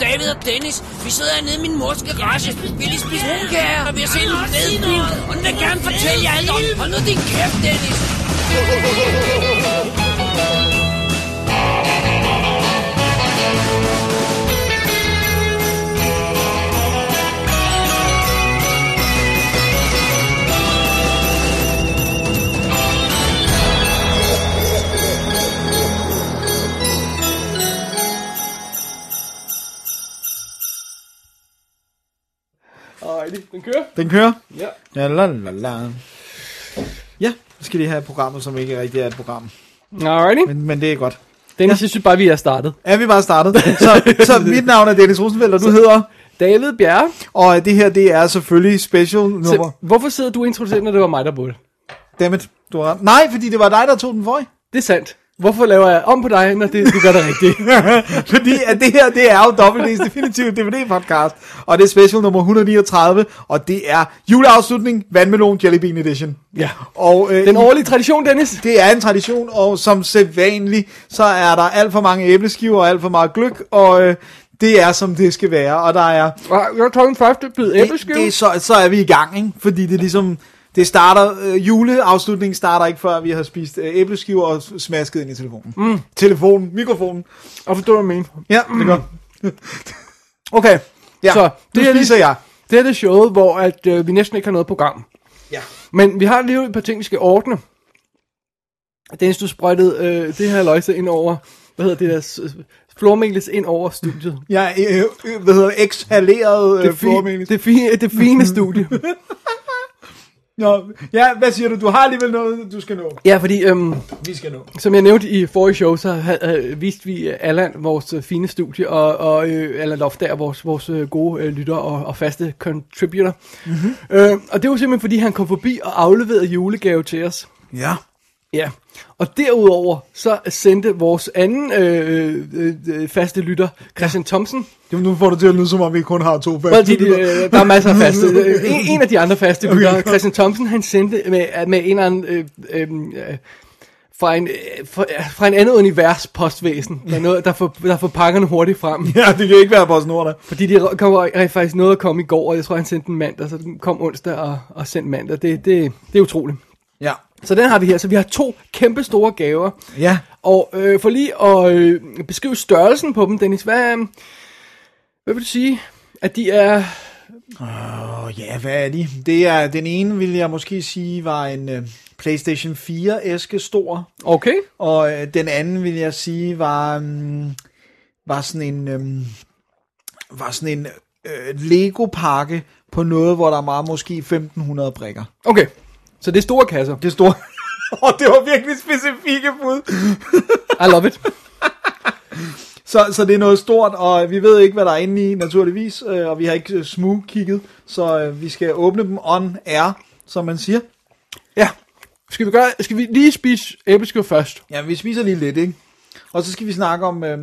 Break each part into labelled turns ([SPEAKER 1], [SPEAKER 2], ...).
[SPEAKER 1] David og Dennis. Vi sidder hernede i min mors garage. Vi har lige spist brugager, og vi har set en fed bil. Og den vil gerne fortælle jer alt om. Hold nu din kæft, Dennis.
[SPEAKER 2] Ejli, den kører.
[SPEAKER 3] Den kører?
[SPEAKER 2] Ja.
[SPEAKER 3] Ja, la, la, la. Ja, nu skal vi lige have programmet, som ikke rigtig er et program.
[SPEAKER 2] Alrighty.
[SPEAKER 3] Men, men det er godt.
[SPEAKER 2] Dennis, jeg synes bare, vi er startet.
[SPEAKER 3] Er vi bare startet? Så, så mit navn er Dennis Rosenfeldt, og du hedder...
[SPEAKER 2] David Bjerre.
[SPEAKER 3] Og det her, det er selvfølgelig special
[SPEAKER 2] Så,
[SPEAKER 3] nummer.
[SPEAKER 2] hvorfor sidder du og introducerer, når det var mig, der burde?
[SPEAKER 3] Dammit, du har ramt. Nej, fordi det var dig, der tog den forrige.
[SPEAKER 2] Det er sandt. Hvorfor laver jeg om på dig, når det, du gør det rigtigt?
[SPEAKER 3] Fordi at det her, det er jo WD's definitive DVD-podcast. Og det er special nummer 139, og det er juleafslutning, vandmelon, jellybean edition.
[SPEAKER 2] ja.
[SPEAKER 3] Og øh,
[SPEAKER 2] Den
[SPEAKER 3] i-
[SPEAKER 2] årlige tradition, Dennis.
[SPEAKER 3] det er en tradition, og som sædvanligt, så er der alt for mange æbleskiver og alt for meget gløk, og øh, det er, som det skal være. Og der er
[SPEAKER 2] Jeg tager den første bid æbleskive.
[SPEAKER 3] Det, det, er så, så er vi i gang, ikke? Fordi det er ligesom, det starter, øh, juleafslutningen starter ikke, før vi har spist øh, æbleskiver og s- smasket ind i telefonen. Mm. Telefonen, mikrofonen.
[SPEAKER 2] Og forstår du, hvad jeg mener?
[SPEAKER 3] Ja, det gør. okay, ja,
[SPEAKER 2] Så,
[SPEAKER 3] så,
[SPEAKER 2] det
[SPEAKER 3] det
[SPEAKER 2] er
[SPEAKER 3] nu
[SPEAKER 2] lige-
[SPEAKER 3] spiser jeg.
[SPEAKER 2] Det er det showet, hvor at, øh, vi næsten ikke har noget program.
[SPEAKER 3] Ja.
[SPEAKER 2] Men vi har lige et par ting, vi skal ordne. Dennis, du sprøjtede øh, det her løjse ind over, hvad hedder det der, s- flormængdes ind over studiet.
[SPEAKER 3] Jeg er, øh, øh, hvad hedder det, ekshaleret øh,
[SPEAKER 2] Det, fi,
[SPEAKER 3] flormelis.
[SPEAKER 2] det, fi, det fine studie.
[SPEAKER 3] Nå, ja, hvad siger du? Du har alligevel noget, du skal nå.
[SPEAKER 2] Ja, fordi øhm,
[SPEAKER 3] Vi skal nå.
[SPEAKER 2] som jeg nævnte i forrige show, så havde, øh, viste vi øh, Allan, vores øh, fine studie, og, og øh, Allan Loftager, vores, vores øh, gode øh, lytter og, og faste contributor. Mm-hmm. Øh, og det var simpelthen, fordi han kom forbi og afleverede julegave til os.
[SPEAKER 3] Ja.
[SPEAKER 2] Ja, og derudover så sendte vores anden øh, øh, øh, faste lytter, Christian Thomsen,
[SPEAKER 3] Jamen, nu får du til at lyde, som om vi kun har to
[SPEAKER 2] Bare
[SPEAKER 3] faste
[SPEAKER 2] de, øh, der er masser af faste. Øh, En, en af de andre faste lyttere, okay. Christian Thomsen, han sendte med, med en eller anden... Øh, øh, øh, fra en, øh, fra, øh, fra en anden univers postvæsen, der, er noget, der, får, der får pakkerne hurtigt frem.
[SPEAKER 3] Ja, det kan ikke være på snor, der.
[SPEAKER 2] Fordi de kommer rent faktisk noget at komme i går, og jeg tror, han sendte den mandag, så den kom onsdag og, og sendte mandag. Det, det, det er utroligt.
[SPEAKER 3] Ja.
[SPEAKER 2] Så den har vi her. Så vi har to kæmpe store gaver.
[SPEAKER 3] Ja.
[SPEAKER 2] Og øh, for lige at øh, beskrive størrelsen på dem, Dennis, hvad, øh, hvad vil du sige, at de er...
[SPEAKER 3] Og ja, hvad er de? Det er, den ene vil jeg måske sige var en øh, PlayStation 4 æske stor,
[SPEAKER 2] Okay.
[SPEAKER 3] og øh, den anden vil jeg sige var um, var sådan en øh, var sådan en øh, Lego pakke på noget, hvor der er meget måske 1500 brikker.
[SPEAKER 2] Okay, så det er store kasser.
[SPEAKER 3] Det store. Og det var virkelig specifikke bud.
[SPEAKER 2] I love it.
[SPEAKER 3] Så, så det er noget stort, og vi ved ikke, hvad der er inde i, naturligvis. øh, Og vi har ikke øh, smug kigget, så øh, vi skal åbne dem on air, som man siger.
[SPEAKER 2] Ja. Skal vi, gøre, skal vi lige spise æbleskiver først?
[SPEAKER 3] Ja, vi spiser lige lidt, ikke? Og så skal vi snakke om, øh,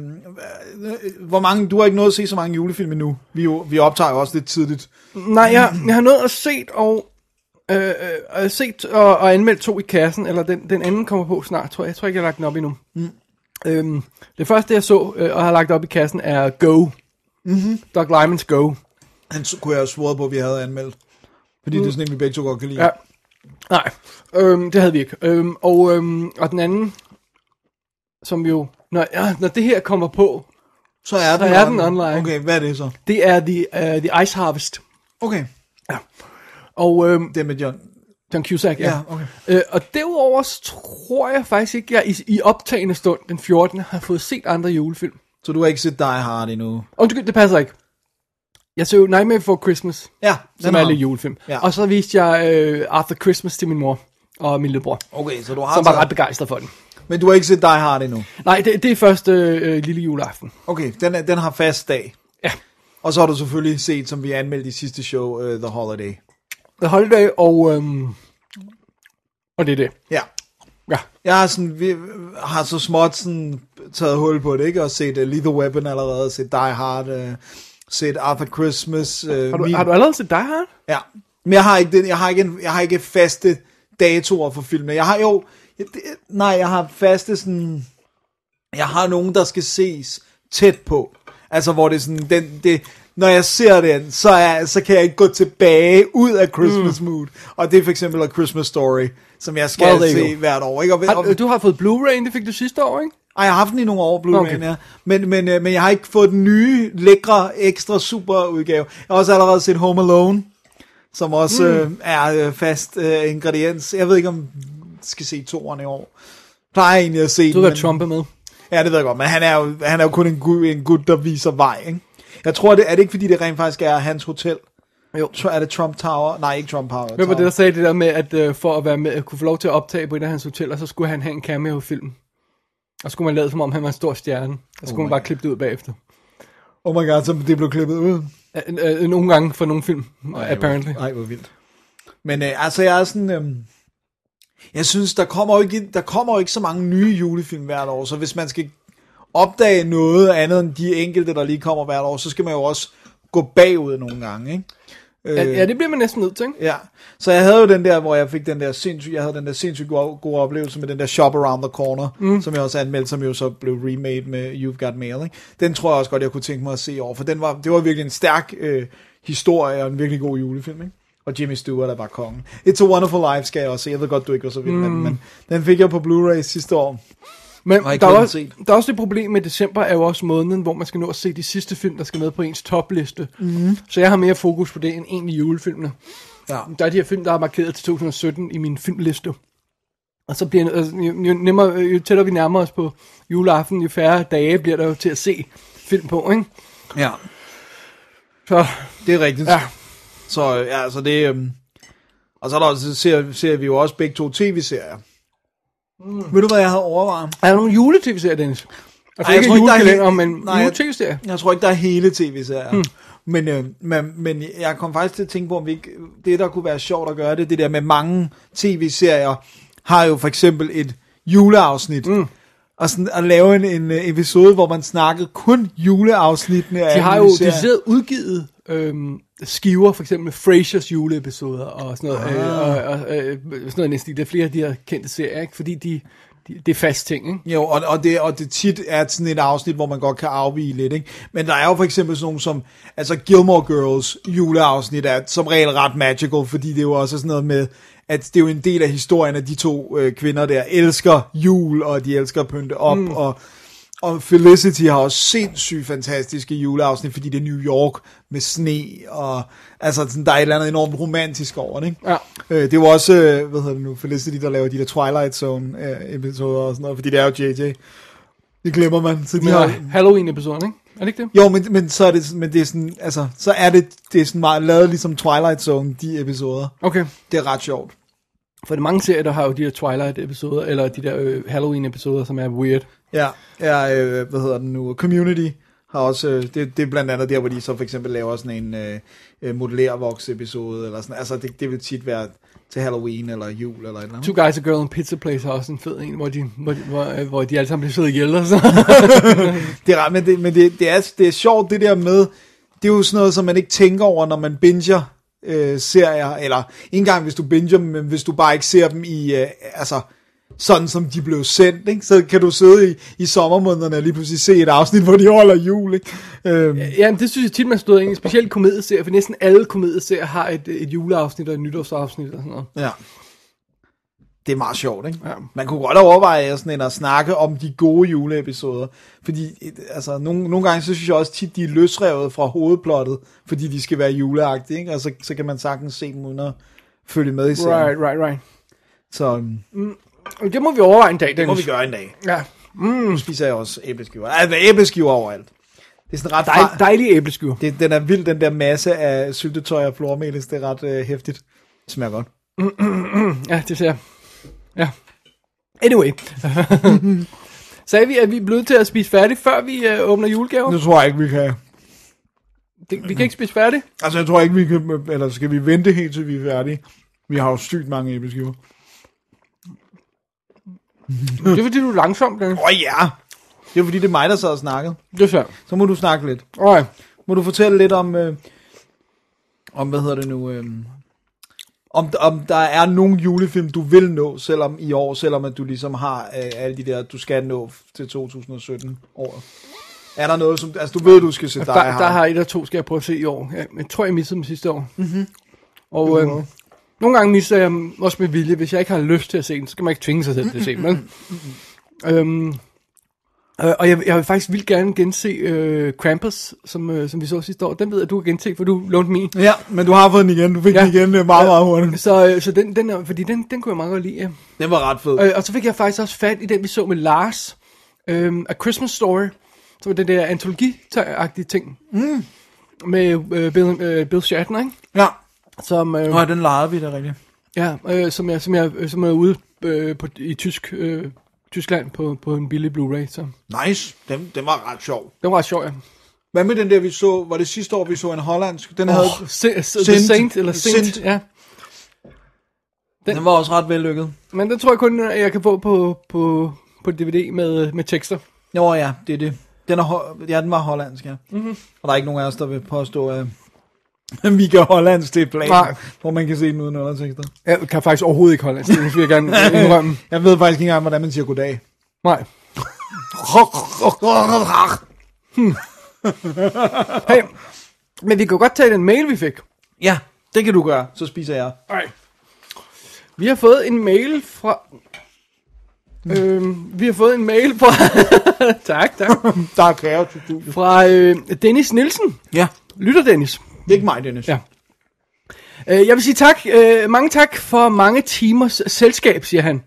[SPEAKER 3] hvor mange, du har ikke nået at se så mange julefilm endnu. Vi, jo, vi optager jo også lidt tidligt.
[SPEAKER 2] Nej, jeg, jeg har nået at set og, øh, øh, set og, og anmeldt to i kassen, eller den, den anden kommer på snart, tror jeg. Jeg tror ikke, jeg har lagt den op endnu. Mm. Øhm, det første, jeg så øh, og har lagt op i kassen, er Go. Mm-hmm. Doc Lyman's Go.
[SPEAKER 3] Han så- kunne jeg have svoret på, at vi havde anmeldt. Fordi mm. det er sådan en, vi begge to godt kan lide.
[SPEAKER 2] Ja. Nej, øhm, det havde vi ikke. Øhm, og, øhm, og den anden, som jo, når, ja, når det her kommer på,
[SPEAKER 3] Så er,
[SPEAKER 2] Så er den online.
[SPEAKER 3] Okay, hvad er det så?
[SPEAKER 2] det er The, uh, the Ice Harvest.
[SPEAKER 3] Okay,
[SPEAKER 2] Og øhm,
[SPEAKER 3] det er med John.
[SPEAKER 2] John Cusack, ja.
[SPEAKER 3] Ja,
[SPEAKER 2] ja.
[SPEAKER 3] okay.
[SPEAKER 2] Øh, og derudover så tror jeg faktisk ikke, jeg i, i optagende stund den 14. har fået set andre julefilm.
[SPEAKER 3] Så du har ikke set Die Hard endnu?
[SPEAKER 2] Undskyld, det passer ikke. Jeg så jo Nightmare Before Christmas,
[SPEAKER 3] Ja, den
[SPEAKER 2] som
[SPEAKER 3] har
[SPEAKER 2] er lidt
[SPEAKER 3] du.
[SPEAKER 2] julefilm.
[SPEAKER 3] Ja.
[SPEAKER 2] Og så viste jeg øh, Arthur Christmas til min mor og min lillebror,
[SPEAKER 3] Okay, så du har
[SPEAKER 2] som var ret
[SPEAKER 3] taget-
[SPEAKER 2] begejstret for den.
[SPEAKER 3] Men du har ikke set Die Hard endnu?
[SPEAKER 2] Nej, det, det er først øh, øh, lille juleaften.
[SPEAKER 3] Okay, den, er, den har fast dag.
[SPEAKER 2] Ja.
[SPEAKER 3] Og så har du selvfølgelig set, som vi anmeldte i sidste show, uh, The Holiday.
[SPEAKER 2] The Holiday, og, øhm, og det er det.
[SPEAKER 3] Ja.
[SPEAKER 2] Ja.
[SPEAKER 3] Jeg har, sådan, vi, har så småt sådan, taget hul på det, ikke? Og set uh, Lethal Weapon allerede, set Die Hard, uh, set Arthur Christmas. Uh,
[SPEAKER 2] Har du, har du allerede set Die Hard?
[SPEAKER 3] Ja. Men jeg har ikke, den, jeg har ikke, en, jeg har ikke faste datoer for filmene. Jeg har jo... Jeg, det, nej, jeg har faste sådan... Jeg har nogen, der skal ses tæt på. Altså, hvor det er sådan, den, det, når jeg ser den, så, er, så kan jeg ikke gå tilbage ud af Christmas mm. mood. Og det er for eksempel A Christmas Story, som jeg skal
[SPEAKER 2] Well,
[SPEAKER 3] well,
[SPEAKER 2] there you
[SPEAKER 3] se
[SPEAKER 2] go.
[SPEAKER 3] hvert år. Ikke? Og, og,
[SPEAKER 2] Har, du har fået Blu-ray, det fik du sidste år, ikke?
[SPEAKER 3] ej, jeg har haft den i nogle år, Blu-ray, okay.
[SPEAKER 2] Okay.
[SPEAKER 3] ja. men, men, øh, men jeg har ikke fået den nye, lækre, ekstra super udgave. Jeg har også allerede set Home Alone, som også mm. øh, er øh, fast øh, ingrediens. Jeg ved ikke, om jeg skal se toerne i år. Plejer jeg egentlig at se
[SPEAKER 2] Du
[SPEAKER 3] den,
[SPEAKER 2] ved,
[SPEAKER 3] men-
[SPEAKER 2] at Trump er med.
[SPEAKER 3] Ja, det ved jeg godt, men han er jo, han er jo kun en gut, en gut, der viser vej, ikke? Jeg tror, det, er det ikke fordi, det rent faktisk er hans hotel?
[SPEAKER 2] Jo.
[SPEAKER 3] Tr- Er det Trump Tower? Nej, ikke Trump Tower.
[SPEAKER 2] Hvem var
[SPEAKER 3] Tower.
[SPEAKER 2] det, der sagde det der med, at øh, for at være med, at kunne få lov til at optage på et af hans hoteller, så skulle han have en cameo i filmen. Og så skulle man lade som om, han var en stor stjerne. Og så skulle oh man bare klippe det ud bagefter.
[SPEAKER 3] Oh my god, så det blev klippet ud.
[SPEAKER 2] Øh, øh, nogle gange for nogle film, apparently.
[SPEAKER 3] Nej, hvor vildt. Men øh, altså, jeg er sådan... Øh, jeg synes, der kommer, jo ikke, der kommer jo ikke så mange nye julefilm hvert år, så hvis man skal opdage noget andet end de enkelte, der lige kommer hvert år, så skal man jo også gå bagud nogle gange, ikke? Øh,
[SPEAKER 2] Ja, ja, det bliver man næsten nødt til, ikke?
[SPEAKER 3] Ja, så jeg havde jo den der, hvor jeg fik den der sindssyg, jeg havde den der sindssygt gode, gode oplevelse med den der Shop Around the Corner, mm. som jeg også anmeldte, som jo så blev remade med You've Got Mail. Ikke? Den tror jeg også godt, jeg kunne tænke mig at se i år, for den var, det var virkelig en stærk øh, historie og en virkelig god julefilm. Ikke? Og Jimmy Stewart er bare kongen. It's a Wonderful Life skal jeg også se. Jeg ved godt, du ikke var så vild mm. med den, men den fik jeg på Blu-ray sidste år.
[SPEAKER 2] Men
[SPEAKER 3] Og ikke
[SPEAKER 2] der er,
[SPEAKER 3] fået den
[SPEAKER 2] også,
[SPEAKER 3] set.
[SPEAKER 2] der er også det problem med december, er jo også måneden, hvor man skal nå at se de sidste film, der skal med på ens topliste. Mm. Så jeg har mere fokus på det end egentlig julefilmene.
[SPEAKER 3] Ja.
[SPEAKER 2] Der er de her film, der er markeret til 2017 i min filmliste. Og så bliver jeg nø- altså, jo, jo, nemmere, jo tættere vi nærmer os på juleaften, jo færre dage bliver der jo til at se film på, ikke?
[SPEAKER 3] ja.
[SPEAKER 2] Så
[SPEAKER 3] Det er rigtigt.
[SPEAKER 2] ja,
[SPEAKER 3] Så øh, ja, altså det... Øhm, og så, er der, også- så ser, ser vi jo også begge to tv-serier. Mm. Ved du, hvad jeg havde overvejet?
[SPEAKER 2] er der nogle juletv-serier, Dennis? Altså
[SPEAKER 3] Ej, jeg
[SPEAKER 2] ikke
[SPEAKER 3] tror ikke, der er
[SPEAKER 2] julekalender,
[SPEAKER 3] helt-
[SPEAKER 2] men
[SPEAKER 3] Nej, jeg-
[SPEAKER 2] juletv-serier.
[SPEAKER 3] Jeg tror ikke, der er hele tv-serier. Hmm. Men, øh, men, men jeg kom faktisk til at tænke på, om vi ikke, det der kunne være sjovt at gøre det, det der med mange tv-serier, har jo for eksempel et juleafsnit.
[SPEAKER 2] Hmm.
[SPEAKER 3] Mm. Og sådan at lave en, en øh, episode, hvor man snakkede kun juleafsnittene af
[SPEAKER 2] De har
[SPEAKER 3] en
[SPEAKER 2] jo
[SPEAKER 3] serie.
[SPEAKER 2] decideret udgivet øhm, skiver, for eksempel med Frasers juleepisoder og sådan noget.
[SPEAKER 3] Ah.
[SPEAKER 2] Øh, og, og, øh, sådan noget næsten. Det er flere af de her kendte serier, ikke? fordi de, de, det er fast ting. Ikke?
[SPEAKER 3] Jo, og, og, det, og det tit er sådan et afsnit, hvor man godt kan afvige lidt, ikke? Men der er jo for eksempel sådan nogle som, altså Gilmore Girls juleafsnit er som regel ret magical, fordi det er jo også sådan noget med, at det er jo en del af historien, at de to øh, kvinder der elsker jul, og de elsker at pynte op, mm. og, og Felicity har også sindssygt fantastiske juleafsnit, fordi det er New York med sne, og altså sådan, der er et eller andet enormt romantisk over det, ikke?
[SPEAKER 2] Ja.
[SPEAKER 3] Øh, det er jo også, øh, hvad hedder det nu, Felicity, der laver de der Twilight Zone-episoder og sådan noget, fordi det er jo JJ. Det glemmer man. Så de
[SPEAKER 2] Men
[SPEAKER 3] har,
[SPEAKER 2] Halloween-episoden, ikke? Er det ikke det?
[SPEAKER 3] jo, men, men, så er det, men det er sådan, altså, så er det, det er sådan meget lavet ligesom Twilight Zone, de episoder.
[SPEAKER 2] Okay.
[SPEAKER 3] Det er ret sjovt.
[SPEAKER 2] For det er mange serier, der har jo de der Twilight-episoder, eller de der øh, Halloween-episoder, som er weird.
[SPEAKER 3] Ja, ja øh, hvad hedder den nu, Community har også, øh, det, det er blandt andet der, hvor de så for eksempel laver sådan en øh, øh, modellervoks-episode, eller sådan, altså det, det vil tit være til Halloween eller jul eller et eller andet.
[SPEAKER 2] Two Guys, a Girl and Pizza Place har også en fed en, hvor de, hvor de, hvor, øh, hvor de alle sammen bliver slået ihjel. Og sådan.
[SPEAKER 3] Det er, ret- men det, men det, det, er, det er sjovt, det der med, det er jo sådan noget, som man ikke tænker over, når man binger øh, serier, eller ikke engang hvis du binger dem, men hvis du bare ikke ser dem i, øh, altså sådan som de blev sendt, ikke? så kan du sidde i, i sommermånederne og lige pludselig se et afsnit, hvor de holder jul. Ikke? Øhm,
[SPEAKER 2] Jamen, det synes jeg tit, man stod ind i. Specielt komedieserier, for næsten alle komedieserier har et, øh, et juleafsnit og et nytårsafsnit og sådan noget.
[SPEAKER 3] ja. Det er meget sjovt, ikke?
[SPEAKER 2] Ja.
[SPEAKER 3] Man kunne godt overveje sådan en at snakke om de gode juleepisoder, fordi et- altså, nogle, nogle gange så synes jeg også tit, de er løsrevet fra hovedplottet, fordi de skal være juleagtige, ikke? og så, så kan man sagtens se dem uden at følge med i serien.
[SPEAKER 2] Right, right, right.
[SPEAKER 3] Så øhm,
[SPEAKER 2] Men Det må vi overveje en dag, Dennis.
[SPEAKER 3] det må vi gøre en dag.
[SPEAKER 2] Ja.
[SPEAKER 3] Nu spiser jeg også æbleskiver. Altså æbleskiver overalt. Det er sådan ret...
[SPEAKER 2] Dej,
[SPEAKER 3] Dej, dej.
[SPEAKER 2] dejlige æbleskiver.
[SPEAKER 3] Det, den er vild, den der masse af syltetøj og flormelis. Det er ret øh, hæftigt. Det smager godt.
[SPEAKER 2] Ja, det ser jeg. Ja. Anyway. Sagde vi, at vi er blevet til at spise færdig, før vi øh, åbner julegaver?
[SPEAKER 3] Nu tror jeg ikke, vi kan...
[SPEAKER 2] Det, vi kan ikke spise færdig.
[SPEAKER 3] Altså, jeg tror ikke, vi kan... Eller skal vi vente helt til vi er færdige? Vi har jo sygt mange æbleskiver.
[SPEAKER 2] Det er fordi, du er langsom, Dennis.
[SPEAKER 3] Åh oh, ja. Yeah. Det er fordi, det er mig, der sad og snakkede.
[SPEAKER 2] Det ser jeg.
[SPEAKER 3] Så må du snakke lidt.
[SPEAKER 2] Alright.
[SPEAKER 3] Må du fortælle lidt om, øh, om hvad hedder det nu, øh, om, om der er nogle julefilm, du vil nå, selvom i år, selvom at du ligesom har øh, alle de der, du skal nå til 2017 år. Er der noget, som... Altså, du ved, du skal se
[SPEAKER 2] Der, der, der har et og to, skal jeg prøve at se i år. Jeg, jeg tror, jeg missede dem sidste år. Mm-hmm. Og øh, nogle gange misser jeg dem også med vilje. Hvis jeg ikke har lyst til at se den, så skal man ikke tvinge sig selv til at se den. vel? Øhm, øh, og jeg, jeg vil faktisk vildt gerne gense øh, Krampus, som, øh, som vi så sidste år. Den ved jeg, du kan gense, for du lånte min.
[SPEAKER 3] Ja, men du har fået den igen. Du fik
[SPEAKER 2] Ja.
[SPEAKER 3] den igen øh, meget, meget hurtigt.
[SPEAKER 2] Så, øh, så den, den, er, fordi den, den kunne jeg meget godt lide. Ja.
[SPEAKER 3] Den var ret fed.
[SPEAKER 2] Øh, og så fik jeg faktisk også fat i den, vi så med Lars. Øhm, A Christmas Story. Som er den der antologi-agtige ting. Mm. Med øh, Bill, øh, Bill Shatner, ikke?
[SPEAKER 3] Ja.
[SPEAKER 2] Som, øh,
[SPEAKER 3] Nå, ja, den lejede vi da rigtigt.
[SPEAKER 2] ja, øh, som, jeg, som, jeg, øh, som er ude øh, på, i tysk, øh, Tyskland på, på en billig Blu-ray. Så
[SPEAKER 3] Nice. Den, den var ret sjov.
[SPEAKER 2] det var ret sjovt, ja.
[SPEAKER 3] Hvad med den der, vi så... Var det sidste år, vi så en hollandsk? Den, oh, havde,
[SPEAKER 2] Oh, Saint, The Saint, eller Saint,
[SPEAKER 3] Sint.
[SPEAKER 2] Saint. ja.
[SPEAKER 3] den, den var også ret vellykket.
[SPEAKER 2] Men den tror jeg kun, at jeg kan få på, på, på DVD med, med tekster.
[SPEAKER 3] Nå ja, det er det. Den, er, ho- ja, den var hollandsk, ja. Mm-hmm. Og der er ikke nogen af os, der vil påstå, at vi kan hollandsk til plan,
[SPEAKER 2] Nej.
[SPEAKER 3] hvor man kan se den uden undertekster.
[SPEAKER 2] Jeg kan faktisk overhovedet ikke holde, så det vil jeg gerne øh, indrømme.
[SPEAKER 3] Jeg ved faktisk ikke engang, hvordan man siger goddag.
[SPEAKER 2] Nej. Hmm. Hey, men vi kan godt tage den mail, vi fik.
[SPEAKER 3] Ja, det kan du gøre. Så spiser jeg.
[SPEAKER 2] Nej. Vi har fået en mail fra... Øhm, vi har fået en mail fra... tak, tak.
[SPEAKER 3] Der er kære til du.
[SPEAKER 2] Fra øh, Dennis Nielsen.
[SPEAKER 3] Ja.
[SPEAKER 2] Lytter Dennis.
[SPEAKER 3] Det er ikke mig, Dennis.
[SPEAKER 2] Ja. Øh, jeg vil sige tak. Øh, mange tak for mange timers selskab, siger han.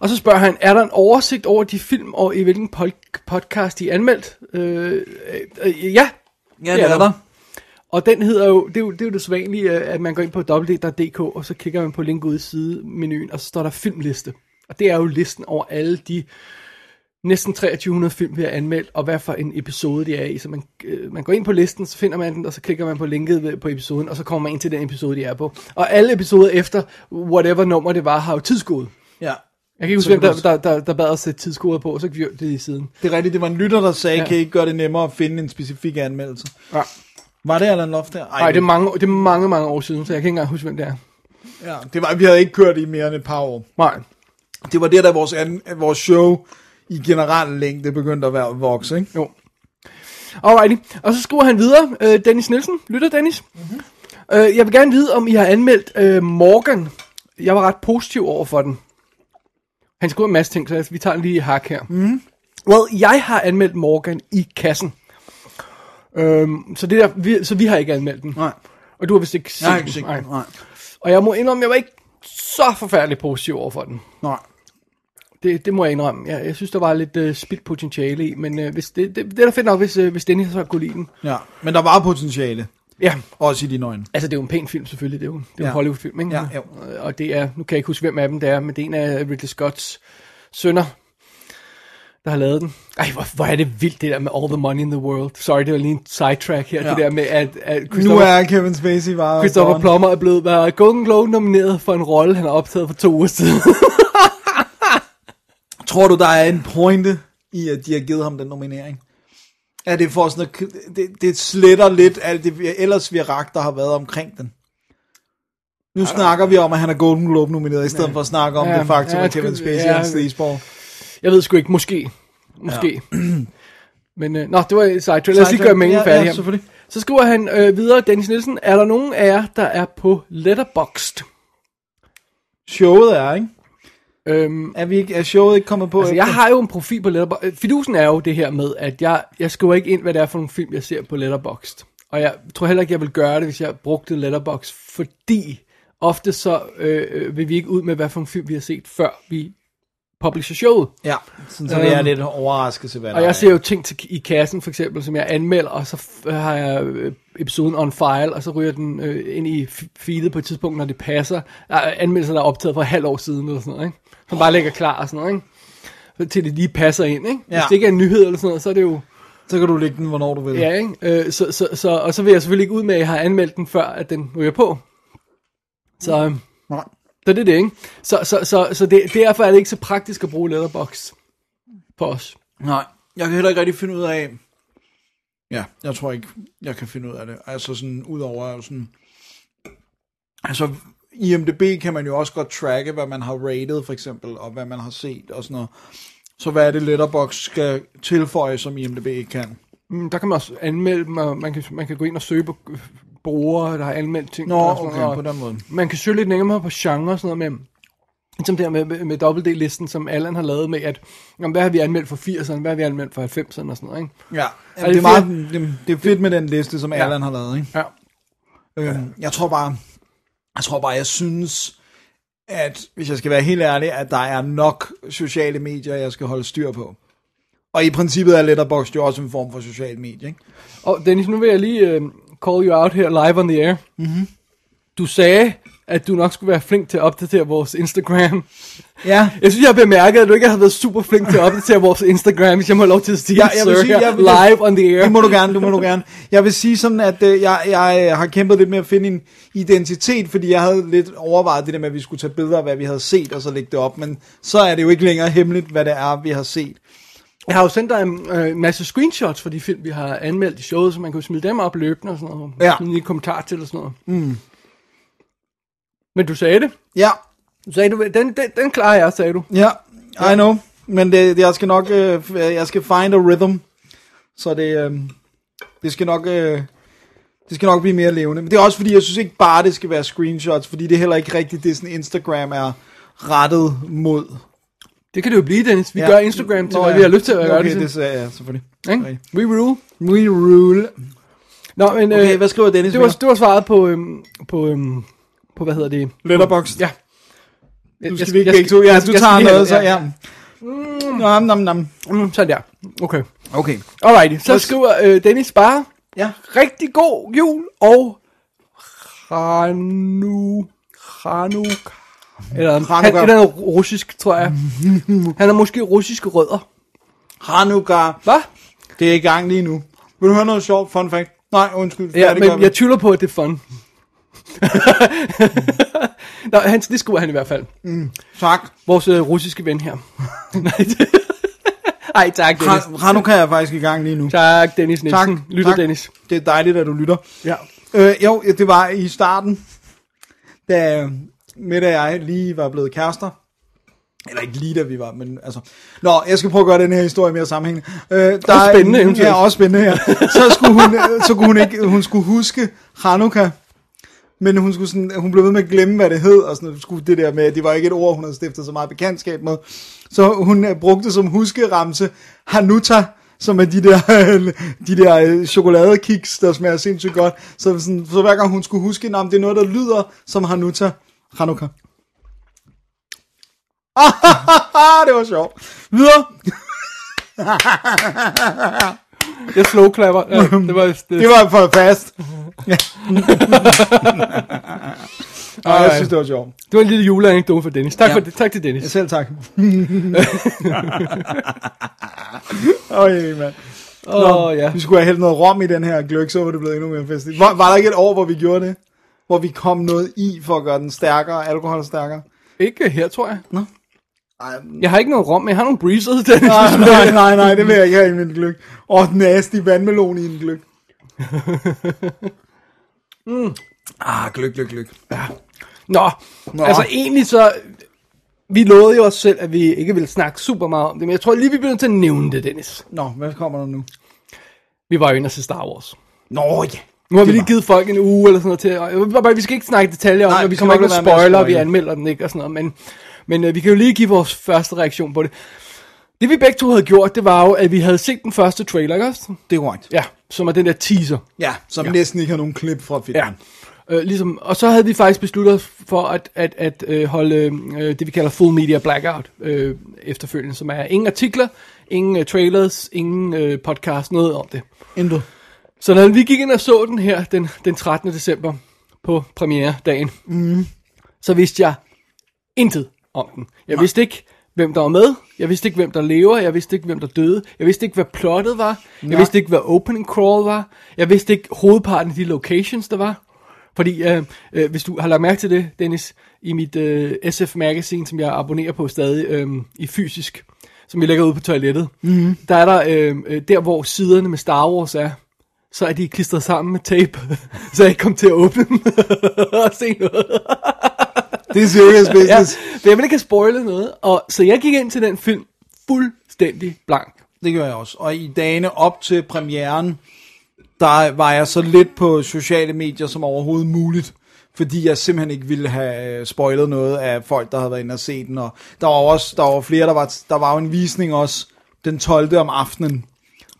[SPEAKER 2] Og så spørger han, er der en oversigt over de film, og i hvilken pol- podcast de er anmeldt? Øh, øh, øh, ja,
[SPEAKER 3] Ja,
[SPEAKER 2] det er der. Og den hedder jo, det er jo det, er jo det svanlige, øh, at man går ind på www.dk, og så kigger man på link ud i sidemenuen, og så står der filmliste. Og det er jo listen over alle de næsten 2300 film, vi har anmeldt, og hvad for en episode de er i. Så man, øh, man går ind på listen, så finder man den, og så klikker man på linket ved- på episoden, og så kommer man ind til den episode, de er på. Og alle episoder efter, whatever nummer det var, har jo tidskode.
[SPEAKER 3] Ja.
[SPEAKER 2] Jeg kan ikke huske,
[SPEAKER 3] Så kan
[SPEAKER 2] hvem der,
[SPEAKER 3] du
[SPEAKER 2] der, der, der bad os sætte tidskoder på, så kan vi jo det i siden.
[SPEAKER 3] Det er rigtigt, det var en lytter, der sagde, ja.
[SPEAKER 2] Ja.
[SPEAKER 3] kan I ikke gøre det nemmere at finde en specifik anmeldelse?
[SPEAKER 2] Ja.
[SPEAKER 3] Var det Allan Loft der?
[SPEAKER 2] Nej, det er, mange, det er mange, mange år siden, så jeg kan ikke engang huske, hvem det er.
[SPEAKER 3] ja, det var, vi havde ikke kørt i mere end et par år.
[SPEAKER 2] Nej.
[SPEAKER 3] Det var der, da vores, an, vores show i generel længde begyndte at være vokse, ikke?
[SPEAKER 2] Jo. Alrighty. Og så skriver han videre, øh, Dennis Nielsen. Lytter Dennis?
[SPEAKER 3] Mhm.
[SPEAKER 2] Mm-hmm. Øh, jeg vil gerne vide, om I har anmeldt øh, Morgan. Jeg var ret positiv over for den. Han skriver en masse ting, så jeg- vi tager en lige i hak her. Mm.
[SPEAKER 3] Mhm.
[SPEAKER 2] Well, jeg har anmeldt Morgan i kassen. Øhm, så, det der, vi, så vi har ikke anmeldt den.
[SPEAKER 3] Nej.
[SPEAKER 2] Og du har vist ikke set
[SPEAKER 3] Jeg har ikke
[SPEAKER 2] den.
[SPEAKER 3] set
[SPEAKER 2] Nej.
[SPEAKER 3] den. Nej.
[SPEAKER 2] Og jeg må indrømme, jeg var ikke så forfærdeligt positiv over for den.
[SPEAKER 3] Nej.
[SPEAKER 2] Det, det må jeg indrømme. Jeg, jeg synes, der var lidt øh, spildt potentiale i, men øh, hvis det, det, det er da fedt nok, hvis, øh, hvis Dennis har kunne lide den.
[SPEAKER 3] Ja, men der var potentiale,
[SPEAKER 2] Ja,
[SPEAKER 3] også i dine øjne.
[SPEAKER 2] altså det er jo en pæn film selvfølgelig, det er jo, det er jo
[SPEAKER 3] Ja.
[SPEAKER 2] en Hollywood-film, ikke?
[SPEAKER 3] Ja, jo.
[SPEAKER 2] Øh, Og det er, nu kan jeg ikke huske, hvem af dem det er, men det er en af Ridley Scotts sønner, der har lavet den. Ej, hvor, hvor er det vildt det der med all the money in the world. Sorry, det var lige en sidetrack her,
[SPEAKER 3] Ja.
[SPEAKER 2] det der med, at, at
[SPEAKER 3] Nu
[SPEAKER 2] Christopher,
[SPEAKER 3] er Kevin Spacey bare...
[SPEAKER 2] Christopher
[SPEAKER 3] gone.
[SPEAKER 2] Plummer er blevet været Golden Globe nomineret for en rolle, han har optaget for to uger siden.
[SPEAKER 3] Tror du, der er en pointe i, at de har givet ham den nominering? Er det for sådan at, det, det sletter lidt alt det vi- ellers vi ragt, der har været omkring den? Nu snakker vi om, at han er Golden Globe nomineret, i stedet for at snakke om
[SPEAKER 2] Ja,
[SPEAKER 3] det faktum,
[SPEAKER 2] ja,
[SPEAKER 3] at Kevin
[SPEAKER 2] det-
[SPEAKER 3] Spacey
[SPEAKER 2] ja.
[SPEAKER 3] er hans Lisborg.
[SPEAKER 2] Jeg ved sgu ikke, måske. Måske. Ja. Men, øh, nå, det var en sidetrack. Lad os lige gøre mailen
[SPEAKER 3] Ja,
[SPEAKER 2] færdig
[SPEAKER 3] ja,
[SPEAKER 2] her.
[SPEAKER 3] selvfølgelig.
[SPEAKER 2] Så skriver han øh, videre, Dennis Nielsen, er der nogen af jer, der er på Letterboxd?
[SPEAKER 3] Showet er, ikke?
[SPEAKER 2] Øhm,
[SPEAKER 3] Er, vi ikke, er showet ikke kommet på?
[SPEAKER 2] altså,
[SPEAKER 3] efter?
[SPEAKER 2] jeg har jo en profil på Letterboxd. Fidusen er jo det her med, at jeg, jeg skriver ikke ind, hvad det er for nogle film, jeg ser på Letterboxd. Og jeg tror heller ikke, jeg vil gøre det, hvis jeg brugte Letterboxd, fordi ofte så øh, øh, vil vi ikke ud med, hvad for nogle film, vi har set, før vi publisher showet.
[SPEAKER 3] Ja, sådan, så det er
[SPEAKER 2] Øhm,
[SPEAKER 3] lidt overraskelse, hvad
[SPEAKER 2] Og
[SPEAKER 3] der er.
[SPEAKER 2] jeg ser jo ting til, i kassen, for eksempel, som jeg anmelder, og så f- har jeg øh, episoden on file, og så ryger den øh, ind i f- feedet på et tidspunkt, når det passer. Der er anmeldelser, der er optaget for et halvt år siden, eller sådan noget, ikke? Som bare ligger klar og sådan noget, ikke? Så til det lige passer ind, ikke? Hvis
[SPEAKER 3] Ja.
[SPEAKER 2] det ikke er en nyhed eller sådan noget, så er det jo...
[SPEAKER 3] Så kan du lægge den, hvornår du vil.
[SPEAKER 2] Ja, ikke? Øh, så, så, så, og så vil jeg selvfølgelig ikke ud med, at jeg har anmeldt den, før at den ryger på. Så, øh,
[SPEAKER 3] Nej.
[SPEAKER 2] så det er det, ikke? Så, så, så, så det, derfor er det ikke så praktisk at bruge Letterbox for os.
[SPEAKER 3] Nej, jeg kan heller ikke rigtig finde ud af... Ja, jeg tror ikke, jeg kan finde ud af det. Altså sådan, udover sådan... Altså, IMDB kan man jo også godt tracke, hvad man har rated, for eksempel, og hvad man har set, og sådan noget. Så hvad er det, Letterbox skal tilføje, som IMDb ikke kan?
[SPEAKER 2] Mm, der kan man også anmelde dem, og man kan, man kan gå ind og søge på øh, brugere, der har anmeldt ting.
[SPEAKER 3] Nå,
[SPEAKER 2] og sådan
[SPEAKER 3] okay,
[SPEAKER 2] noget, og
[SPEAKER 3] på den måde.
[SPEAKER 2] Man kan søge lidt nemmere på genre og sådan noget, men som der med, med, med WD-listen, som Allan har lavet med, at jamen, hvad har vi anmeldt for 80'erne, hvad har vi anmeldt for 90'erne og sådan noget, ikke?
[SPEAKER 3] Ja,
[SPEAKER 2] Er det
[SPEAKER 3] Jamen, det, er meget, det, det er fedt med den liste, som
[SPEAKER 2] Ja.
[SPEAKER 3] Allan har lavet. Ikke?
[SPEAKER 2] Ja.
[SPEAKER 3] Øhm, jeg tror bare, jeg tror bare, jeg synes, at hvis jeg skal være helt ærlig, at der er nok sociale medier, jeg skal holde styr på. Og i princippet er Letterboxd jo også en form for social medie, ikke?
[SPEAKER 2] Og Dennis, nu vil jeg lige øh, call you out her live on the air. Mm-hmm. Du sagde, at du nok skulle være flink til at opdatere vores Instagram.
[SPEAKER 3] Ja,
[SPEAKER 2] Jeg synes, jeg har bemærket, at du ikke har været super flink til at opdatere vores Instagram, hvis jeg må have lov til at sige
[SPEAKER 3] Ja,
[SPEAKER 2] det,
[SPEAKER 3] jeg vil
[SPEAKER 2] sir,
[SPEAKER 3] sige,
[SPEAKER 2] her,
[SPEAKER 3] jeg vil-
[SPEAKER 2] live on the air.
[SPEAKER 3] det må du gerne, det må du gerne. Jeg vil sige sådan, at øh, jeg, jeg har kæmpet lidt med at finde en identitet, fordi jeg havde lidt overvejet det der med, at vi skulle tage billeder af, hvad vi havde set, og så lægge det op. Men så er det jo ikke længere hemmeligt, hvad det er, vi har set.
[SPEAKER 2] Jeg har jo sendt dig en øh, masse screenshots fra de film, vi har anmeldt i showet, så man kan jo smide dem op løbende og sådan noget.
[SPEAKER 3] Ja.
[SPEAKER 2] Smide en kommentar til og sådan noget. Mm. Men du sagde det.
[SPEAKER 3] Ja,
[SPEAKER 2] Du sagde, du, den, den, den klarer jeg, sagde du.
[SPEAKER 3] Ja, I know. Men det, det, jeg skal nok, øh, f- øh, jeg skal find a rhythm. Så det, øh, det skal nok, øh, det skal nok blive mere levende. Men det er også fordi, jeg synes ikke bare, det skal være screenshots, fordi det er heller ikke rigtigt, det sådan Instagram er rettet mod.
[SPEAKER 2] Det kan det jo blive, Dennis. Vi
[SPEAKER 3] Ja.
[SPEAKER 2] gør Instagram til,
[SPEAKER 3] Nå,
[SPEAKER 2] hvad
[SPEAKER 3] ja.
[SPEAKER 2] vi har lyst til at gøre
[SPEAKER 3] okay,
[SPEAKER 2] det til.
[SPEAKER 3] det sagde jeg selvfølgelig.
[SPEAKER 2] Ikke? We rule.
[SPEAKER 3] We rule.
[SPEAKER 2] Nå, men
[SPEAKER 3] Okay,
[SPEAKER 2] øh,
[SPEAKER 3] hvad skriver Dennis?
[SPEAKER 2] det, var, det var svaret på, øhm, på, øhm, på hvad hedder det?
[SPEAKER 3] Letterboxd.
[SPEAKER 2] Ja.
[SPEAKER 3] Du
[SPEAKER 2] Jeg-
[SPEAKER 3] skal vi ikke
[SPEAKER 2] jeg
[SPEAKER 3] begge to. Ja,
[SPEAKER 2] jeg
[SPEAKER 3] du
[SPEAKER 2] skal
[SPEAKER 3] tager
[SPEAKER 2] lige have
[SPEAKER 3] noget,
[SPEAKER 2] det,
[SPEAKER 3] så ja. Nam, nam, nam.
[SPEAKER 2] Mm, sådan der. Okay.
[SPEAKER 3] Okay.
[SPEAKER 2] Alrighty. Så
[SPEAKER 3] Prøv-
[SPEAKER 2] skriver øh, Dennis bare,
[SPEAKER 3] Ja.
[SPEAKER 2] rigtig god jul og Hanu... Hanu... Eller han, et
[SPEAKER 3] Hanukkah.
[SPEAKER 2] eller andet russisk, tror jeg. Han har måske russiske rødder.
[SPEAKER 3] Hanukkah.
[SPEAKER 2] Hvad?
[SPEAKER 3] Det er i gang lige nu. Vil du høre noget sjovt? Fun fact. Nej, undskyld.
[SPEAKER 2] Ja,
[SPEAKER 3] det gør
[SPEAKER 2] men
[SPEAKER 3] vi.
[SPEAKER 2] jeg tvivler på, at det er fun. Nå, han, det skriver han i hvert fald.
[SPEAKER 3] Tak.
[SPEAKER 2] Vores øh, russiske ven her. Nej, det- Ej, tak, Dennis.
[SPEAKER 3] Ra- Hanukkah er faktisk i gang lige nu.
[SPEAKER 2] Tak, Dennis Nielsen.
[SPEAKER 3] Tak,
[SPEAKER 2] Lytter
[SPEAKER 3] tak.
[SPEAKER 2] Dennis.
[SPEAKER 3] Det er dejligt, at du lytter.
[SPEAKER 2] Ja.
[SPEAKER 3] Øh, jo, det var i starten, da Mette og jeg lige var blevet kærester. Eller ikke lige da vi var, men altså... Nå, jeg skal prøve at gøre den her historie mere sammenhængende. Øh, der
[SPEAKER 2] Også spændende,
[SPEAKER 3] er,
[SPEAKER 2] eventuelt.
[SPEAKER 3] Ja, også spændende, ja. Så skulle hun, øh, så kunne hun ikke... Hun skulle huske Hanukkah. Men hun, skulle sådan, hun blev ved med at glemme, hvad det hed, og sådan, noget. skulle det der med, det var ikke et ord, hun havde stiftet så meget bekendtskab med. Så hun øh, brugte som huskeramse Hanuta, som er de der, øh, de der øh, chokoladekiks, der smager sindssygt godt. Så, sådan, så hver gang hun skulle huske, nah, det er noget, der lyder som Hanuta. Hanukkah. det var sjovt. Videre.
[SPEAKER 2] Jeg slow clapper. Ja, det var... Det,
[SPEAKER 3] Det var for fast. Ja. Og jeg
[SPEAKER 2] Alright.
[SPEAKER 3] synes, det var sjovt.
[SPEAKER 2] det var en lille juleanekdote for Dennis. Tak, ja. for, det. tak til Dennis.
[SPEAKER 3] Selv tak. Øj, mand.
[SPEAKER 2] Åh, oh, ja.
[SPEAKER 3] Vi skulle have hældt noget rom i den her gløk, så var det blevet endnu mere festligt. Var, var der ikke et år, hvor vi gjorde det? Hvor vi kom noget i for at gøre den stærkere, alkohol stærkere?
[SPEAKER 2] Ikke her, tror jeg.
[SPEAKER 3] Nå.
[SPEAKER 2] Jeg har ikke noget rom, men jeg har nogle breezers, Dennis.
[SPEAKER 3] Nej, nej, nej, nej, det vil jeg ikke have i min gløk. Og den nasty vandmelon i en gløk. mm. Ah, gløk, gløk, gløk.
[SPEAKER 2] Nå, Nå, altså egentlig så... Vi lovede jo os selv, at vi ikke ville snakke super meget om det, men jeg tror lige, vi bliver nødt til at nævne det, Dennis.
[SPEAKER 3] Nå, hvad kommer der nu?
[SPEAKER 2] Vi var jo inde og se Star Wars.
[SPEAKER 3] Nå, ja.
[SPEAKER 2] Nu har vi
[SPEAKER 3] Det
[SPEAKER 2] lige
[SPEAKER 3] var-
[SPEAKER 2] givet folk en uge eller sådan noget til, og jeg vil bare- vi skal ikke snakke detaljer om,
[SPEAKER 3] Nej,
[SPEAKER 2] Nej, og vi
[SPEAKER 3] vi
[SPEAKER 2] kommer
[SPEAKER 3] skal
[SPEAKER 2] ikke
[SPEAKER 3] nok
[SPEAKER 2] med
[SPEAKER 3] lade være med at
[SPEAKER 2] spoiler, vi
[SPEAKER 3] spoile.
[SPEAKER 2] anmelder den ikke og sådan noget, men, men øh, vi kan jo lige give vores første reaktion på det. Det vi begge to havde gjort, det var jo, at vi havde set den første trailer, ikke også?
[SPEAKER 3] Det er korrekt.
[SPEAKER 2] Ja, som er den der teaser.
[SPEAKER 3] Ja, som ja. næsten ikke har nogen klip fra filmen.
[SPEAKER 2] Ja. Øh, ligesom, og så havde vi faktisk besluttet os for at, at, at øh, holde øh, det, vi kalder full media blackout øh, efterfølgende, som er ingen artikler, ingen øh, trailers, ingen øh, podcast, noget om det.
[SPEAKER 3] Intet.
[SPEAKER 2] Så når vi gik ind og så den her den, den 13. december på premiere-dagen, mm. så vidste jeg intet om den. Jeg Nej. vidste ikke, hvem der var med. Jeg vidste ikke, hvem der lever. Jeg vidste ikke, hvem der døde. Jeg vidste ikke, hvad plottet var. Nej. Jeg vidste ikke, hvad opening crawl var. Jeg vidste ikke hovedparten af de locations, der var. Fordi, øh, øh, hvis du har lagt mærke til det, Dennis, i mit øh, SF Magazine, som jeg abonnerer på stadig øh, i fysisk, som jeg lægger ud på toilettet, mm. der er der, øh, øh, der hvor siderne med Star Wars er, så er de klistret sammen med tape, så jeg ikke kom til at åbne dem og se noget.
[SPEAKER 3] Det er serious
[SPEAKER 2] Ja,
[SPEAKER 3] business.
[SPEAKER 2] men jeg vil ikke have spoilet noget. Og, så jeg gik ind til den film fuldstændig fuldstændig blank.
[SPEAKER 3] Det gør jeg også. Og i dagene op til premieren, der var jeg så lidt på sociale medier som overhovedet muligt. Fordi jeg simpelthen ikke ville have øh, spoilet noget af folk, der havde været inde og se den. Og der var jo også der var flere, der var, der var jo en visning også den 12. om aftenen.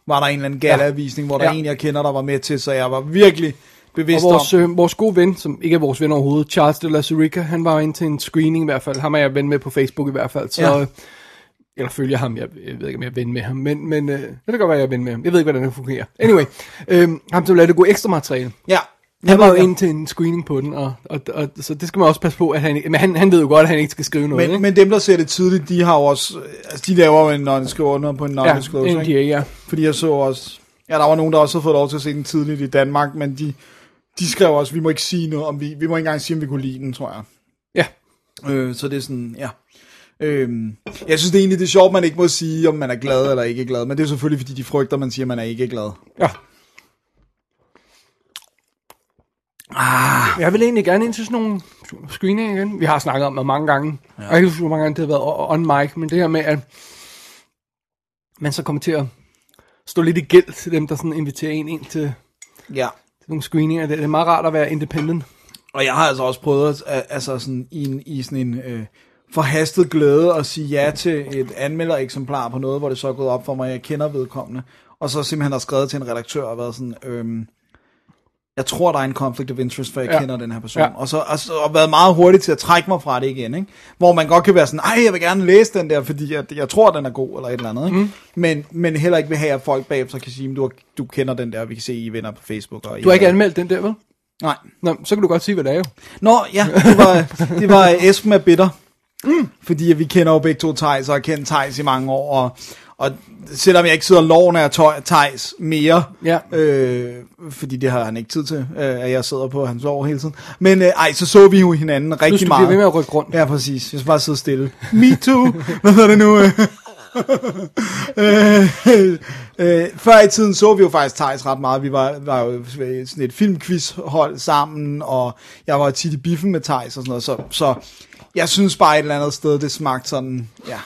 [SPEAKER 3] Var der en eller anden gala-visning, hvor der
[SPEAKER 2] Ja.
[SPEAKER 3] ja. en, jeg kender, der var med til. Så jeg var virkelig bevidst
[SPEAKER 2] Og vores,
[SPEAKER 3] om...
[SPEAKER 2] øh, vores gode ven, som ikke er vores ven overhovedet, Charles de la Zurica, han var inde til en screening i hvert fald. Ham er jeg ven med på Facebook i hvert fald. Så,
[SPEAKER 3] Ja.
[SPEAKER 2] ja. Eller følger ham, jeg, jeg ved ikke, om jeg er ven med ham. Men, men øh, det kan godt være, jeg er ven med ham. Jeg ved ikke, hvordan det fungerer. Anyway, øh, ham som lavede det gode ekstra materiale.
[SPEAKER 3] Ja.
[SPEAKER 2] Han var jo inde til en screening på den, og, og, og, så det skal man også passe på, at han, ikke- men han, han ved jo godt, at han ikke skal skrive noget.
[SPEAKER 3] Men,
[SPEAKER 2] ikke?
[SPEAKER 3] men dem, der ser det tidligt, de har jo også... øh, Altså, de laver jo en non-skriver under på en
[SPEAKER 2] ja,
[SPEAKER 3] non-disclosure. ikke?
[SPEAKER 2] NDA, ja.
[SPEAKER 3] Fordi jeg så også, ja, der var nogen, der også havde fået lov til at se den tidligt i Danmark, men de, de skrev også, vi må ikke sige noget om, vi, vi må ikke engang sige, om vi kunne lide den, tror jeg.
[SPEAKER 2] ja.
[SPEAKER 3] Øh, så det er sådan, ja. Øhm, jeg synes det er egentlig, det er sjovt, man ikke må sige, om man er glad eller ikke glad, men det er selvfølgelig, fordi de frygter, man siger, man er ikke glad.
[SPEAKER 2] Ja. Ah. Jeg vil egentlig gerne ind til sådan nogle screening igen. Vi har snakket om det mange gange. Ja. Og jeg kan huske, hvor mange gange det har været o- on mic, men det her med, at man så kommer til at stå lidt i gæld til dem, der sådan inviterer en ind til,
[SPEAKER 3] Ja.
[SPEAKER 2] til nogle screeninger. Det, det er meget rart at være independent.
[SPEAKER 3] Og jeg har altså også prøvet, at, altså sådan i, en, i sådan en øh, forhastet glæde, at sige ja til et anmeldereksemplar på noget, hvor det så er gået op for mig, at jeg kender vedkommende, og så simpelthen har skrevet til en redaktør og været sådan, øhm, jeg tror, der er en conflict of interest, for jeg ja.
[SPEAKER 2] Ja.
[SPEAKER 3] kender den her person.
[SPEAKER 2] Ja.
[SPEAKER 3] Og så og, så- og været meget hurtig til at trække mig fra det igen, ikke? Hvor man godt kan være sådan, ej, jeg vil gerne læse den der, fordi jeg, jeg tror, den er god, eller et eller andet, ikke? Mm. Men, men heller ikke vil have, at folk bagefter kan sige, "Men du, har- du kender den der, vi kan se, I venner på Facebook. Og I
[SPEAKER 2] Du har ikke anmeldt den der, vel?
[SPEAKER 3] Nej.
[SPEAKER 2] Nå, så kan du godt sige, hvad det er jo.
[SPEAKER 3] Nå, ja, det var, det var Esben er bitter. Mm. Fordi at vi kender jo begge to Thijs, og har kendt Thijs i mange år. Og, og selvom jeg ikke sidder loven af tøj- Thijs mere,
[SPEAKER 2] Ja.
[SPEAKER 3] øh, fordi det har han ikke tid til, øh, at jeg sidder på hans år hele tiden. Men øh, ej, så så vi jo hinanden
[SPEAKER 2] Plus,
[SPEAKER 3] rigtig
[SPEAKER 2] du
[SPEAKER 3] meget.
[SPEAKER 2] bliver ved med at rykke rundt.
[SPEAKER 3] Ja, præcis. Jeg skal bare sidde stille. Me too. Hvad hedder det nu? Øh, øh, øh, før i tiden så vi jo faktisk Thijs ret meget. Vi var, var jo sådan et filmquizhold sammen, og jeg var tit i biffen med Thijs og sådan noget. Så, så jeg synes bare et eller andet sted, det smagte sådan, ja.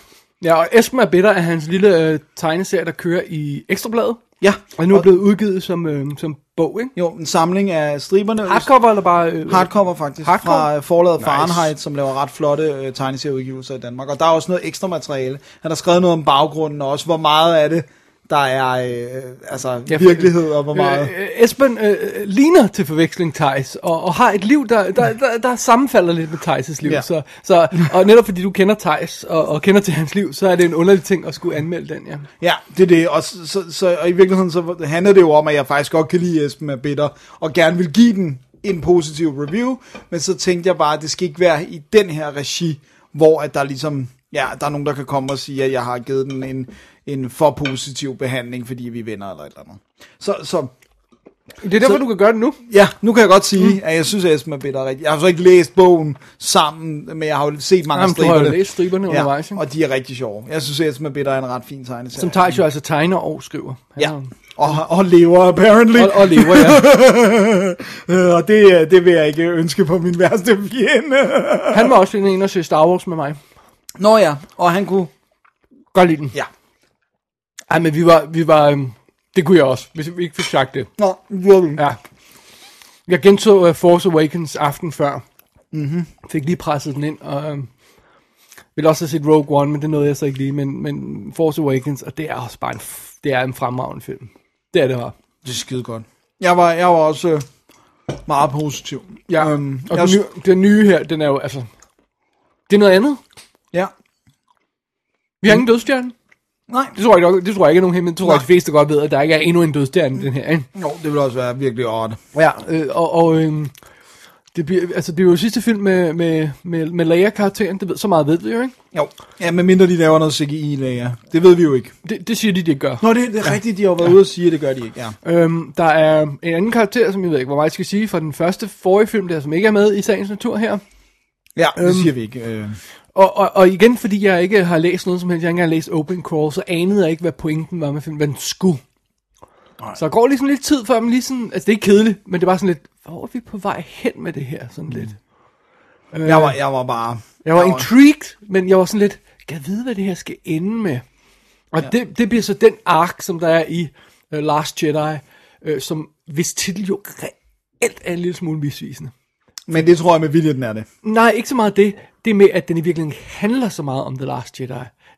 [SPEAKER 2] Ja, og Esben er bitter af hans lille øh, tegneserie, der kører i Ekstrabladet.
[SPEAKER 3] Ja,
[SPEAKER 2] Og nu er blevet udgivet som, øh, som bog, ikke?
[SPEAKER 3] jo, en samling af striberne.
[SPEAKER 2] Hardcover eller bare... Øh,
[SPEAKER 3] Hardcover faktisk,
[SPEAKER 2] Hardcover?
[SPEAKER 3] fra øh, forlaget nice.
[SPEAKER 2] Nice.
[SPEAKER 3] Fahrenheit, som laver ret flotte øh, tegneserieudgivelser i Danmark. Og der er også noget ekstra materiale. Han har skrevet noget om baggrunden, og også hvor meget af det, der er øh, altså,
[SPEAKER 2] Ja,
[SPEAKER 3] ja,
[SPEAKER 2] for-
[SPEAKER 3] virkelighed, og hvor meget...
[SPEAKER 2] Øh, øh, Esben øh, øh, ligner til forveksling Thijs, og, og har et liv, der, der, der, der sammenfalder lidt med Thijs' liv.
[SPEAKER 3] Ja.
[SPEAKER 2] Ja. Så, så, og netop fordi du kender Thijs, og, og kender til hans liv, så er det en underlig ting at skulle anmelde den, ja.
[SPEAKER 3] Ja, det er det. Og, så, så, så, og i virkeligheden så handler det jo om, at jeg faktisk godt kan lide Esben er bitter, og gerne vil give den en positiv review, men så tænkte jeg bare, at det skal ikke være i den her regi, hvor at der ligesom, ja, der er nogen, der kan komme og sige, at jeg har givet den en, en for positiv behandling, fordi vi er venner eller et eller andet. Så, så
[SPEAKER 2] Det er derfor,
[SPEAKER 3] Så-
[SPEAKER 2] så, du kan gøre det nu.
[SPEAKER 3] Ja, nu kan jeg godt sige, mm. at jeg synes, at Esben er bitter rigtig. Jeg har så ikke læst bogen sammen, men jeg har jo set mange af
[SPEAKER 2] Jamen, du har jo
[SPEAKER 3] striberne.
[SPEAKER 2] læst striberne ja. undervejs,
[SPEAKER 3] ja,
[SPEAKER 2] ikke?
[SPEAKER 3] og de er rigtig sjove. Jeg synes, at Esben er bitter er en ret fin tegneserie.
[SPEAKER 2] som Thijs jo altså tegner og skriver. Han
[SPEAKER 3] Ja,
[SPEAKER 2] er-
[SPEAKER 3] og, og lever apparently.
[SPEAKER 2] Og, og lever, ja.
[SPEAKER 3] Øh, og det, øh, det vil jeg ikke ønske på min værste fjende.
[SPEAKER 2] Han var også inde og se Star Wars med mig.
[SPEAKER 3] Nå ja, og han kunne...
[SPEAKER 2] Godt lide den.
[SPEAKER 3] Ja.
[SPEAKER 2] Ej, men vi var... Vi var øhm, det kunne jeg også, hvis vi ikke fik sagt det.
[SPEAKER 3] Nå, virkelig.
[SPEAKER 2] Ja. Jeg genså uh, Force Awakens aften før. Mm-hmm. Fik lige presset den ind, og um, ville også have set Rogue One, men det nåede jeg så ikke lige. Men, men Force Awakens, og det er også bare en, f- det er en fremragende film. Det er det bare.
[SPEAKER 3] Det er skide godt. Jeg var, jeg var også øh, meget positiv.
[SPEAKER 2] Ja,
[SPEAKER 3] Øhm,
[SPEAKER 2] um, og
[SPEAKER 3] jeg-
[SPEAKER 2] den, nye, den nye her, den er jo, altså, det er noget andet.
[SPEAKER 3] Ja.
[SPEAKER 2] Vi har ingen dødstjerne.
[SPEAKER 3] Nej,
[SPEAKER 2] Det tror jeg, nok- det tror jeg ikke er nogen hemmelighed. Det tror jeg,
[SPEAKER 3] Nej.
[SPEAKER 2] de fleste godt ved, at der ikke er endnu en dødstjerne i den her. Ikke?
[SPEAKER 3] Nå, det ville også være virkelig odd.
[SPEAKER 2] Ja, øh, og, og øh, det, bliver, altså, det er jo sidste film med, med, med, med Leia-karakteren. Det ved, så meget ved vi jo, ikke?
[SPEAKER 3] Jo. Ja, medmindre de laver noget CGI, læger. Det ved vi jo ikke.
[SPEAKER 2] Det, det siger de, det gør.
[SPEAKER 3] Nå, det, det er rigtigt, de har været ja. ude og sige, at det gør de ikke. Ja.
[SPEAKER 2] Øhm, der er en anden karakter, som jeg ved ikke, hvor meget jeg skal sige, fra den første forrige film der, som ikke er med i sagens natur her.
[SPEAKER 3] Ja, det øhm. siger vi ikke. Øh.
[SPEAKER 2] Og, og, og igen, fordi jeg ikke har læst noget som helst, jeg har ikke engang læst Open Crawl, så anede jeg ikke, hvad pointen var med filmen, hvad den skulle. Nej. Så der går ligesom lidt tid før, man lige sådan, altså det er ikke kedeligt, men det er bare sådan lidt, hvor er vi på vej hen med det her, sådan lidt. Øh,
[SPEAKER 3] Jeg, var, jeg var bare...
[SPEAKER 2] jeg var intrigued, men jeg var sådan lidt, kan jeg vide, hvad det her skal ende med? Og ja. det, det bliver så den ark, som der er i uh, Last Jedi, uh, som hvis titel jo reelt er en lille smule misvisende.
[SPEAKER 3] Men det tror jeg med vilje, den er det.
[SPEAKER 2] Nej, ikke så meget det. Det med, at den i virkeligheden ikke handler så meget om The Last Jedi,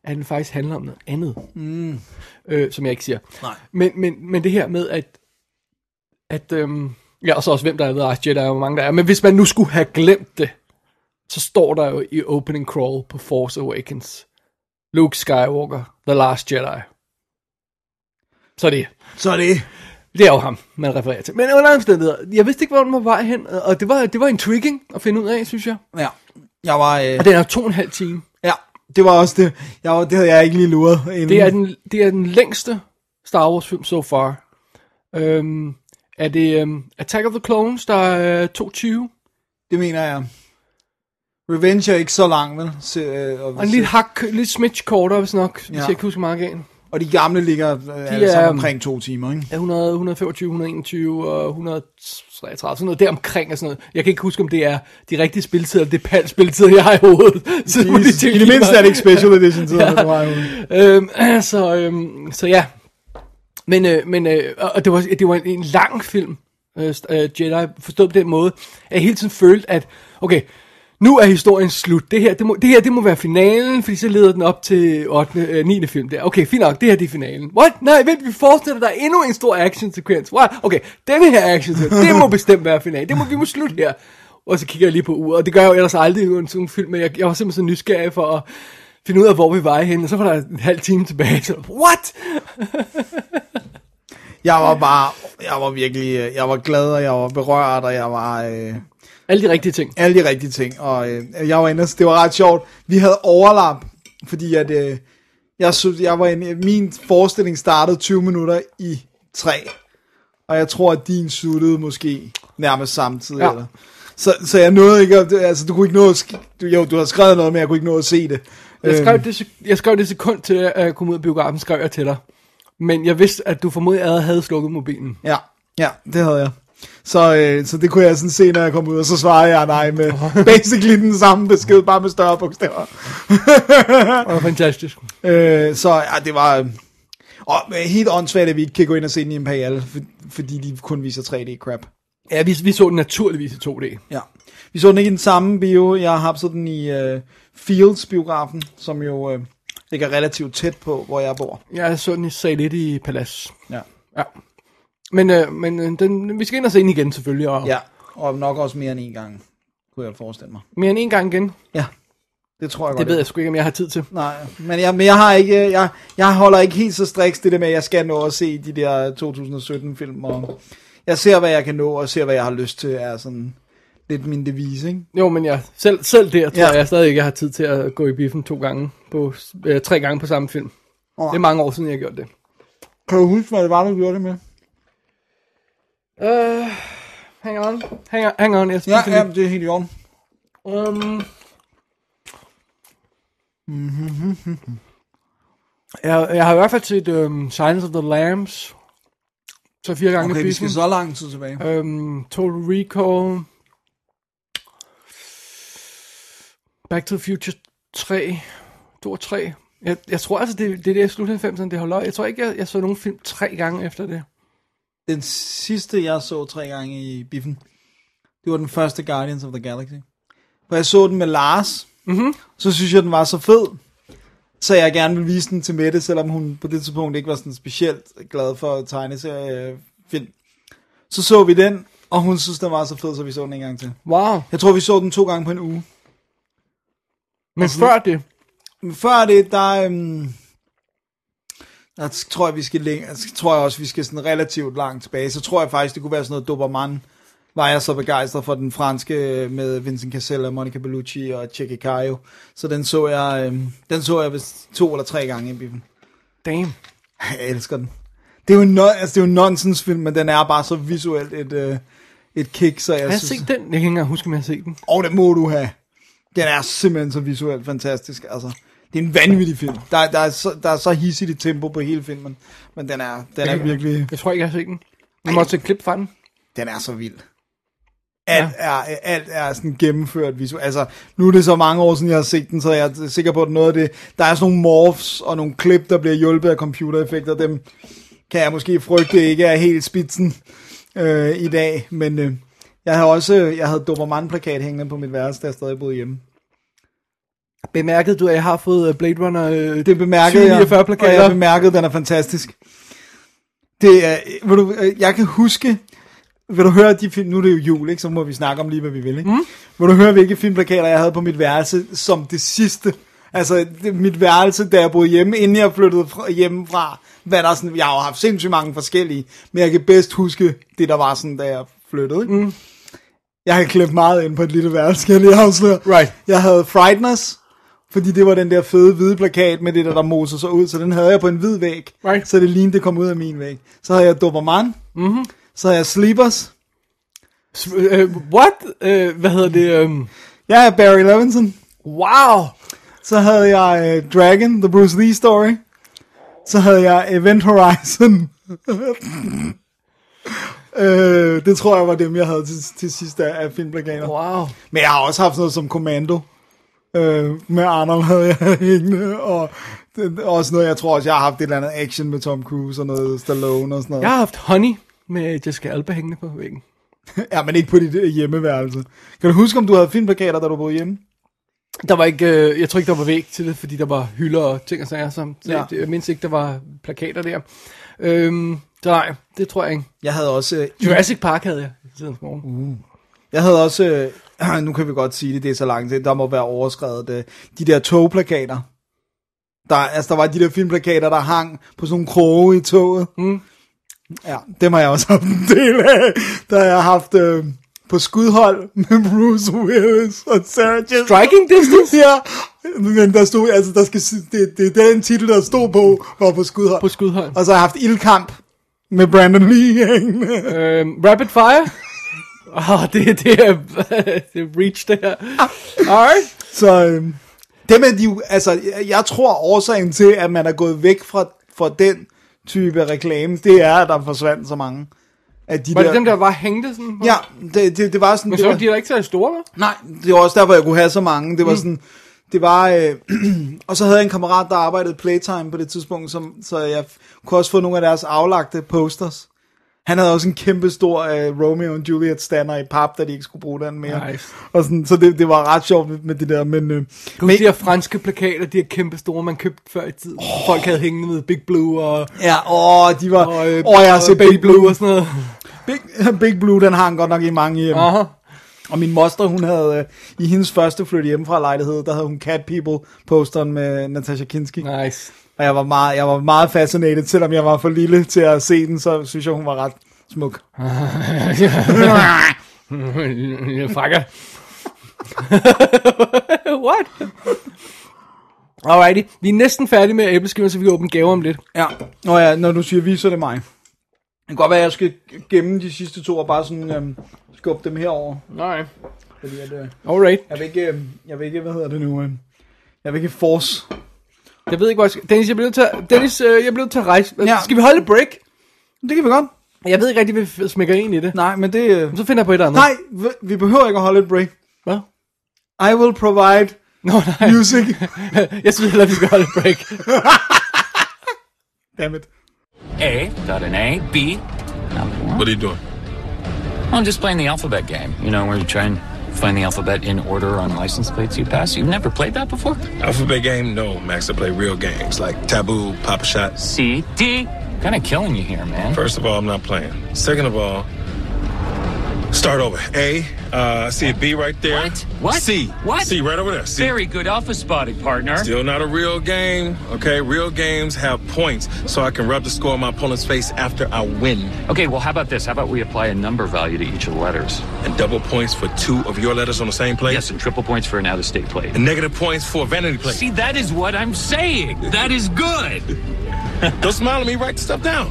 [SPEAKER 2] at den faktisk handler om noget andet, mm. øh, som jeg ikke siger.
[SPEAKER 3] Nej.
[SPEAKER 2] Men, men, men det her med, at... at øhm, ja, og så også hvem der er The Last Jedi, og hvor mange der er. Men hvis man nu skulle have glemt det, så står der jo i opening crawl på Force Awakens, Luke Skywalker, The Last Jedi. Så det
[SPEAKER 3] Så er det.
[SPEAKER 2] det er jo ham, man refererer til. Men under alle omstændigheder, jeg vidste ikke, hvor den var på vej hen, og det var, det var intriguing at finde ud af, synes jeg.
[SPEAKER 3] Ja. Jeg var... Øh,
[SPEAKER 2] Og den er jo to og en halv time.
[SPEAKER 3] ja, det var også det. Jeg var, det havde jeg ikke lige luret. Inden.
[SPEAKER 2] Det er den, det er den længste Star Wars film so far. Øhm, er det øhm, Attack of the Clones, der er øh, 22?
[SPEAKER 3] det mener jeg. Revenge er ikke så lang, vel? Så, øh, og,
[SPEAKER 2] Og en lille hak, lidt smidge kortere, hvis nok, ja. hvis
[SPEAKER 3] Ja.
[SPEAKER 2] jeg ikke husker meget galt.
[SPEAKER 3] og de gamle ligger øh, alle
[SPEAKER 2] er,
[SPEAKER 3] sammen
[SPEAKER 2] øhm,
[SPEAKER 3] omkring to timer, ikke?
[SPEAKER 2] Ja, 100, 125, 121 og 133, sådan noget deromkring og sådan noget. Jeg kan ikke huske, om det er de rigtige spiltider, eller det er pal spiltider, jeg har i hovedet. Så må de
[SPEAKER 3] I, I
[SPEAKER 2] tilgive
[SPEAKER 3] det mindste
[SPEAKER 2] mig.
[SPEAKER 3] er det ikke special edition, så ja. det var jo...
[SPEAKER 2] øhm, så, øhm, så ja. Men, øh, men øh, og og det var, det var en, en lang film, øh, st- øh, Jedi, forstået på den måde, at jeg hele tiden følte, at okay, nu er historien slut. Det her, det må, det her, det må være finalen, fordi så leder den op til 8. Øh, 9. film der. Okay, fint nok, det her, det er finalen. What? Nej, vent, vi fortsætter, der er endnu en stor action-sekvens. What? Okay, denne her action-sekvens, det må bestemt være finalen. Det må, vi må slutte her. Og så kigger jeg lige på uret, og det gør jeg jo ellers aldrig i en sådan en film, men jeg, jeg var simpelthen så nysgerrig for at finde ud af, hvor vi var henne, og så var der en halv time tilbage, så what?
[SPEAKER 3] Jeg var bare... Jeg var virkelig... øh, Jeg var glad, og jeg var berørt, og jeg var... Øh,
[SPEAKER 2] Alle de rigtige ting.
[SPEAKER 3] alle de rigtige ting. Og øh, jeg var inde, og- det var ret sjovt. Vi havde overlap, fordi at, øh, jeg, synes, jeg var inde, min forestilling startede 20 minutter i 3. Og jeg tror, at din sluttede måske nærmest samtidig.
[SPEAKER 2] Ja.
[SPEAKER 3] Ja. Eller. Så, så jeg nåede ikke, at- altså du kunne ikke nå at, sk- du, jo, du havde skrevet noget, men jeg kunne ikke nå at se det.
[SPEAKER 2] Jeg
[SPEAKER 3] Øhm,
[SPEAKER 2] skrev, det, sek- jeg skrev det sekund til, at jeg kom ud af biografen, skrev jeg til dig. Men jeg vidste, at du formodentlig allerede havde slukket mobilen.
[SPEAKER 3] Ja, ja, det havde jeg. Så, øh, så det kunne jeg sådan se, når jeg kom ud, og så svarede jeg nej med basically den samme besked, bare med større bogstaver.
[SPEAKER 2] Det var fantastisk.
[SPEAKER 3] Øh, så ja, det var... øh, Og øh, helt åndssvagt, at vi ikke kan gå ind og se den i Imperial, for, fordi de kun viser 3D-crap.
[SPEAKER 2] Ja, vi, vi så den naturligvis i 2D.
[SPEAKER 3] Ja. Vi så den ikke i den samme bio. Jeg har så den i øh, Fields-biografen, som jo øh, ligger relativt tæt på, hvor jeg bor.
[SPEAKER 2] Jeg så den i sal 1 i Palace.
[SPEAKER 3] Ja.
[SPEAKER 2] Ja. Men, øh, men øh, den, vi skal ind og se den igen selvfølgelig, og
[SPEAKER 3] ja. Og nok også mere end en gang, kunne jeg forestille mig.
[SPEAKER 2] mere end en gang igen.
[SPEAKER 3] Ja, det tror jeg godt.
[SPEAKER 2] Det ved
[SPEAKER 3] ikke.
[SPEAKER 2] jeg sgu ikke, om jeg har tid til.
[SPEAKER 3] Nej, men jeg, men jeg har ikke, øh, jeg, jeg holder ikke helt så striks det der med, at jeg skal nå at se de der 2017-film, og jeg ser, hvad jeg kan nå, og ser, hvad jeg har lyst til, er sådan lidt min devise, ikke?
[SPEAKER 2] Jo, men jeg, selv, selv der tror
[SPEAKER 3] Ja.
[SPEAKER 2] ja. jeg stadig ikke, jeg har tid til at gå i biffen to gange, på, øh, tre gange på samme film.
[SPEAKER 3] Oh.
[SPEAKER 2] Det er mange år siden, jeg har gjort det.
[SPEAKER 3] Kan du huske, hvad det var, du gjorde det med?
[SPEAKER 2] Uh, hang on. Hang on, hang on. Jeg
[SPEAKER 3] Øh, Ja,
[SPEAKER 2] spiser
[SPEAKER 3] ja,
[SPEAKER 2] lige.
[SPEAKER 3] det er helt i orden.
[SPEAKER 2] Um, jeg, jeg har i hvert fald set um, Silence of the Lambs. Så fire gange okay, i biffen. Så...
[SPEAKER 3] lang tid tilbage.
[SPEAKER 2] Um, Total Recall. Back to the Future 3. 2 og 3. Jeg, jeg tror altså, det, det er det slut 90'erne, det holder. Jeg tror ikke, jeg, jeg så nogen film tre gange efter det.
[SPEAKER 3] Den sidste, jeg så tre gange i biffen, det var den første Guardians of the Galaxy. For jeg så den med Lars,
[SPEAKER 2] Mhm.
[SPEAKER 3] så synes jeg, den var så fed, så jeg gerne ville vise den til Mette, selvom hun på det tidspunkt ikke var sådan specielt glad for tegneseriefilm. Så så vi den, og hun synes, den var så fed, så vi så den en gang til.
[SPEAKER 2] Wow.
[SPEAKER 3] Jeg tror, vi så den to gange på en uge.
[SPEAKER 2] Men før det,
[SPEAKER 3] Men før det, der, øhm, der tror jeg, vi skal længe, altså, tror jeg også, vi skal sådan relativt langt tilbage. Så tror jeg faktisk, det kunne være sådan noget Dobermann. Var jeg så begejstret for den franske øh, med Vincent Cassel og Monica Bellucci og Che Caio. Så den så jeg, øhm, den så jeg vist to eller tre gange i biffen.
[SPEAKER 2] damn.
[SPEAKER 3] Jeg elsker den. Det er jo en, no- altså, det er jo en nonsens film, men den er bare så visuelt et, øh, et kick, så jeg,
[SPEAKER 2] Har jeg
[SPEAKER 3] synes...
[SPEAKER 2] set den? Jeg kan ikke engang huske, om jeg har set den.
[SPEAKER 3] Og det må du have. Den er simpelthen så visuelt fantastisk. Altså, det er en vanvittig film. Der, der, er, så, der er så hissigt et tempo på hele filmen. Men den er, den er virkelig...
[SPEAKER 2] Jeg tror ikke, jeg har set den. Jeg måtte se et klip fra den.
[SPEAKER 3] Den er så vild. Alt, ja. er, alt er sådan gennemført visuelt. Altså, nu er det så mange år siden, jeg har set den, så jeg er sikker på, at noget af det... Der er sådan nogle morphs og nogle klip, der bliver hjulpet af computereffekter. Dem kan jeg måske frygte ikke er helt spidsen øh, i dag, men øh, jeg havde også... Jeg havde Dobermann-plakat hængende på mit værelse, da jeg stadig boede hjemme.
[SPEAKER 2] Bemærkede du, at jeg har fået øh, Blade Runner øh,
[SPEAKER 3] Det bemærkede jeg,
[SPEAKER 2] 49
[SPEAKER 3] og
[SPEAKER 2] plakater?
[SPEAKER 3] jeg bemærkede, at den er fantastisk. Det er, ved du, øh, jeg kan huske, vil du høre de film, nu er det jo jul, ikke? så må vi snakke om lige, hvad vi vil. Ikke? Mm. Vil du høre, hvilke filmplakater jeg havde på mit værelse som det sidste? Altså det, mit værelse, da jeg boede hjemme, inden jeg flyttede fra, hjemmefra. Hvad der er sådan, jeg har jo haft sindssygt mange forskellige, men jeg kan bedst huske det, der var sådan, da jeg flyttede. Ikke? Mm. Jeg har klemt meget ind på et lille værelse, skal jeg lige afsløre.
[SPEAKER 2] Right.
[SPEAKER 3] Jeg havde Frighteners, fordi det var den der fede hvide plakat med det der, der moser sig ud, så den havde jeg på en hvid væg,
[SPEAKER 2] Right.
[SPEAKER 3] så det lignede, det kom ud af min væg. Så havde jeg Dobermann, mm-hmm. så havde jeg Sleepers,
[SPEAKER 2] S- øh, what? Øh, hvad hedder det? Øh,
[SPEAKER 3] jeg havde Barry Levinson,
[SPEAKER 2] wow!
[SPEAKER 3] så havde jeg øh, Dragon, The Bruce Lee Story, så havde jeg Event Horizon. øh, det tror jeg var dem, jeg havde til, til sidst af, af filmplakater.
[SPEAKER 2] Wow.
[SPEAKER 3] Men jeg har også haft noget som Commando. Øh, med Arnold havde jeg hængende, og det, også noget, jeg tror også, jeg har haft et eller andet action med Tom Cruise og noget Stallone og sådan noget.
[SPEAKER 2] Jeg har haft Honey med Jessica Alba hængende på væggen.
[SPEAKER 3] Ja, men ikke på dit øh, hjemmeværelse. Kan du huske, om du havde filmplakater, da du boede hjemme?
[SPEAKER 2] Der var ikke, øh, jeg tror ikke, der var væg til det, fordi der var hylder og ting og sager. Som, så
[SPEAKER 3] Ja.
[SPEAKER 2] ja. jeg, jeg mindst ikke, der var plakater der. Øhm, så nej, det tror jeg ikke.
[SPEAKER 3] Jeg havde også... Øh,
[SPEAKER 2] Jurassic Park havde jeg siden morgen.
[SPEAKER 3] jeg havde også øh, nu kan vi godt sige det, det er så langt. Der må være overskrevet øh, de der togplakater. Der, altså, der var de der filmplakater, der hang på sådan nogle kroge i toget.
[SPEAKER 2] Mm.
[SPEAKER 3] Ja, dem har jeg også haft en del af. Der har jeg haft øh, på skudhold med Bruce Willis og Sarah Jessica.
[SPEAKER 2] Striking distance?
[SPEAKER 3] Ja, men der stod, altså der skal, si- det, det, det er den titel, der stod på, var på skudhold.
[SPEAKER 2] På skudhøjden.
[SPEAKER 3] Og så har jeg haft ildkamp med Brandon Lee hængende.
[SPEAKER 2] Øhm, rapid fire? Åh, oh, det, det, er, det er reach det her. Alright.
[SPEAKER 3] Så øh, dem er de, jo- altså, jeg- jeg tror årsagen til, at man er gået væk fra, fra den type reklame, det er, at der forsvandt så mange. At de
[SPEAKER 2] Var det dem, der var hængte sådan? på?
[SPEAKER 3] Ja, det, det, det var sådan...
[SPEAKER 2] Men
[SPEAKER 3] det
[SPEAKER 2] så
[SPEAKER 3] var,
[SPEAKER 2] var de da ikke så store, hva'?
[SPEAKER 3] Nej, det var også derfor, jeg kunne have så mange. Det var mm. sådan, det var, øh, og så havde jeg en kammerat, der arbejdede i Playtime på det tidspunkt, som, så jeg f- kunne også få nogle af deres aflagte posters. Han havde også en kæmpe stor øh, Romeo og Juliet stander i pap, da de ikke skulle bruge den mere.
[SPEAKER 2] Nice.
[SPEAKER 3] Og sådan, så det, det var ret sjovt med, med det der, men... Øh,
[SPEAKER 2] Kan du huske de her franske plakater, de her kæmpe store, man købte før i tiden? Oh. Folk havde hængende med Big Blue og,
[SPEAKER 3] ja, åh, de var... Åh,
[SPEAKER 2] og, øh,
[SPEAKER 3] jeg har
[SPEAKER 2] og
[SPEAKER 3] set
[SPEAKER 2] Baby
[SPEAKER 3] Big Blue.
[SPEAKER 2] og sådan noget.
[SPEAKER 3] Big, Big Blue, den hang godt nok i mange hjem.
[SPEAKER 2] Aha.
[SPEAKER 3] Og min moster, hun havde, øh, i hendes første flytte hjemmefra lejlighed, der havde hun Cat People posteren med Natasha Kinski.
[SPEAKER 2] Nice.
[SPEAKER 3] Og jeg var meget, jeg var meget fascineret, selvom jeg var for lille til at se den, så synes jeg, hun var ret smuk.
[SPEAKER 2] Frakker. What? Alrighty, vi er næsten færdige med æbleskiver, så vi kan åbne gaver om lidt.
[SPEAKER 3] Ja. Nå ja, når du siger vi, så er det mig. Det kan godt være, at jeg skal gemme de sidste to og bare sådan øhm, skubbe dem herover,
[SPEAKER 2] Nej.
[SPEAKER 3] fordi at, øh,
[SPEAKER 2] Alright.
[SPEAKER 3] jeg vil ikke, øhm, jeg vil ikke, hvad hedder det nu, øh, jeg vil ikke force.
[SPEAKER 2] Jeg ved ikke, hvor jeg skal... Dennis, jeg bliver nødt til at, Dennis, øh, jeg bliver nødt til at rejse.
[SPEAKER 3] Ja.
[SPEAKER 2] Ja. Skal vi holde et break?
[SPEAKER 3] Det kan vi godt.
[SPEAKER 2] Jeg ved ikke rigtig, hvad vi smækker ind i det.
[SPEAKER 3] Nej, men det... Øh,
[SPEAKER 2] Så finder jeg på et eller andet.
[SPEAKER 3] nej, vi- vi behøver ikke at holde et break.
[SPEAKER 2] Hvad?
[SPEAKER 3] I will provide
[SPEAKER 2] Nå, nej.
[SPEAKER 3] music.
[SPEAKER 2] Jeg synes heller, vi skal holde et break.
[SPEAKER 3] Damn it.
[SPEAKER 4] A, dot an A, B. Number one.
[SPEAKER 5] What are you doing?
[SPEAKER 4] I'm just playing the alphabet game. You know, where you try and find the alphabet in order on license plates you pass. You've never played that before?
[SPEAKER 5] Alphabet game? No, Max. I play real games like Taboo, Papa Shots.
[SPEAKER 4] C, D. Kind of killing you here, man.
[SPEAKER 5] First of all, I'm not playing. Second of all, start over. A, uh, I see a B right there.
[SPEAKER 4] What? What?
[SPEAKER 5] C.
[SPEAKER 4] What?
[SPEAKER 5] C right over there. C.
[SPEAKER 4] Very good alpha spotting, partner.
[SPEAKER 5] Still not a real game, okay? Real games have points, so I can rub the score on my opponent's face after I win.
[SPEAKER 4] Okay, well, how about this? How about we apply a number value to each of the letters?
[SPEAKER 5] And double points for two of your letters on the same plate.
[SPEAKER 4] Yes, and triple points for an out of state plate.
[SPEAKER 5] And negative points for a vanity plate.
[SPEAKER 4] See, that is what I'm saying. That is good.
[SPEAKER 5] Don't smile at me. Write the stuff down.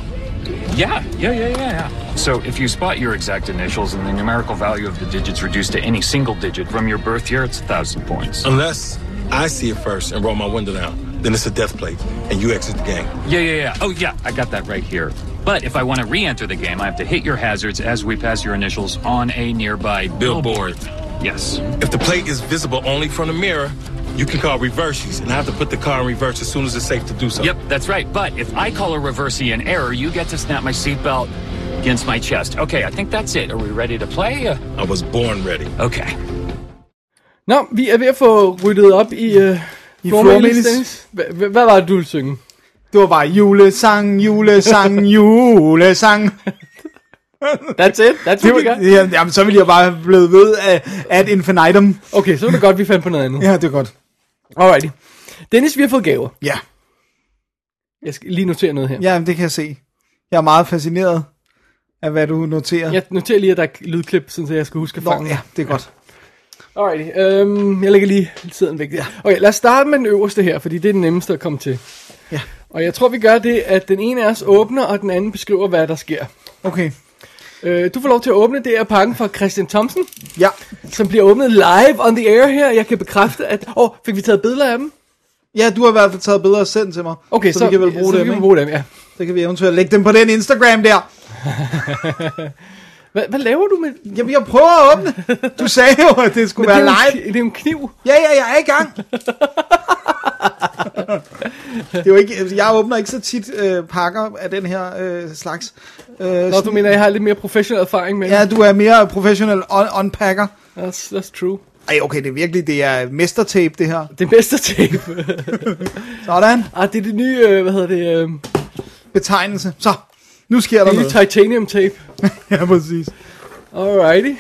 [SPEAKER 4] Yeah, yeah, yeah, yeah, yeah. So if you spot your exact initials and the numerical value of the digits reduced to any single digit from your birth year, it's a thousand points.
[SPEAKER 5] Unless I see it first and roll my window down, then it's a death plate, and you exit the game.
[SPEAKER 4] Yeah, yeah, yeah. Oh, yeah, I got that right here. But if I want to re enter the game, I have to hit your hazards as we pass your initials on a nearby
[SPEAKER 5] Billboard.
[SPEAKER 4] Yes.
[SPEAKER 5] If the plate is visible only from the mirror, you can call reverses, and I have to put the car in reverse as soon as it's safe to do so.
[SPEAKER 4] Yep, that's right. But if I call a reversey an error, you get to snap my seatbelt against my chest. Okay, I think that's it. Are we ready to play? Uh,
[SPEAKER 5] I was born ready.
[SPEAKER 4] Okay.
[SPEAKER 2] Nå, vi er ved at få ryddet op i, uh, I
[SPEAKER 3] formiddels.
[SPEAKER 2] Hvad var det, du ville synge?
[SPEAKER 3] Det var bare julesang, julesang, julesang.
[SPEAKER 2] That's it? That's
[SPEAKER 3] Det
[SPEAKER 2] what we got?
[SPEAKER 3] var, ja, jamen, så ville jeg bare blive ved at at infinitum.
[SPEAKER 2] Okay, så er det godt, vi fandt på noget andet.
[SPEAKER 3] Ja, det er godt.
[SPEAKER 2] Alrighty. Dennis, vi har fået gaver.
[SPEAKER 3] Ja,
[SPEAKER 2] Jeg skal lige notere noget her.
[SPEAKER 3] ja jamen, det kan jeg se. Jeg er meget fascineret af, hvad du noterer.
[SPEAKER 2] Jeg noterer lige, at der er lydklip, sådan, så jeg skal huske at
[SPEAKER 3] Nå,
[SPEAKER 2] fange.
[SPEAKER 3] ja det er godt.
[SPEAKER 2] Alrighty. Øhm, jeg lægger lige tiden væk. Ja. Okay, lad os starte med den øverste her, fordi det er den nemmeste at komme til.
[SPEAKER 3] Ja.
[SPEAKER 2] Og jeg tror, vi gør det, at den ene af os åbner, og den anden beskriver, hvad der sker.
[SPEAKER 3] Okay.
[SPEAKER 2] Øh, du får lov til at åbne det her pakken fra Christian Thomsen,
[SPEAKER 3] Ja,
[SPEAKER 2] som bliver åbnet live on the air her. Jeg kan bekræfte, at... Åh, oh, fik vi taget billeder af dem?
[SPEAKER 3] ja du har i hvert fald taget billeder og sendt til mig.
[SPEAKER 2] Okay, så,
[SPEAKER 3] så vi kan vel bruge
[SPEAKER 2] så
[SPEAKER 3] dem,
[SPEAKER 2] vi kan
[SPEAKER 3] ikke?
[SPEAKER 2] bruge dem, ja.
[SPEAKER 3] Så kan vi eventuelt lægge dem på den Instagram der.
[SPEAKER 2] Hvad, hvad laver du med... Det
[SPEAKER 3] Jamen, jeg prøver at åbne. Du sagde jo, at det skulle
[SPEAKER 2] er,
[SPEAKER 3] være
[SPEAKER 2] jo en,
[SPEAKER 3] live.
[SPEAKER 2] kni- det er jo en kniv.
[SPEAKER 3] Ja, ja, jeg er i gang. det er jo ikke, jeg åbner ikke så tit øh, pakker af den her øh, slags. Øh,
[SPEAKER 2] Nå, du mener, jeg har lidt mere professionel erfaring med det?
[SPEAKER 3] Ja, du er mere professionel on- unpacker.
[SPEAKER 2] That's, that's true.
[SPEAKER 3] Ej, okay, det er virkelig, det er mestertape, det her.
[SPEAKER 2] Det bedste tape.
[SPEAKER 3] Sådan,
[SPEAKER 2] ah, det er det nye, øh, hvad hedder det, øh,
[SPEAKER 3] betegnelse. Så, nu sker der
[SPEAKER 2] det nye
[SPEAKER 3] noget.
[SPEAKER 2] titanium tape.
[SPEAKER 3] Ja, præcis.
[SPEAKER 2] Alrighty.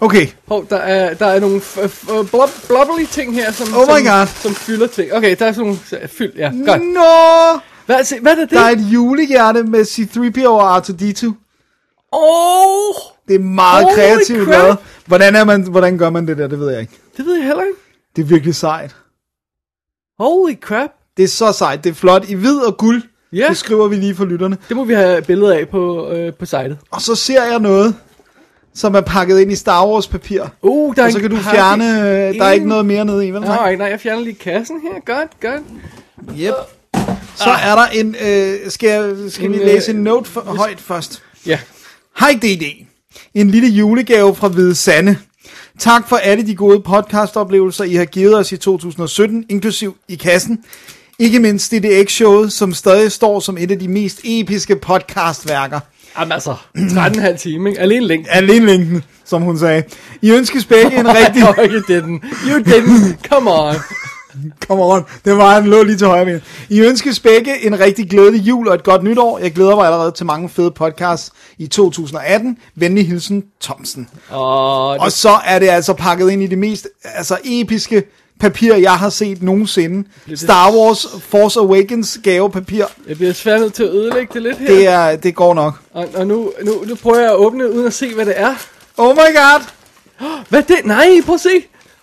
[SPEAKER 3] Okay,
[SPEAKER 2] Hov, der er, der er nogle f- f- blob, blobberly ting her, som,
[SPEAKER 3] Oh my
[SPEAKER 2] som,
[SPEAKER 3] God.
[SPEAKER 2] som fylder ting. Okay, der er sådan nogle så- fyld, ja, godt.
[SPEAKER 3] nå,
[SPEAKER 2] Hvad, se, hvad er det?
[SPEAKER 3] der er et julehjerte med C-3PO og R2-D2.
[SPEAKER 2] Oh,
[SPEAKER 3] Det er meget
[SPEAKER 2] Holy
[SPEAKER 3] kreativt
[SPEAKER 2] crap.
[SPEAKER 3] lavet. Hvordan, er man, hvordan gør man det der, det ved jeg ikke.
[SPEAKER 2] det ved jeg heller ikke.
[SPEAKER 3] Det er virkelig sejt.
[SPEAKER 2] Holy crap.
[SPEAKER 3] Det er så sejt, det er flot i hvid og guld.
[SPEAKER 2] Ja,
[SPEAKER 3] Det skriver vi lige for lytterne.
[SPEAKER 2] det må vi have billeder af på, øh, på sitet.
[SPEAKER 3] Og så ser jeg noget, som er pakket ind i Star Wars papir.
[SPEAKER 2] Uh, der er
[SPEAKER 3] Og så
[SPEAKER 2] en
[SPEAKER 3] kan du
[SPEAKER 2] pakke
[SPEAKER 3] fjerne, øh, der er
[SPEAKER 2] ind.
[SPEAKER 3] ikke noget mere nede i, vel?
[SPEAKER 2] Nej, nej, jeg fjerner lige kassen her. Godt, godt.
[SPEAKER 3] Yep. Så er der en, øh, skal, jeg, skal
[SPEAKER 2] En,
[SPEAKER 3] en, vi
[SPEAKER 2] øh,
[SPEAKER 3] læse en note for, højt først?
[SPEAKER 2] Ja.
[SPEAKER 3] Hej DD. En lille julegave fra Hvide Sande. Tak for alle de gode podcastoplevelser, I har givet os i 2017, inklusiv i kassen. Ikke mindst DDX-showet, som stadig står som et af de mest episke podcastværker.
[SPEAKER 2] Jamen altså, 13,5 time, ikke? Alene længden.
[SPEAKER 3] Alene linken, som hun sagde. I ønskes begge en rigtig...
[SPEAKER 2] you didn't. You didn't. Come on.
[SPEAKER 3] Come on, det var han lå lige til højre med. I ønskes begge en rigtig glædelig jul og et godt nytår. Jeg glæder mig allerede til mange fede podcasts i 2018. Venlig hilsen, Thomsen.
[SPEAKER 2] Og
[SPEAKER 3] Og så er det altså pakket ind i det mest altså, episke papir, jeg har set nogensinde. Star Wars Force Awakens gavepapir.
[SPEAKER 2] jeg bliver desværre nødt til at ødelægge det lidt her.
[SPEAKER 3] Det, er, det går nok.
[SPEAKER 2] Og, og nu, nu, nu prøver jeg at åbne uden at se, hvad det er.
[SPEAKER 3] Oh my god,
[SPEAKER 2] Hvad er det? Nej, prøv at se.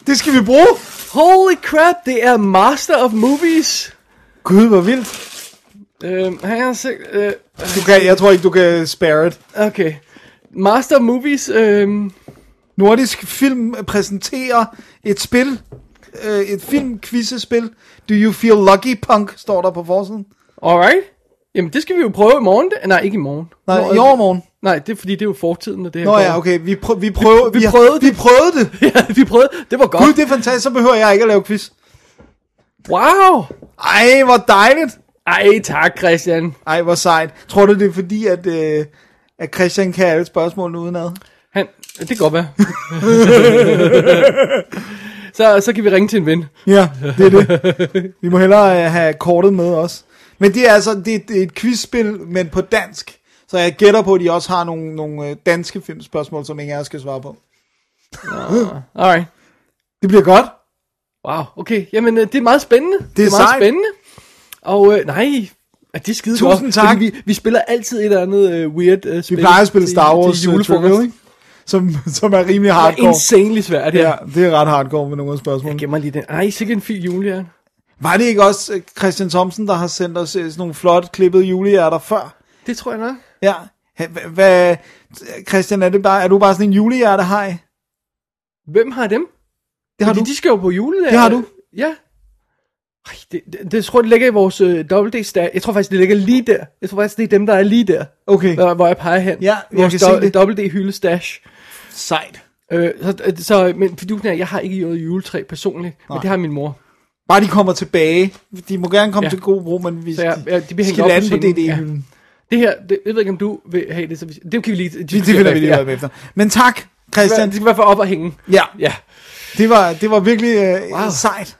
[SPEAKER 3] det skal vi bruge.
[SPEAKER 2] Holy crap, det er Master of Movies.
[SPEAKER 3] Gud, hvor vildt.
[SPEAKER 2] Øhm, har jeg set... Øh,
[SPEAKER 3] Du kan, jeg tror ikke, du kan spare det.
[SPEAKER 2] okay. Master of Movies, øhm,
[SPEAKER 3] Nordisk Film præsenterer et spil, øh, et filmquizzespil. Do you feel lucky, punk, står der på forsiden.
[SPEAKER 2] alright. Jamen, det skal vi jo prøve i morgen. da- Nej, ikke i morgen.
[SPEAKER 3] Nej,
[SPEAKER 2] Hvor-
[SPEAKER 3] i overmorgen.
[SPEAKER 2] Nej, det er fordi, det er jo fortiden, og det her
[SPEAKER 3] Nå
[SPEAKER 2] går.
[SPEAKER 3] ja, okay, vi, prø- vi, prøver,
[SPEAKER 2] vi
[SPEAKER 3] vi,
[SPEAKER 2] prøvede
[SPEAKER 3] vi,
[SPEAKER 2] det.
[SPEAKER 3] prøvede det.
[SPEAKER 2] ja, vi prøvede. Det var
[SPEAKER 3] Gud,
[SPEAKER 2] godt.
[SPEAKER 3] det er fantastisk, så behøver jeg ikke at lave quiz.
[SPEAKER 2] Wow.
[SPEAKER 3] Ej, hvor dejligt.
[SPEAKER 2] Ej, tak, Christian.
[SPEAKER 3] Ej, hvor sejt. Tror du, det er fordi, at, øh, at Christian kan alle spørgsmålene udenad?
[SPEAKER 2] Han, det kan godt være. så, så kan vi ringe til en ven.
[SPEAKER 3] Ja, det er det. Vi må hellere øh, have kortet med os. Men det er altså det, er- det er et quizspil, men på dansk. Så jeg gætter på, at de også har nogle, nogle øh, danske filmspørgsmål, som ingen af os skal svare på.
[SPEAKER 2] Alright.
[SPEAKER 3] Det bliver godt.
[SPEAKER 2] Wow, okay. Jamen, øh, det er meget spændende. Det er, meget
[SPEAKER 3] sejt.
[SPEAKER 2] spændende. Og øh, nej, er det er skide godt.
[SPEAKER 3] Tusind tak.
[SPEAKER 2] fordi Vi, vi spiller altid et eller andet øh, weird øh,
[SPEAKER 3] Vi
[SPEAKER 2] spil.
[SPEAKER 3] plejer at spille
[SPEAKER 2] til-
[SPEAKER 3] Star
[SPEAKER 2] til
[SPEAKER 3] Wars øh,
[SPEAKER 2] julefrokost.
[SPEAKER 3] Trivial, ikke? Som, som er rimelig
[SPEAKER 2] Det er
[SPEAKER 3] hardcore.
[SPEAKER 2] insanely svært, ja.
[SPEAKER 3] Ja, det er ret hardcore med nogle af
[SPEAKER 2] Jeg
[SPEAKER 3] spørgsmålene.
[SPEAKER 2] gemmer lige den. Ej, sikkert en fin julehjern.
[SPEAKER 3] Var det ikke også øh, Christian Thomsen, der har sendt os øh, sådan nogle flot klippede julehjerter før?
[SPEAKER 2] Det tror jeg nok.
[SPEAKER 3] Ja. Ha- hva- Hvad, Christian, er, det bare, er du bare sådan en julehjertehej?
[SPEAKER 2] Hvem har dem?
[SPEAKER 3] Det har
[SPEAKER 2] Fordi
[SPEAKER 3] du.
[SPEAKER 2] de skal jo på jule.
[SPEAKER 3] Det har du.
[SPEAKER 2] Ja. Ej, det, det, det tror jeg, det ligger i vores øh, dobbelt stat Jeg tror faktisk, det ligger lige der. Jeg tror faktisk, det er dem, der er lige der.
[SPEAKER 3] Okay.
[SPEAKER 2] Hvor, hvor jeg peger hen.
[SPEAKER 3] Ja, jeg
[SPEAKER 2] vores
[SPEAKER 3] kan se det.
[SPEAKER 2] dobbelt hylde stash.
[SPEAKER 3] Sejt.
[SPEAKER 2] Øh, så, så, men fidusen er, jeg har ikke noget juletræ personligt, Nej. men det har min mor.
[SPEAKER 3] Bare de kommer tilbage. De må gerne komme ja.
[SPEAKER 2] Ja.
[SPEAKER 3] til god brug, men vi
[SPEAKER 2] Så jeg- ja, de bliver hængt
[SPEAKER 3] skal
[SPEAKER 2] op på
[SPEAKER 3] lande på
[SPEAKER 2] scenen.
[SPEAKER 3] DD-hylden.
[SPEAKER 2] Det her, det, jeg ved ikke, om du vil have det, så vi, det kan vi lige
[SPEAKER 3] Ja. Det, det finder vi lige ud af efter. Men tak,
[SPEAKER 2] Ja.
[SPEAKER 3] Christian.
[SPEAKER 2] Det skal i hvert fald op og hænge.
[SPEAKER 3] Ja,
[SPEAKER 2] Ja.
[SPEAKER 3] det var, det var virkelig øh, wow.
[SPEAKER 2] Wow.
[SPEAKER 3] sejt.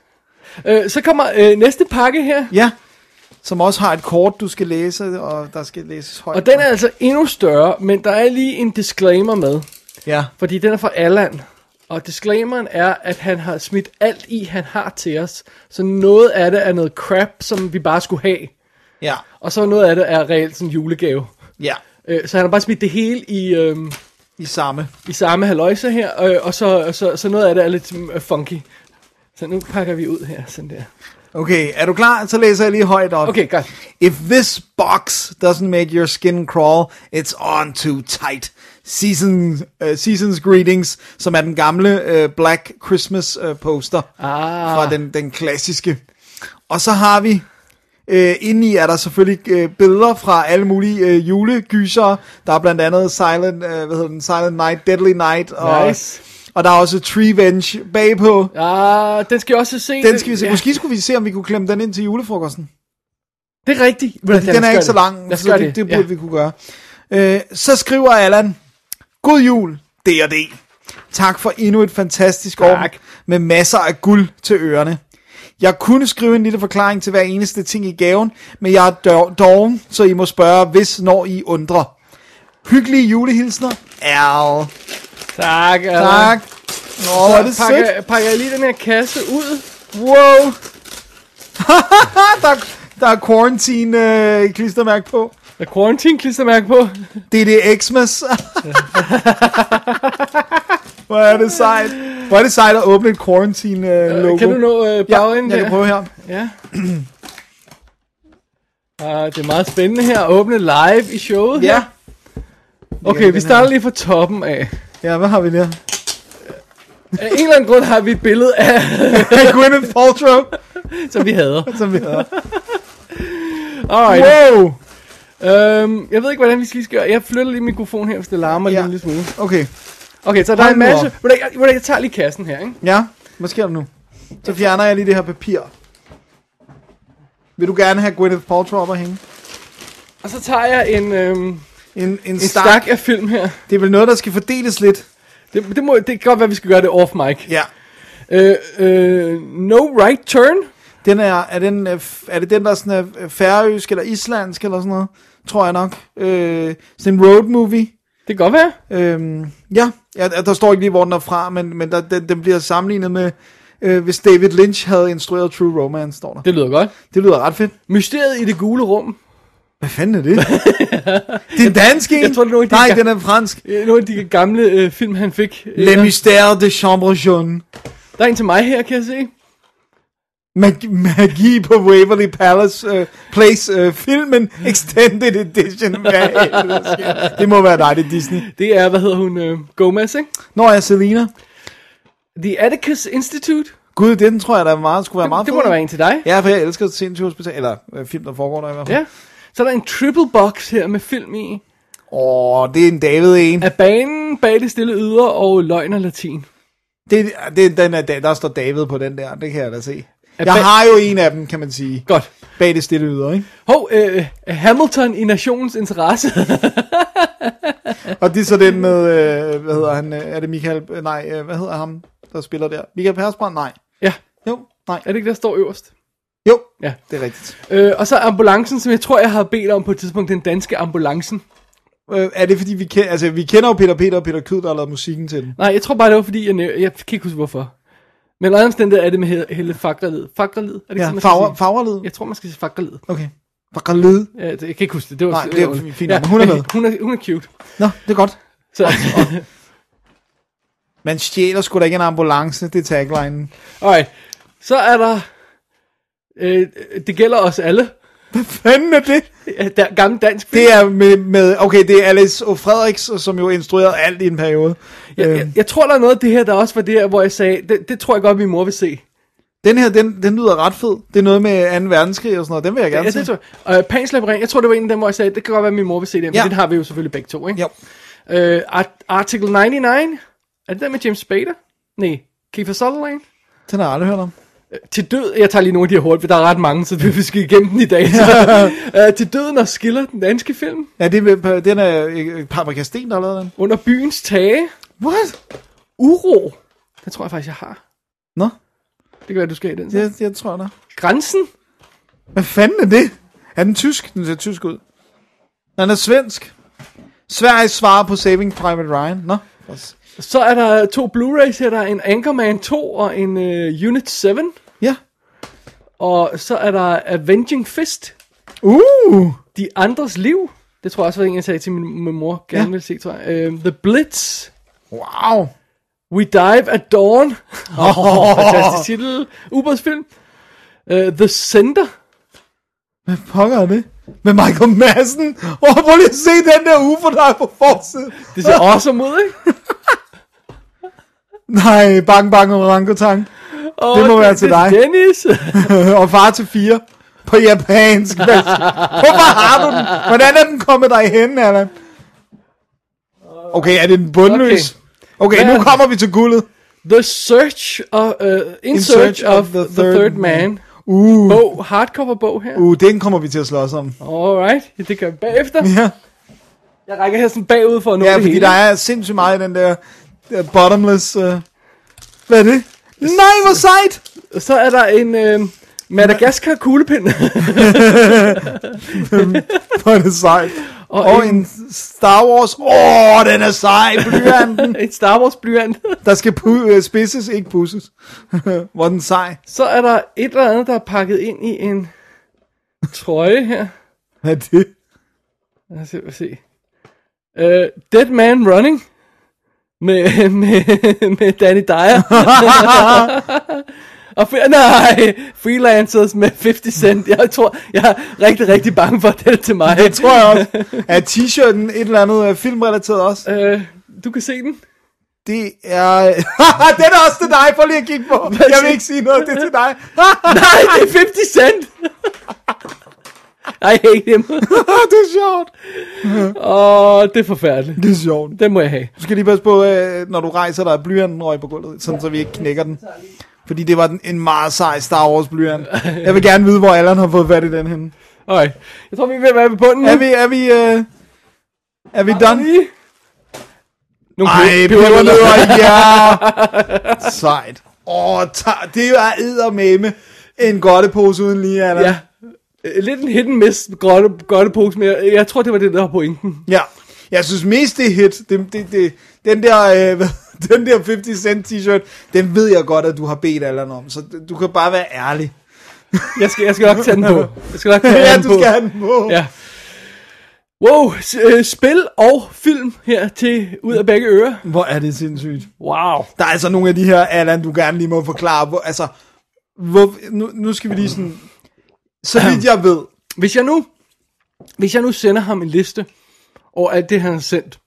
[SPEAKER 2] Øh, så kommer øh, næste pakke her,
[SPEAKER 3] Ja. Som også har et kort, du skal læse, og der skal læses højt.
[SPEAKER 2] og den er altså endnu større, men der er lige en disclaimer med,
[SPEAKER 3] Ja.
[SPEAKER 2] fordi den er fra Allan. Og disclaimeren er, at han har smidt alt i, han har til os. Så noget af det er noget crap, som vi bare skulle have.
[SPEAKER 3] Ja.
[SPEAKER 2] Og så noget af det er reelt sådan en julegave.
[SPEAKER 3] Ja.
[SPEAKER 2] Øh, så han har bare smidt det hele i, øh,
[SPEAKER 3] I samme.
[SPEAKER 2] i samme haløjse her, øh, og så, så, så noget af det er lidt mm, funky. Så nu pakker vi ud her, sådan der.
[SPEAKER 3] Okay, er du klar? Så læser jeg lige højt op.
[SPEAKER 2] Okay, godt.
[SPEAKER 3] If this box doesn't make your skin crawl, it's on too tight. Season, uh, seasons Greetings, som er den gamle uh, Black Christmas uh, poster ah. fra den, den klassiske. Og så har vi, uh, indeni er der selvfølgelig uh, billeder fra alle mulige uh, julegyser. Der er blandt andet Silent, uh, hvad hedder den, Silent Night, Deadly Night. Og,
[SPEAKER 2] Nice.
[SPEAKER 3] og der er også Treevenge bagpå.
[SPEAKER 2] Ah, den skal jeg også se.
[SPEAKER 3] Den skal vi se.
[SPEAKER 2] Ja,
[SPEAKER 3] Måske skulle vi se, om vi kunne klemme den ind til julefrokosten.
[SPEAKER 2] det er rigtigt. Hvordan,
[SPEAKER 3] Den er ikke så lang, så det, det burde vi kunne gøre. Øh, så skriver Allan, God jul, D&D. Tak for endnu et fantastisk tak. år
[SPEAKER 2] Tak.
[SPEAKER 3] med masser af guld til ørerne. Jeg kunne skrive en lille forklaring til hver eneste ting i gaven, men jeg er dov- doven, så I må spørge, hvis når I undrer. Hyggelige julehilsner, Al.
[SPEAKER 2] Tak.
[SPEAKER 3] Tak. Nå, hvor er det sødt.
[SPEAKER 2] pakker, pakker jeg lige den her kasse ud.
[SPEAKER 3] Wow. der, der er quarantine øh, klistermærke på.
[SPEAKER 2] Der er quarantine klistermærke på.
[SPEAKER 3] Det er det Xmas. Hvor er det sejt. Hvor er det sejt at åbne et quarantine øh, logo.
[SPEAKER 2] Kan du nå øh,
[SPEAKER 3] ja,
[SPEAKER 2] bagenden
[SPEAKER 3] jeg
[SPEAKER 2] der?
[SPEAKER 3] kan prøve her.
[SPEAKER 2] Ja. Ah, det er meget spændende her at åbne live i showet.
[SPEAKER 3] Ja.
[SPEAKER 2] her. Okay,
[SPEAKER 3] den
[SPEAKER 2] vi
[SPEAKER 3] her.
[SPEAKER 2] starter lige fra toppen af.
[SPEAKER 3] Ja, hvad har vi der?
[SPEAKER 2] Af en eller anden grund har vi et billede af,
[SPEAKER 3] Gwyneth Paltrow,
[SPEAKER 2] som vi hader.
[SPEAKER 3] som vi hedder.
[SPEAKER 2] Alright.
[SPEAKER 3] Wow.
[SPEAKER 2] Øhm, jeg ved ikke, hvordan vi skal gøre. Jeg flytter lige mikrofonen her, hvis det larmer
[SPEAKER 3] Ja.
[SPEAKER 2] ja. lige en lille smule.
[SPEAKER 3] Okay.
[SPEAKER 2] Okay, så der er
[SPEAKER 3] Hold
[SPEAKER 2] en
[SPEAKER 3] nu
[SPEAKER 2] masse...
[SPEAKER 3] op.
[SPEAKER 2] Hvordan, jeg, hvordan, jeg tager lige kassen her, ikke?
[SPEAKER 3] Ja, hvad sker der nu? Så fjerner jeg lige det her papir. Vil du gerne have Gwyneth Paltrow op at hænge?
[SPEAKER 2] Og så tager jeg en, øhm,
[SPEAKER 3] En, en, en
[SPEAKER 2] en
[SPEAKER 3] stak.
[SPEAKER 2] stak af film her.
[SPEAKER 3] Det er vel noget, der skal fordeles lidt.
[SPEAKER 2] Det, det, må, det kan godt være, vi skal gøre det off mic.
[SPEAKER 3] Ja.
[SPEAKER 2] Øh, øh, no right turn.
[SPEAKER 3] Den er, er, den, øh, f- er det den, der sådan er øh, færøsk eller islandsk eller sådan noget? Tror jeg nok. Øh, sådan en road movie.
[SPEAKER 2] Det kan godt være.
[SPEAKER 3] Øhm, ja, ja, der- der står ikke lige, hvor den er fra, men, men der, den, den bliver sammenlignet med, øh, hvis David Lynch havde instrueret True Romance, står der. Det,
[SPEAKER 2] Det lyder godt.
[SPEAKER 3] det lyder ret fedt.
[SPEAKER 2] Mysteriet i det gule rum.
[SPEAKER 3] Hvad fanden er det? det er en dansk en?
[SPEAKER 2] jeg tror, det er nogle af de
[SPEAKER 3] Nej,
[SPEAKER 2] ga-
[SPEAKER 3] den er fransk.
[SPEAKER 2] Øh, Nogle af de gamle øh, film, han fik.
[SPEAKER 3] Le Mystère de Chambre Jaune.
[SPEAKER 2] Der er en til mig her, kan jeg se.
[SPEAKER 3] Magi, magi på Waverly Palace uh, Place uh, filmen Extended Edition. Hvad helvede sker? det må være dig, det er Disney.
[SPEAKER 2] Det er, hvad hedder hun? Øh, Gomez, ikke?
[SPEAKER 3] Når jeg Selina.
[SPEAKER 2] The Atticus Institute.
[SPEAKER 3] Gud, den tror jeg, der er meget, skulle være meget
[SPEAKER 2] Det må
[SPEAKER 3] fed.
[SPEAKER 2] da være en til dig.
[SPEAKER 3] Ja, for jeg elsker sindssygt hospital, eller øh, film, der foregår der i hvert fald.
[SPEAKER 2] Ja. Så er der en triple box her med film i.
[SPEAKER 3] Åh, det er en David en.
[SPEAKER 2] Af banen bag det stille ydre og løgn og latin.
[SPEAKER 3] Det, det, den er, da- der står David på den der, det kan jeg da se. Jeg
[SPEAKER 2] bag-
[SPEAKER 3] har jo en af dem, kan man sige.
[SPEAKER 2] Godt.
[SPEAKER 3] Bag det stille yder, ikke?
[SPEAKER 2] Hov, øh, Hamilton i nationens interesse.
[SPEAKER 3] Og det er så den med, øh, hvad hedder han, øh, er det Michael, øh, nej, øh, hvad hedder ham, der spiller der? Michael Persbrandt? Nej.
[SPEAKER 2] ja,
[SPEAKER 3] Jo, nej.
[SPEAKER 2] er det ikke, der står øverst?
[SPEAKER 3] Jo,
[SPEAKER 2] Ja.
[SPEAKER 3] det er rigtigt.
[SPEAKER 2] Øh, og så ambulancen, som jeg tror, jeg har bedt om på et tidspunkt, den danske ambulancen.
[SPEAKER 3] Øh, er det fordi, vi kender, altså vi kender jo Peter Peter og Peter Kød, der har lavet musikken til den.
[SPEAKER 2] Nej, jeg tror bare, det var fordi, jeg, næ- jeg kan ikke huske hvorfor. Men under omstændighed er det med Hel- Helle Fagrelid. Fagrelid? Er det ikke
[SPEAKER 3] Ja,
[SPEAKER 2] sådan, man skal
[SPEAKER 3] Fagre-
[SPEAKER 2] sige?
[SPEAKER 3] Fagrelid.
[SPEAKER 2] Jeg tror, man skal sige Fagrelid.
[SPEAKER 3] Okay. Fagrelid.
[SPEAKER 2] Ja, det, jeg kan ikke huske det. det var,
[SPEAKER 3] Nej, det er
[SPEAKER 2] var-
[SPEAKER 3] fint nok, men hun er med.
[SPEAKER 2] Hun er, hun er cute.
[SPEAKER 3] Nå, det er godt.
[SPEAKER 2] Så,
[SPEAKER 3] Man stjæler sgu da ikke en ambulance, det er taglinen.
[SPEAKER 2] alright. Så er der... Øh, det gælder os alle.
[SPEAKER 3] Fanden er det?
[SPEAKER 2] Ja, Der, gammel dansk film.
[SPEAKER 3] Det er med, med okay, det er Alice O'Frederiks, som jo instruerede alt i en periode. øh,
[SPEAKER 2] Jeg, jeg, jeg tror, der er noget af det her, der også var det her, hvor jeg sagde, det, det tror jeg godt, min mor vil se.
[SPEAKER 3] Den her, den, den lyder ret fed. Det er noget med 2. verdenskrig og sådan noget. Den vil jeg gerne
[SPEAKER 2] Ja,
[SPEAKER 3] se.
[SPEAKER 2] det tror jeg. Øh, Pans Labyrinth, jeg tror, det var en af dem, hvor jeg sagde, det kan godt være, at min mor vil se det, men
[SPEAKER 3] Ja.
[SPEAKER 2] ja. den har vi jo selvfølgelig begge to, ikke?
[SPEAKER 3] Jo.
[SPEAKER 2] Øh, Art- Article 99, er det der med James Spader? Nej, Kiefer Sutherland?
[SPEAKER 3] Den har jeg aldrig hørt om.
[SPEAKER 2] Til død, jeg tager lige nogle af de her hurtigt, for der er ret mange, så vi skal igennem den i dag. Så. øh, til døden og skiller den danske film
[SPEAKER 3] Ja, det er, ved- den er øh, Paprika Sten, der har lavet den.
[SPEAKER 2] under byens tage.
[SPEAKER 3] What?
[SPEAKER 2] Uro, den tror jeg faktisk, jeg har.
[SPEAKER 3] Nå,
[SPEAKER 2] Det kan være, du skal have den. Så.
[SPEAKER 3] det, jeg tror jeg da.
[SPEAKER 2] Grænsen,
[SPEAKER 3] Hvad fanden er det? Er den tysk? Den ser tysk ud. Nå, Den er svensk. Sverige svarer på Saving Private Ryan. Nå.
[SPEAKER 2] så er der to Blu-rays her, der er en Anchorman 2 og en uh, Unit 7.
[SPEAKER 3] Ja.
[SPEAKER 2] Og så er der Avenging Fist.
[SPEAKER 3] Uh.
[SPEAKER 2] De andres liv. Det tror jeg også var en, jeg sagde til min, min mor. Gerne
[SPEAKER 3] Ja.
[SPEAKER 2] ja. ville se, tror jeg. Uh, The Blitz.
[SPEAKER 3] Wow.
[SPEAKER 2] We Dive at Dawn. Oh, fantastisk titel. Ubådsfilm. Uh, The Sender.
[SPEAKER 3] Hvad pokker er det? Med Michael Madsen. Åh, oh, prøv lige at se den der ufo, der er på forsiden.
[SPEAKER 2] Det ser awesome ud, ikke?
[SPEAKER 3] Nej, bang bang orangutang.
[SPEAKER 2] Og
[SPEAKER 3] Det må være til dig.
[SPEAKER 2] Dennis.
[SPEAKER 3] Øh, og far til fire. På japansk. Hvorfor har du den? Hvordan er den kommet dig hen, Allan? Okay, er det en bundløs? Okay,
[SPEAKER 2] Hvad er
[SPEAKER 3] okay nu
[SPEAKER 2] det?
[SPEAKER 3] kommer vi til guldet.
[SPEAKER 2] The Search of, uh, in, Search of, the, third Man.
[SPEAKER 3] Uh,
[SPEAKER 2] Bog, hardcover bog her.
[SPEAKER 3] uh, den kommer vi til at slås om.
[SPEAKER 2] Alright, ja, det gør vi bagefter.
[SPEAKER 3] Ja,
[SPEAKER 2] Jeg rækker her sådan bagud for at nå
[SPEAKER 3] ja
[SPEAKER 2] det
[SPEAKER 3] fordi
[SPEAKER 2] hele.
[SPEAKER 3] der er sindssygt meget i den der, der bottomless... Uh... Hvad er det? Nej, hvor sejt!
[SPEAKER 2] Så er der en øh, Madagaskar kuglepind.
[SPEAKER 3] Hvor er det sejt.
[SPEAKER 2] og
[SPEAKER 3] Og
[SPEAKER 2] en,
[SPEAKER 3] en Star Wars... Åh, oh, den er sej, blyanten.
[SPEAKER 2] en Star Wars blyant.
[SPEAKER 3] Der skal pu- øh, spidses, ikke pusses. Hvor er den sej.
[SPEAKER 2] Så er der et eller andet, der er pakket ind i en trøje her.
[SPEAKER 3] Hvad er det?
[SPEAKER 2] Lad os se, lad os se. Øh, Dead Man Running. Med, med, med Danny Dyer. Og fri- nej, freelancers med 50 cent. Jeg tror, jeg er rigtig, rigtig bange for, at det er til mig.
[SPEAKER 3] Det tror jeg også. Er t-shirten et eller andet øh, filmrelateret også?
[SPEAKER 2] Øh, du kan se den.
[SPEAKER 3] Det er... den er også til dig, prøv lige at kigge på. Jeg vil ikke sige noget, det er til dig.
[SPEAKER 2] Nej, det er 50 cent. I hate him.
[SPEAKER 3] det er sjovt.
[SPEAKER 2] Åh, det er forfærdeligt.
[SPEAKER 3] Det er sjovt.
[SPEAKER 2] Den må jeg have.
[SPEAKER 3] Du skal lige passe på, øh, når du rejser dig, at blyanten røg på gulvet, sådan så vi ikke knækker den. Fordi det var den, en meget sej Star Wars blyant. Jeg vil gerne vide, hvor Allan har fået fat i den henne.
[SPEAKER 2] Alright. Jeg tror, vi er ved at være ved bunden. nu.
[SPEAKER 3] Er vi, er vi, øh, er vi done?
[SPEAKER 2] Lige. Nogle
[SPEAKER 3] Ej,
[SPEAKER 2] pe-
[SPEAKER 3] pebernødder, ja! Sejt. Åh, ta- det er eddermame. En godtepose uden lige, Allan.
[SPEAKER 2] Ja. Øh, Lidt en hidden miss grotte, grottepose, men jeg, jeg tror, det var det, der var pointen.
[SPEAKER 3] Ja. Jeg synes mest, det er hit. Det, det, det, den, der, øh, hvad- den der 50 cent t-shirt, den ved jeg godt, at du har bedt Allan om. Så d- du kan bare være ærlig.
[SPEAKER 2] Jeg skal, jeg skal nok tage den på. Jeg skal nok tage
[SPEAKER 3] ja,
[SPEAKER 2] den
[SPEAKER 3] du
[SPEAKER 2] på.
[SPEAKER 3] skal have den på.
[SPEAKER 2] Ja. Wow, s- øh, spil og film her til ud af begge ører.
[SPEAKER 3] Hvor er det sindssygt.
[SPEAKER 2] Wow.
[SPEAKER 3] Der er altså nogle af de her, Allan, du gerne lige må forklare. Hvor, altså, hvor, nu, nu skal vi lige sådan... Så vidt jeg ved,
[SPEAKER 2] Hvis jeg nu, hvis jeg nu sender ham en liste over alt det, han har sendt,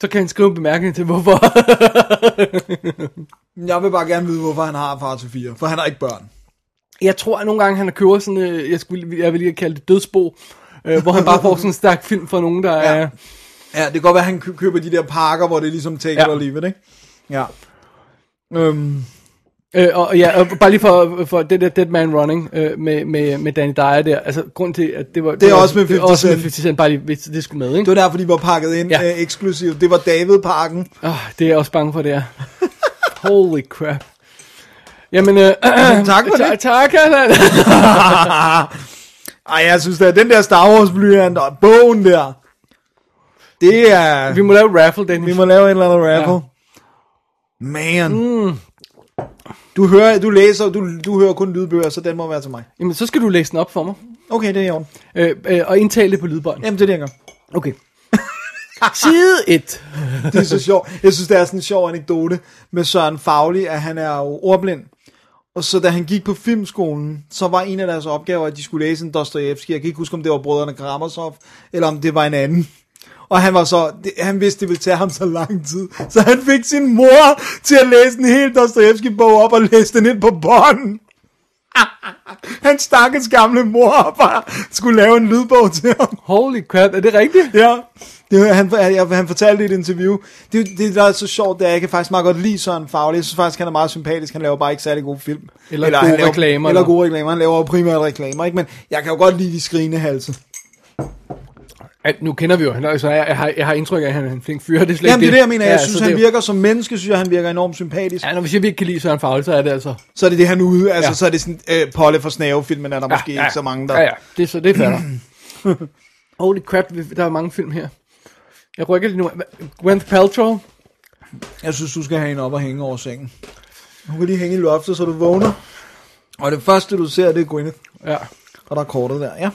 [SPEAKER 2] så kan han skrive en bemærkning til, hvorfor.
[SPEAKER 3] jeg vil bare gerne vide, hvorfor han har far til fire. For han har ikke børn.
[SPEAKER 2] Jeg tror, at nogle gange han har kørt sådan, øh, jeg, skulle, jeg vil lige kalde det dødsbo, øh, hvor han bare får sådan en stærk film fra nogen, der
[SPEAKER 3] Ja.
[SPEAKER 2] er...
[SPEAKER 3] Ja, det kan godt være, at han kø- køber de der pakker, hvor det er ligesom take ja.
[SPEAKER 2] Ja.
[SPEAKER 3] it or leave it, ikke? Ja. Øhm,
[SPEAKER 2] Øh, og ja, og bare lige for, for det der Dead Man Running øh, med, med, med Danny Dyer der. Altså, grund til, at det var...
[SPEAKER 3] er
[SPEAKER 2] var-
[SPEAKER 3] også med
[SPEAKER 2] det er
[SPEAKER 3] 50
[SPEAKER 2] også med
[SPEAKER 3] Cent.
[SPEAKER 2] 50 Cent, bare lige, hvis det skulle med,
[SPEAKER 3] det
[SPEAKER 2] ikke?
[SPEAKER 3] var derfor, de var pakket ind ja.
[SPEAKER 2] Ja.
[SPEAKER 3] øh, eksklusivt. Det var David-pakken.
[SPEAKER 2] Åh, Ah, det er jeg også bange for, det er. Holy crap. Jamen, øh,
[SPEAKER 3] tak for
[SPEAKER 2] tak,
[SPEAKER 3] det.
[SPEAKER 2] tak, Allan.
[SPEAKER 3] Ej, jeg synes da, den der Star Wars blyant og bogen der, det er...
[SPEAKER 2] Vi
[SPEAKER 3] Vi,
[SPEAKER 2] må lave raffle, Dennis.
[SPEAKER 3] vi må lave et eller andet raffle. Ja. Man. Mm. Du hører, du læser, du, du hører kun lydbøger, så den må være til mig.
[SPEAKER 2] Jamen, så skal du læse den op for mig.
[SPEAKER 3] Okay, det er i orden.
[SPEAKER 2] Øh, øh, og indtale det på lydbånd.
[SPEAKER 3] Jamen, det er det, jeg gør.
[SPEAKER 2] Okay. Side 1.
[SPEAKER 3] Det er så sjovt. Jeg synes, det er sådan en sjov anekdote med Søren Fagli, at han er jo ordblind. Og så da han gik på filmskolen, så var en af deres opgaver, at de skulle læse en Dostoyevsky. Jeg kan ikke huske, om det var brødrene Karamazov, eller om det var en anden. Og han var så, det, han vidste, det ville tage ham så lang tid. Så han fik sin mor til at læse en hel Dostoyevsky-bog op og læse den ind på bånd. Hans stakkels gamle mor har bare skulle lave en lydbog til ham.
[SPEAKER 2] Holy crap, er det rigtigt?
[SPEAKER 3] Ja. Det, var- han, jeg, han fortalte i et interview. Det, det der er så sjovt, det er, at jeg kan faktisk meget godt lide Søren Fagli. Jeg synes faktisk, han er meget sympatisk. Han laver bare ikke særlig gode film.
[SPEAKER 2] Eller gode
[SPEAKER 3] han laver,
[SPEAKER 2] reklamer,
[SPEAKER 3] Eller
[SPEAKER 2] eller-
[SPEAKER 3] gode reklamer. Han laver jo primært reklamer, ikke? Men jeg kan jo godt lide de skrigende halse.
[SPEAKER 2] At, nu kender vi jo, han, altså, jeg, jeg, har, jeg har indtryk af, at han er en flink fyr. Det er slet
[SPEAKER 3] Jamen, det
[SPEAKER 2] ikke
[SPEAKER 3] er det, jeg mener. Jeg
[SPEAKER 2] så
[SPEAKER 3] synes,
[SPEAKER 2] det er
[SPEAKER 3] han
[SPEAKER 2] jo-
[SPEAKER 3] virker som menneske, synes jeg, han virker enormt sympatisk.
[SPEAKER 2] Ja, når vi siger, at vi ikke kan lide Søren Fagel, så er det altså...
[SPEAKER 3] Så er det det, han er ude. Altså,
[SPEAKER 2] Ja.
[SPEAKER 3] så er det sådan, øh, Polle for snavefilmen er der måske
[SPEAKER 2] ja, ja.
[SPEAKER 3] ikke så mange, der...
[SPEAKER 2] Ja, ja, det, er så, det falder. Holy crap, vi- der er mange film her. Jeg rykker lige nu. Gwyneth Paltrow.
[SPEAKER 3] Jeg synes, du skal have en op og hænge over sengen. Hun kan lige hænge i loftet, så du vågner. Og det første, du ser, det er Gwyneth.
[SPEAKER 2] Ja,
[SPEAKER 3] Og der er kortet der, ja.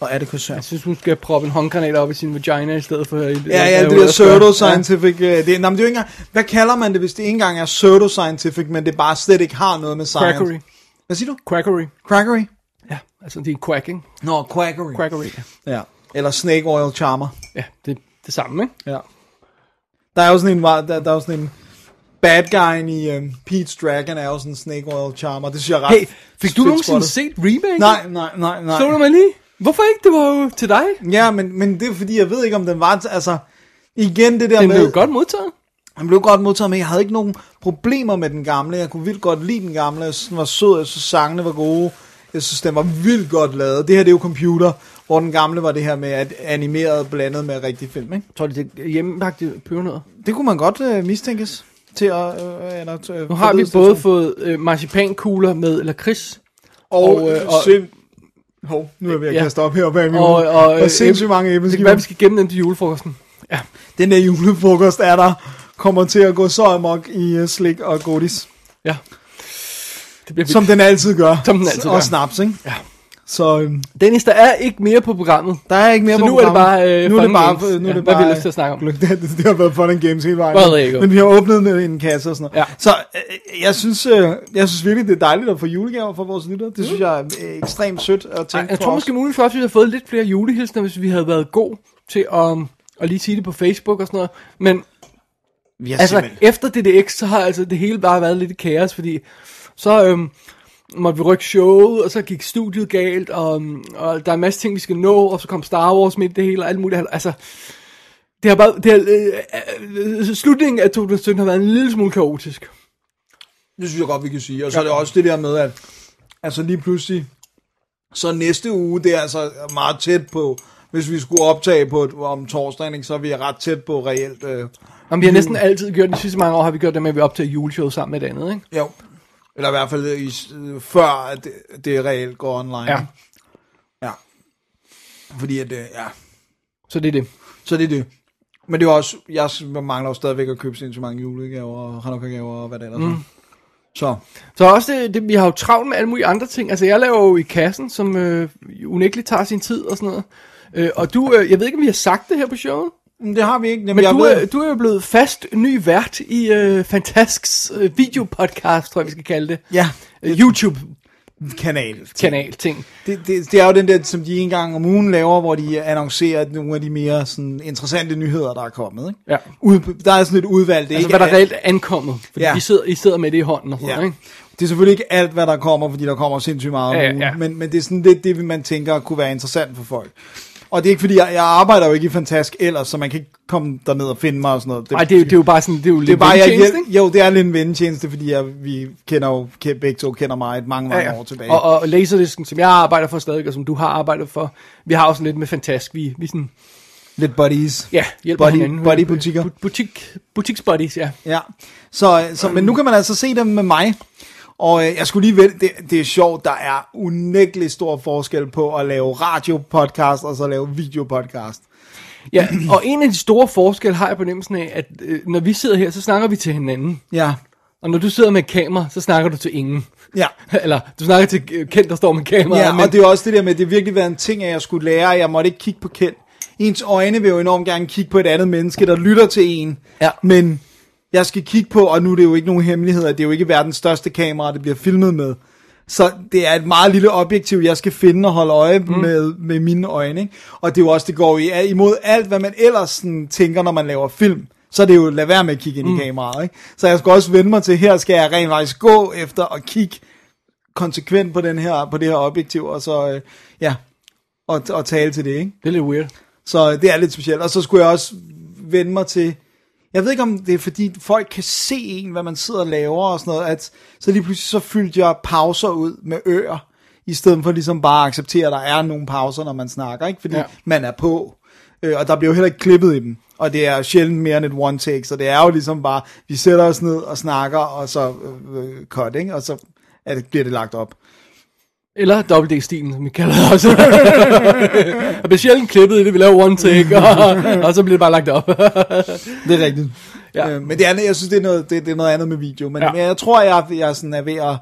[SPEAKER 3] Og er det koncern?
[SPEAKER 2] jeg synes, hun skal proppe en håndgranat op i sin vagina i stedet for... øh, I
[SPEAKER 3] Ja, ja, det der pseudoscientific, ja. det, nej, men det er jo ikke engang, hvad kalder man det, hvis det ikke engang er pseudoscientific, men det bare slet ikke har noget med science?
[SPEAKER 2] Quackery.
[SPEAKER 3] Hvad siger du?
[SPEAKER 2] Quackery.
[SPEAKER 3] Crackery?
[SPEAKER 2] Ja, altså det er quacking.
[SPEAKER 3] Nå, quackery.
[SPEAKER 2] Quackery. ja.
[SPEAKER 3] Ja. Eller snake oil charmer.
[SPEAKER 2] Ja, det er det samme, ikke?
[SPEAKER 3] Ja. Der er jo sådan en, meget- der, der er jo sådan en, bad guyen i um, Pete's Dragon er jo sådan en snake oil charmer. Det synes jeg er ret
[SPEAKER 2] Hey, fik du
[SPEAKER 3] fedt
[SPEAKER 2] nogensinde
[SPEAKER 3] spottet.
[SPEAKER 2] set remake?
[SPEAKER 3] Nej, nej, nej, nej.
[SPEAKER 2] Så du mig lige? Hvorfor ikke? Det var jo til dig.
[SPEAKER 3] Ja, men, men det er fordi, jeg ved ikke, om den var... t- Altså, igen det der
[SPEAKER 2] Den
[SPEAKER 3] med...
[SPEAKER 2] blev godt modtaget.
[SPEAKER 3] Han blev godt modtaget, men jeg havde ikke nogen problemer med den gamle. Jeg kunne vildt godt lide den gamle. Jeg synes, den var sød. Jeg synes, sangene var gode. Jeg synes, den var vildt godt lavet. Det her, det er jo computer, hvor den gamle var det her med at animeret blandet med rigtig film. Ikke?
[SPEAKER 2] Jeg tror, det er hjemmebagte pebernødder.
[SPEAKER 3] Det kunne man godt øh, mistænkes til at... Øh, eller, t- øh,
[SPEAKER 2] Nu har vi både fået øh, marcipankugler med lakrids,
[SPEAKER 3] Og,
[SPEAKER 2] og,
[SPEAKER 3] og,
[SPEAKER 2] øh,
[SPEAKER 3] øh,
[SPEAKER 2] og-
[SPEAKER 3] og sind... Hov, nu er jeg ved at
[SPEAKER 2] Ja.
[SPEAKER 3] kaste op her bag min
[SPEAKER 2] Og-
[SPEAKER 3] og,
[SPEAKER 2] og,
[SPEAKER 3] og,
[SPEAKER 2] øh,
[SPEAKER 3] og sindssygt mange
[SPEAKER 2] Det kan være, vi
[SPEAKER 3] æbleskiver.
[SPEAKER 2] skal gemme dem til julefrokosten. Ja,
[SPEAKER 3] Den der julefrokost er der kommer til at gå så amok i øh, slik og godis.
[SPEAKER 2] ja. Det bliver
[SPEAKER 3] Som den altid gør.
[SPEAKER 2] Som den altid
[SPEAKER 3] og
[SPEAKER 2] gør.
[SPEAKER 3] snaps, ikke?
[SPEAKER 2] Ja.
[SPEAKER 3] Så øhm,
[SPEAKER 2] Dennis, der er ikke mere på programmet.
[SPEAKER 3] der er ikke mere
[SPEAKER 2] Så
[SPEAKER 3] på
[SPEAKER 2] nu er det
[SPEAKER 3] programmet.
[SPEAKER 2] bare, øh,
[SPEAKER 3] nu er
[SPEAKER 2] fun
[SPEAKER 3] det bare,
[SPEAKER 2] games.
[SPEAKER 3] Nu
[SPEAKER 2] Ja,
[SPEAKER 3] er det
[SPEAKER 2] hvad
[SPEAKER 3] bare,
[SPEAKER 2] vi har lyst til at snakke om.
[SPEAKER 3] Det, det, har været fun and games hele vejen.
[SPEAKER 2] Hvad ved jeg ikke om.
[SPEAKER 3] Men vi har åbnet med en kasse og sådan noget.
[SPEAKER 2] Ja.
[SPEAKER 3] Så øh, jeg, synes, øh, jeg synes virkelig, det er dejligt at få julegaver fra vores lyttere. Det synes jeg er øh, ekstremt sødt at tænke
[SPEAKER 2] Mm. Ej, jeg
[SPEAKER 3] på.
[SPEAKER 2] tror
[SPEAKER 3] os.
[SPEAKER 2] måske muligvis også, at vi havde fået lidt flere julehilsner, hvis vi havde været god til at, um, at lige sige det på Facebook og sådan noget. Men
[SPEAKER 3] vi har
[SPEAKER 2] altså,
[SPEAKER 3] simpelthen-
[SPEAKER 2] efter DDX, så har altså det hele bare været lidt i kaos, fordi så øhm, måtte vi rykke showet, og så gik studiet galt, og, øhm, og der er en masse ting, vi skal nå, og så kom Star Wars midt i det hele, og alt muligt. Altså, det har bare, det har, øh, øh, slutningen af 2017 har været en lille smule kaotisk.
[SPEAKER 3] Det synes jeg godt, vi kan sige. Og så er det også det der med, at altså lige pludselig, så næste uge, det er altså meget tæt på, hvis vi skulle optage på et, om torsdagen, ikke, så er vi ret tæt på reelt. Øh,
[SPEAKER 2] Jamen, vi har næsten altid gjort, de sidste mange år har vi gjort det med, at vi optager juleshow sammen med et andet, ikke?
[SPEAKER 3] jo. Eller i hvert fald i, øh, før, at det, det reelt går online.
[SPEAKER 2] Ja.
[SPEAKER 3] ja. Fordi at, øh, ja.
[SPEAKER 2] Så det er det.
[SPEAKER 3] Så det er det. Men det er også, jeg mangler jo stadigvæk at købe sindssygt mange julegaver og Hanukkah-gaver og hvad det ellers mm. Så,
[SPEAKER 2] Så også øh, det, det, vi har jo travlt med alle mulige andre ting. Altså, jeg laver jo i kassen, som øh, unægteligt tager sin tid og sådan noget. Øh, og du, øh, jeg ved ikke, om vi har sagt det her på showet,
[SPEAKER 3] men det har vi ikke. Jamen,
[SPEAKER 2] men
[SPEAKER 3] jeg
[SPEAKER 2] du,
[SPEAKER 3] ved,
[SPEAKER 2] er, du er jo blevet fast ny vært i øh, Fantasks øh, videopodcast, tror jeg, vi skal kalde det.
[SPEAKER 3] Ja,
[SPEAKER 2] Øh, YouTube-kanal-ting.
[SPEAKER 3] kanal. Det, det, det er jo den der, som de en gang om ugen laver, hvor de annoncerer nogle af de mere sådan, interessante nyheder, der er kommet. Ikke?
[SPEAKER 2] Ja.
[SPEAKER 3] Ude, der er sådan et udvalg. Det er
[SPEAKER 2] Altså,
[SPEAKER 3] ikke
[SPEAKER 2] hvad der
[SPEAKER 3] alt,
[SPEAKER 2] reelt er ankommet. Fordi
[SPEAKER 3] Ja.
[SPEAKER 2] ja. I, sidder, I sidder med det i hånden og sådan
[SPEAKER 3] ja.
[SPEAKER 2] noget, ikke?
[SPEAKER 3] Det er selvfølgelig ikke alt, hvad der kommer, fordi der kommer sindssygt meget om
[SPEAKER 2] Ja, ja,
[SPEAKER 3] ugen,
[SPEAKER 2] ja.
[SPEAKER 3] Men, men det er sådan lidt det, man tænker kunne være interessant for folk. Og det er ikke fordi, jeg, jeg arbejder jo ikke i Fantask ellers, så man kan ikke komme derned og finde mig og sådan noget.
[SPEAKER 2] Nej, det, er jo- det er jo bare sådan, det er jo
[SPEAKER 3] det er
[SPEAKER 2] lidt
[SPEAKER 3] bare, jeg,
[SPEAKER 2] ventjeneste,
[SPEAKER 3] hjælp, jo, det er lidt en vennetjeneste, fordi jeg, vi kender jo, ke- begge to kender mig et mange, mange ja, ja. år tilbage.
[SPEAKER 2] Og, og Laserdisken, som jeg arbejder for stadig, og som du har arbejdet for, vi har også lidt med Fantask. Vi, vi sådan,
[SPEAKER 3] lidt buddies.
[SPEAKER 2] ja, hjælper
[SPEAKER 3] Buddy-
[SPEAKER 2] hinanden.
[SPEAKER 3] buddy-butikker.
[SPEAKER 2] Bu- Butik, butiksbuddies, ja.
[SPEAKER 3] Ja, så, så, men nu kan man altså se dem med mig. Og øh, jeg skulle lige vælge, det, det er sjovt, der er unægtelig stor forskel på at lave radiopodcast og så lave videopodcast.
[SPEAKER 2] ja. Og en af de store forskelle har jeg fornemmelsen af, at øh, når vi sidder her, så snakker vi til hinanden.
[SPEAKER 3] Ja,
[SPEAKER 2] Og når du sidder med et kamera, så snakker du til ingen.
[SPEAKER 3] ja.
[SPEAKER 2] Eller, du snakker til øh, Kent, der står med kameraet.
[SPEAKER 3] Ja,
[SPEAKER 2] men,
[SPEAKER 3] og det er også det der med, at det har virkelig været en ting, at jeg skulle lære, at jeg måtte ikke kigge på Kjeld. Ens øjne vil jo enormt gerne kigge på et andet menneske, der lytter til en.
[SPEAKER 2] Ja.
[SPEAKER 3] Men jeg skal kigge på, og nu er det jo ikke nogen hemmelighed, at det er jo ikke verdens største kamera, det bliver filmet med. Så det er et meget lille objektiv, jeg skal finde og holde øje mm. med, med mine øjne. Ikke? Og det er jo også, det går i, imod alt, hvad man ellers sådan, tænker, når man laver film. Så er det jo, lad være med at kigge ind mm. i kameraet. Ikke? Så jeg skal også vende mig til, her skal jeg rent faktisk gå efter og kigge konsekvent på, den her, på det her objektiv, og så, øh, ja, og, og tale til det, ikke?
[SPEAKER 2] Det er lidt weird.
[SPEAKER 3] Så det er lidt specielt. Og så skulle jeg også vende mig til, jeg ved ikke om det er fordi folk kan se en, hvad man sidder og laver og sådan noget, at så lige pludselig så fyldte jeg pauser ud med øer, i stedet for ligesom bare at acceptere, at der er nogle pauser, når man snakker, ikke? fordi
[SPEAKER 2] Ja.
[SPEAKER 3] ja. man er på. Øh, og der bliver jo heller ikke klippet i dem. Og det er sjældent mere end et one take, så det er jo ligesom bare, vi sætter os ned og snakker, og så øh, øh, cut, ikke? og så er det, bliver det lagt op.
[SPEAKER 2] Eller dobbelt-D-stilen, som vi kalder det også. og bliver sjældent klippet i det, vi laver one take, og, og så bliver det bare lagt op.
[SPEAKER 3] Det er rigtigt.
[SPEAKER 2] Ja.
[SPEAKER 3] Ja. Øh, men det andet, jeg synes, det er noget, det, det er noget andet med video. Men,
[SPEAKER 2] Ja.
[SPEAKER 3] ja. men jeg tror, jeg, jeg sådan er ved at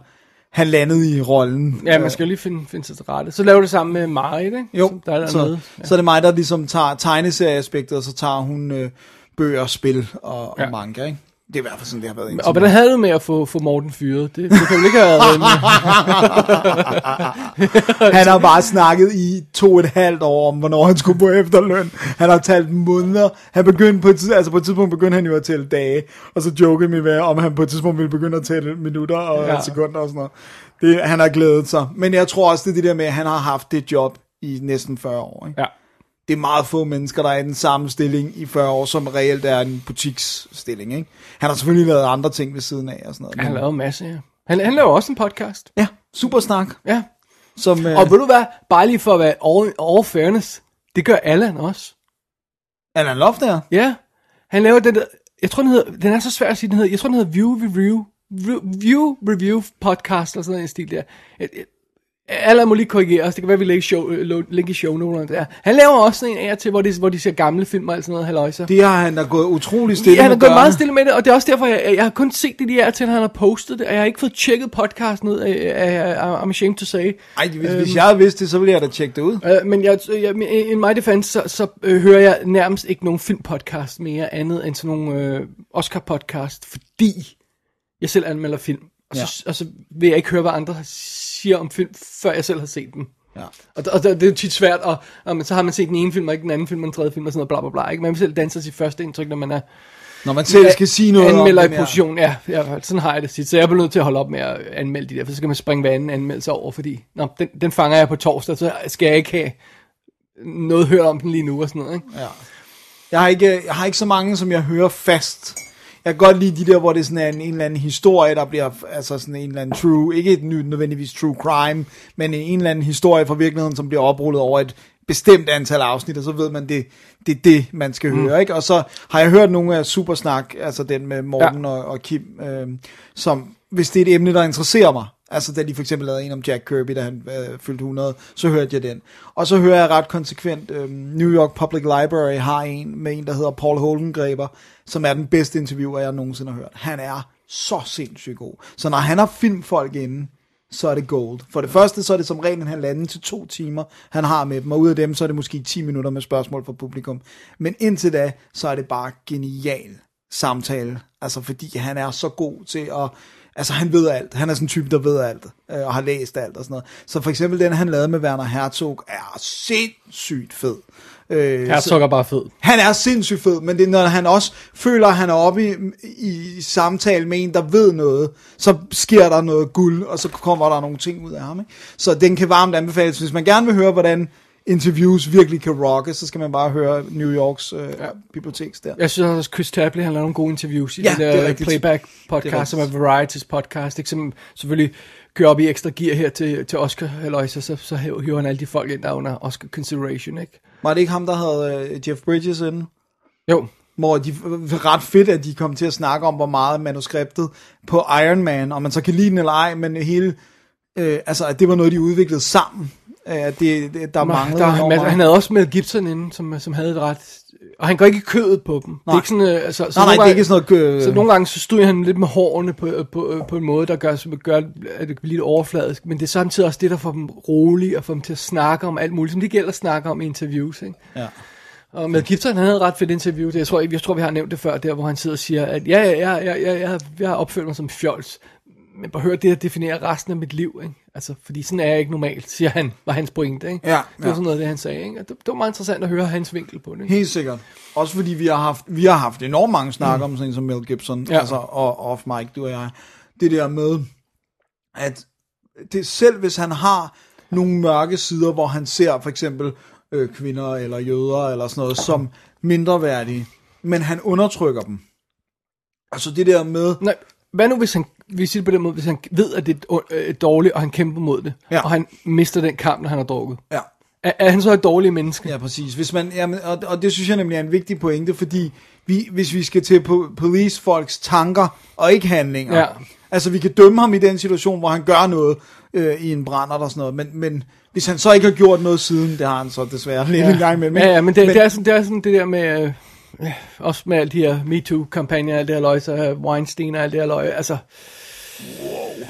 [SPEAKER 3] have landet i rollen.
[SPEAKER 2] ja, man skal jo lige finde, finde sig til rette. Så laver du det sammen med Marit, ikke?
[SPEAKER 3] Øh, jo,
[SPEAKER 2] Som Der er
[SPEAKER 3] så,
[SPEAKER 2] dernede.
[SPEAKER 3] ja. så er det mig, der ligesom tager tegneserieaspektet, og så tager hun øh, bøger, spil og, ja.
[SPEAKER 2] Ja.
[SPEAKER 3] og manga, ikke? Det er i hvert fald sådan, det har været
[SPEAKER 2] Og
[SPEAKER 3] indtil.
[SPEAKER 2] hvordan havde du med at få, få Morten fyret? Det, det kan vel ikke have været med.
[SPEAKER 3] Han har bare snakket i to og et halvt år om, hvornår han skulle på efterløn. Han har talt måneder. Han begyndte på et, tidspunkt, altså på et tidspunkt begyndte han jo at tælle dage, og så jokede vi med, om han på et tidspunkt ville begynde at tælle minutter og
[SPEAKER 2] Ja.
[SPEAKER 3] ja. sekunder og sådan noget. Det, han har glædet sig. Men jeg tror også, det er det der med, at han har haft det job i næsten 40 år. Ikke?
[SPEAKER 2] Ja.
[SPEAKER 3] Det er meget få mennesker, der er i den samme stilling i 40 år, som reelt er en butiksstilling. Ikke? Han har selvfølgelig lavet andre ting ved siden af og sådan noget.
[SPEAKER 2] Han
[SPEAKER 3] men-
[SPEAKER 2] lavede en masse, ja. Han, han laver også en podcast.
[SPEAKER 3] Ja, supersnak.
[SPEAKER 2] Ja.
[SPEAKER 3] Som, øh,
[SPEAKER 2] Og ved du hvad? Bare lige for at være all, all fairness. Det gør Allan også.
[SPEAKER 3] Alan Loft er.
[SPEAKER 2] Ja. Han laver den der... Jeg tror, den hedder... Den er så svær at sige, den hedder... Jeg tror, den hedder View Review. Re- View Review Podcast, eller sådan en stil der. Jeg- jeg- Allan må lige korrigere os. Det kan være, vi lægger show, øh, lo- link i shownoterne der. Han laver også sådan en af og til, hvor de, hvor de ser gamle film og alt sådan noget. Halløjsa.
[SPEAKER 3] Det har han da gået utrolig stille
[SPEAKER 2] ja, han har
[SPEAKER 3] med
[SPEAKER 2] gået
[SPEAKER 3] dørene.
[SPEAKER 2] meget stille med det, og det er også derfor, jeg, jeg har kun set det de her til, han har postet det, og jeg har ikke fået tjekket podcasten ud, øh, øh, I'm ashamed to say.
[SPEAKER 3] Ej, hvis, øhm. hvis jeg havde vidst det, så ville jeg da tjekke det ud.
[SPEAKER 2] Øh, men jeg, jeg, men i in my defense, så, så øh, hører jeg nærmest ikke nogen filmpodcast mere andet end sådan nogle øh, Oscar-podcast, fordi jeg selv anmelder film. Og, ja. så, og så vil jeg ikke høre, hvad andre siger om film, før jeg selv har set dem.
[SPEAKER 3] Ja.
[SPEAKER 2] Og, og det er jo tit svært, og, og men så har man set den ene film, og ikke den anden film, og den tredje film, og sådan noget, bla bla bla. Ikke? Man vil selv danse sit første indtryk, når man er
[SPEAKER 3] Når man selv skal sige noget
[SPEAKER 2] anmelder
[SPEAKER 3] om
[SPEAKER 2] i
[SPEAKER 3] den her.
[SPEAKER 2] position, ja, ja, sådan har jeg det tit. Så jeg er blevet nødt til at holde op med at anmelde de der, for så kan man springe hver anden anmeldelse over, fordi nå, den, den fanger jeg på torsdag, så skal jeg ikke have noget hørt om den lige nu og sådan noget. Ikke?
[SPEAKER 3] Ja. Jeg, har ikke, jeg har ikke så mange, som jeg hører fast. Jeg kan godt lide de der, hvor det sådan er en, en eller anden historie, der bliver altså sådan en eller anden true, ikke et nyt nødvendigvis true crime, men en eller anden historie fra virkeligheden, som bliver oprullet over et bestemt antal afsnit, og så ved man, det det er det, man
[SPEAKER 2] Mm.
[SPEAKER 3] skal høre. Ikke? Og så har jeg hørt nogle af Supersnak, altså den med Morten ja. og, og Kim, øh, som hvis det er et emne, der interesserer mig, altså da de for eksempel lavede en om Jack Kirby, da han øh, fyldte 100, så hørte jeg den. Og så hører jeg ret konsekvent, øh, New York Public Library har en med en, der hedder Paul Holdengreber, som er den bedste interviewer, jeg nogensinde har hørt. Han er så sindssygt god. Så når han har filmfolk inde, så er det gold. For det første, så er det som regel en halvanden til to timer, han har med dem, og ud af dem, så er det måske 10 minutter med spørgsmål fra publikum. Men indtil da, så er det bare genial samtale, altså fordi han er så god til at, altså han ved alt, han er sådan en type, der ved alt, øh, og har læst alt og sådan noget. Så for eksempel den, han lavede med Werner Herzog, er sindssygt fed. Øh,
[SPEAKER 2] Jeg sukker bare fed.
[SPEAKER 3] han er sindssygt fed, men det er, når han også føler, at han er oppe i, i samtale med en, der ved noget, så sker der noget guld, og så kommer der nogle ting ud af ham. Ikke? Så den kan varmt anbefales. Hvis man gerne vil høre, hvordan interviews virkelig kan rocke, så skal man bare høre New Yorks øh, ja. biblioteks der.
[SPEAKER 2] Jeg synes også, at Chris Tabley, han laver nogle gode interviews i
[SPEAKER 3] Ja,
[SPEAKER 2] den
[SPEAKER 3] det er
[SPEAKER 2] der øh,
[SPEAKER 3] rigtigt.
[SPEAKER 2] playback
[SPEAKER 3] Det er
[SPEAKER 2] podcast, som er
[SPEAKER 3] rigtigt.
[SPEAKER 2] Varieties podcast, ikke? som selvfølgelig kører op i ekstra gear her til, til Oscar, eller så, så, så hiver han alle de folk ind, der er under Oscar consideration, ikke?
[SPEAKER 3] Var det ikke ham, der havde øh, Jeff Bridges inde?
[SPEAKER 2] Jo,
[SPEAKER 3] hvor de ret fedt, at de kom til at snakke om, hvor meget manuskriptet på Iron Man, om man så kan lide den eller ej, men hele, øh, altså at det var noget, de udviklede sammen, øh, at det, det, der manglede
[SPEAKER 2] der,
[SPEAKER 3] enormt
[SPEAKER 2] han,
[SPEAKER 3] meget.
[SPEAKER 2] han havde også med Gibson inde, som, som havde et ret... Og han går ikke i kødet på dem. Det er
[SPEAKER 3] Nej.
[SPEAKER 2] ikke sådan, øh, altså, så
[SPEAKER 3] nej, nej,
[SPEAKER 2] nogle
[SPEAKER 3] det er ikke sådan noget... Øh,
[SPEAKER 2] Så nogle gange så stod han lidt med hårene på, øh, på, øh, på en måde, der gør, som gør, at det bliver lidt overfladisk, men det er samtidig også det, der får dem rolige og får dem til at snakke om alt muligt, som de ikke ellers snakker om i interviews. Ikke?
[SPEAKER 3] Ja.
[SPEAKER 2] Og Mel Gibson, han havde et ret fedt interview, det, jeg, tror, jeg, jeg tror, vi har nævnt det før, der hvor han sidder og siger, at ja, ja, ja, ja, ja, jeg, har- jeg har opført mig som fjols, men bare hør det, at definerer resten af mit liv, ikke? Altså, fordi sådan er jeg ikke normalt, siger han, var hans pointe, ikke?
[SPEAKER 3] Ja,
[SPEAKER 2] Det var
[SPEAKER 3] ja.
[SPEAKER 2] sådan noget, af det han sagde, ikke? Og det, det, var meget interessant at høre hans vinkel på det, ikke?
[SPEAKER 3] Helt sikkert. Også fordi vi har haft, vi har haft enormt mange snakker om sådan en som Mel Gibson,
[SPEAKER 2] Ja.
[SPEAKER 3] ja. altså og off mic, du og jeg. Det der med, at det, selv hvis han har nogle mørke sider, hvor han ser for eksempel øh, kvinder eller jøder eller sådan noget som mindreværdige, men han undertrykker dem. Altså det der med,
[SPEAKER 2] Nej, hvad nu hvis han, vi siger det på den måde, hvis han ved, at det er ond- øh, dårligt, og han kæmper mod det,
[SPEAKER 3] Ja.
[SPEAKER 2] og han mister den kamp, når han har drukket.
[SPEAKER 3] ja,
[SPEAKER 2] Er, er han så et dårligt menneske?
[SPEAKER 3] Ja, præcis. Hvis man, jamen, og, og det synes jeg nemlig er en vigtig pointe, fordi vi, hvis vi skal til po- police folks tanker og ikke handlinger,
[SPEAKER 2] Ja.
[SPEAKER 3] altså vi kan dømme ham i den situation, hvor han gør noget øh, i en brænder og sådan noget, men, men hvis han så ikke har gjort noget siden, det har han så desværre lidt en gang imellem.
[SPEAKER 2] Ja, ja, men det,
[SPEAKER 3] men
[SPEAKER 2] men... Det, er sådan, det er sådan det der med, øh, ja, også med alle de her MeToo-kampagner, alt det her løg, så øh, Weinstein og alt det her løg, altså... Wow.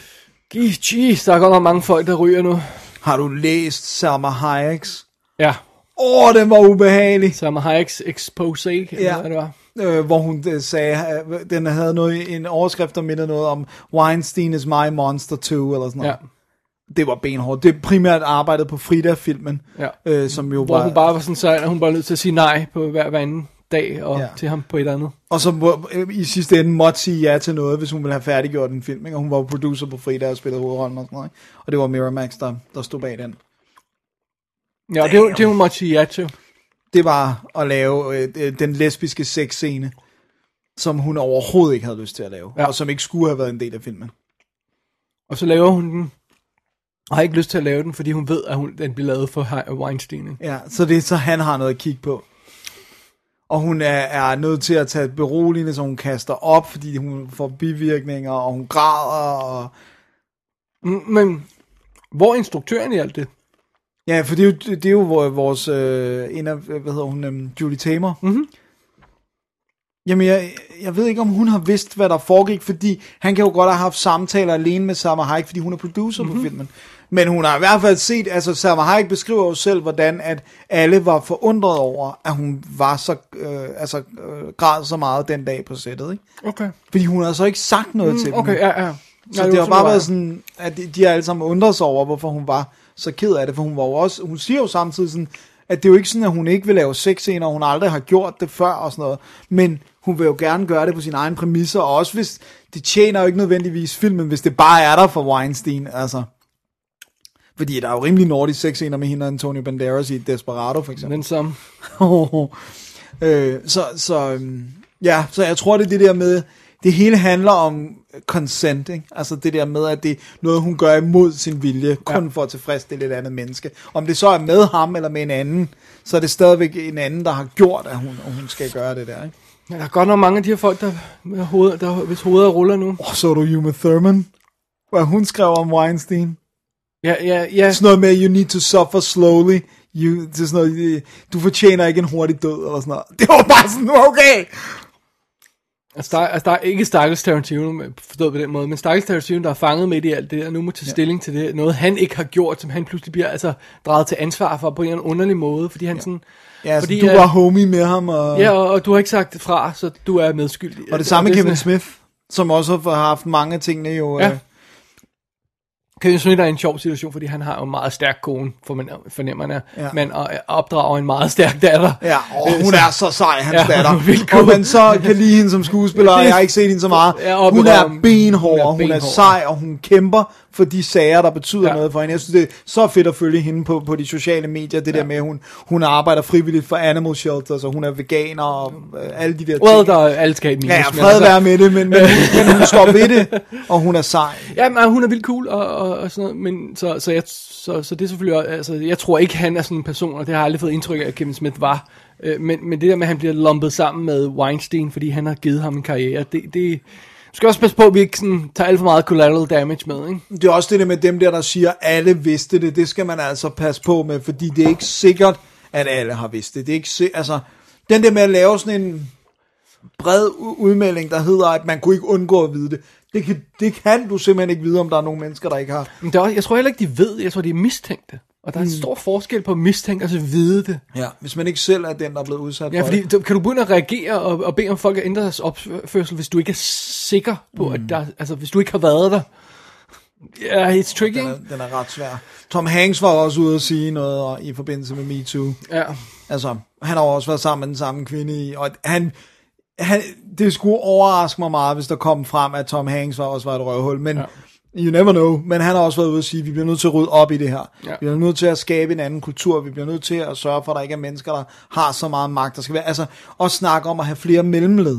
[SPEAKER 2] Jeez, der er godt nok mange folk, der ryger nu.
[SPEAKER 3] har du læst Salma Hayek's?
[SPEAKER 2] Ja,
[SPEAKER 3] Åh, oh, den var ubehagelig.
[SPEAKER 2] Salma Hayek's expose, eller
[SPEAKER 3] Ja.
[SPEAKER 2] hvad det var.
[SPEAKER 3] øh, hvor hun øh, sagde, øh, den havde noget, en overskrift, der mindede noget om, Weinstein is my monster too, eller sådan noget.
[SPEAKER 2] Ja.
[SPEAKER 3] Det var benhårdt. Det er primært arbejdet på Frida-filmen,
[SPEAKER 2] Ja.
[SPEAKER 3] øh, som jo
[SPEAKER 2] Hvor
[SPEAKER 3] var...
[SPEAKER 2] hun bare var sådan sej, at hun bare var nødt til at sige nej på hver, hver anden dag, og
[SPEAKER 3] Ja.
[SPEAKER 2] ja. til ham på et eller andet.
[SPEAKER 3] Og som hvor- øh, i sidste ende måtte sige ja til noget, hvis hun ville have færdiggjort en film. Ikke? Og hun var jo producer på Frida og spillede hovedrollen og sådan noget. Ikke? Og det var Miramax, der, der stod bag den.
[SPEAKER 2] Ja, og det, er jo- det er hun måtte sige ja til.
[SPEAKER 3] Det var at lave øh, øh, den lesbiske sexscene, som hun overhovedet ikke havde lyst til at lave. Ja.
[SPEAKER 2] Ja.
[SPEAKER 3] Og som ikke skulle have været en del af filmen.
[SPEAKER 2] Og så laver hun den, og har ikke lyst til at lave den, fordi hun ved, at hun, den bliver lavet for Hi- Weinstein. Ikke?
[SPEAKER 3] Ja, så det er så han har noget at kigge på. Og hun er, er nødt til at tage et beroligende, så hun kaster op, fordi hun får bivirkninger, og hun græder. Og...
[SPEAKER 2] Mm, Men hvor er instruktøren i alt det?
[SPEAKER 3] Ja, for det er jo, det er jo vor- vores, øh, en af, hvad hedder hun, øhm, Julie Tamer.
[SPEAKER 2] Mhm.
[SPEAKER 3] Jamen, jeg, jeg ved ikke, om hun har vidst, hvad der foregik, fordi han kan jo godt have haft samtaler alene med Salma Hayek, fordi hun er producer
[SPEAKER 2] Mhm.
[SPEAKER 3] mm-hmm. på filmen. Men hun har i hvert fald set, altså Salma Hayek beskriver jo selv, hvordan at alle var forundret over, at hun var så, øh, altså, øh, græd så meget den dag på sættet, ikke?
[SPEAKER 2] Okay.
[SPEAKER 3] Fordi hun har så ikke sagt noget mm, til
[SPEAKER 2] Okay,
[SPEAKER 3] dem.
[SPEAKER 2] ja, ja.
[SPEAKER 3] Så det har bare været sådan, at de, de har alle sammen undret sig over, hvorfor hun var så ked af det, for hun var jo også, hun siger jo samtidig sådan, at det er jo ikke sådan, at hun ikke vil lave sexscener, og hun aldrig har gjort det før og sådan noget, men hun vil jo gerne gøre det på sine egne præmisser, og også hvis, det tjener jo ikke nødvendigvis filmen, hvis det bare er der for Weinstein, altså. Fordi der er jo rimelig nordisk sexscener med hende og Antonio Banderas i Desperado, for eksempel.
[SPEAKER 2] Men som,
[SPEAKER 3] øh, så, så, øhm, ja, så jeg tror, det er det der med, det hele handler om consent, ikke? altså det der med, at det er noget, hun gør imod sin vilje, kun ja. for at tilfredsstille et andet menneske. Om det så er med ham eller med en anden, så er det stadigvæk en anden, der har gjort, at hun, hun skal gøre det der. Ikke?
[SPEAKER 2] ja, der er godt nok mange af de her folk, der, med hoved, der hvis hoveder ruller nu.
[SPEAKER 3] Og så er du Uma Thurman, hvad hun skrev om Weinstein.
[SPEAKER 2] Ja, ja, ja.
[SPEAKER 3] Sådan noget med, you need to suffer slowly. You, det er sådan noget, øh, du fortjener ikke en hurtig død, eller sådan noget. Det var bare sådan, okay.
[SPEAKER 2] Altså, der, er- altså, der er ikke Stakkels Tarantino, men- forstået på den måde, men Stakkels Tarantino, der er fanget midt i alt det, og nu må tage stilling til det, noget han ikke har gjort, som han pludselig bliver altså, draget til ansvar for på en eller anden underlig måde, fordi han ja. sådan,
[SPEAKER 3] Ja, fordi,
[SPEAKER 2] Fordi,
[SPEAKER 3] du
[SPEAKER 2] øh,
[SPEAKER 3] var homie med ham, og,
[SPEAKER 2] ja, og, og, du har ikke sagt det fra, så du er medskyldig. Altså,
[SPEAKER 3] og det samme med
[SPEAKER 2] er
[SPEAKER 3] Kevin
[SPEAKER 2] sådan,
[SPEAKER 3] Smith, som også har haft mange af tingene jo...
[SPEAKER 2] Ja.
[SPEAKER 3] øh,
[SPEAKER 2] Kevin Smith er i en sjov situation, fordi han har jo en meget stærk kone, for man fornemmer han er,
[SPEAKER 3] Ja.
[SPEAKER 2] ja. men og, og opdrager en meget stærk datter.
[SPEAKER 3] ja og hun er så sej, hans
[SPEAKER 2] Ja,
[SPEAKER 3] datter.
[SPEAKER 2] hun er vildt
[SPEAKER 3] Og
[SPEAKER 2] god.
[SPEAKER 3] man så kan lide hende som skuespiller, og jeg har ikke set hende så meget.
[SPEAKER 2] Ja, og
[SPEAKER 3] Hun er
[SPEAKER 2] berøm.
[SPEAKER 3] benhård,
[SPEAKER 2] Hun er
[SPEAKER 3] og hun er
[SPEAKER 2] benhård.
[SPEAKER 3] sej, og hun kæmper for de sager, der betyder
[SPEAKER 2] Ja.
[SPEAKER 3] noget for hende. Jeg synes, det er så fedt at følge hende på, på de sociale medier, det der med, at hun, hun arbejder frivilligt for Animal Shelters, og hun er veganer, og øh, alle de der
[SPEAKER 2] Well,
[SPEAKER 3] ting.
[SPEAKER 2] der er alt skal i den
[SPEAKER 3] Ja,
[SPEAKER 2] minus, men
[SPEAKER 3] fred
[SPEAKER 2] altså-
[SPEAKER 3] være med det, men, men, men hun står ved det, og hun er sej.
[SPEAKER 2] Ja, men ah, hun er vildt cool og, og, og sådan noget, men så, så, jeg, så, så det er selvfølgelig, også- altså, jeg tror ikke, han er sådan en person, og det har jeg aldrig fået indtryk af, at Kevin Smith var. Øh, men, men det der med, at han bliver lumpet sammen med Weinstein, fordi han har givet ham en karriere, det, det du skal også passe på, at vi ikke sådan, tager alt for meget collateral damage med, ikke?
[SPEAKER 3] Det er også det der med dem der, der siger, at alle vidste det. Det skal man altså passe på med, fordi det er ikke sikkert, at alle har vidst det. det er ikke si- altså, den der med at lave sådan en bred u- udmelding, der hedder, at man kunne ikke undgå at vide det. Det kan, det kan du simpelthen ikke vide, om der er nogle mennesker, der ikke har.
[SPEAKER 2] Men det er også, jeg tror heller ikke, de ved, jeg tror, de er mistænkte. Og der
[SPEAKER 3] Mm.
[SPEAKER 2] er en stor forskel på at mistænke og så vide det.
[SPEAKER 3] Ja. Hvis man ikke selv er den, der er blevet udsat
[SPEAKER 2] Ja,
[SPEAKER 3] for
[SPEAKER 2] fordi
[SPEAKER 3] det.
[SPEAKER 2] du- kan du begynde at reagere og, og bede om folk at ændre deres opførsel, hvis du ikke er sikker på, mm. at der, altså hvis du ikke har været der. Ja, yeah, it's tricky.
[SPEAKER 3] Den er, den er ret svær. Tom Hanks var også ude at sige noget og, i forbindelse med MeToo.
[SPEAKER 2] Ja.
[SPEAKER 3] Altså, han har jo også været sammen med den samme kvinde i, og han, han, det skulle overraske mig meget, hvis der kom frem, at Tom Hanks var, også var et røvhul, men ja. You never know, men han har også været ude at sige, at vi bliver nødt til at rydde op i det her.
[SPEAKER 2] Ja.
[SPEAKER 3] Ja. Vi bliver nødt til at skabe en anden kultur, vi bliver nødt til at sørge for, at der ikke er mennesker, der har så meget magt, der skal være. Altså, og snakke om at have flere mellemled.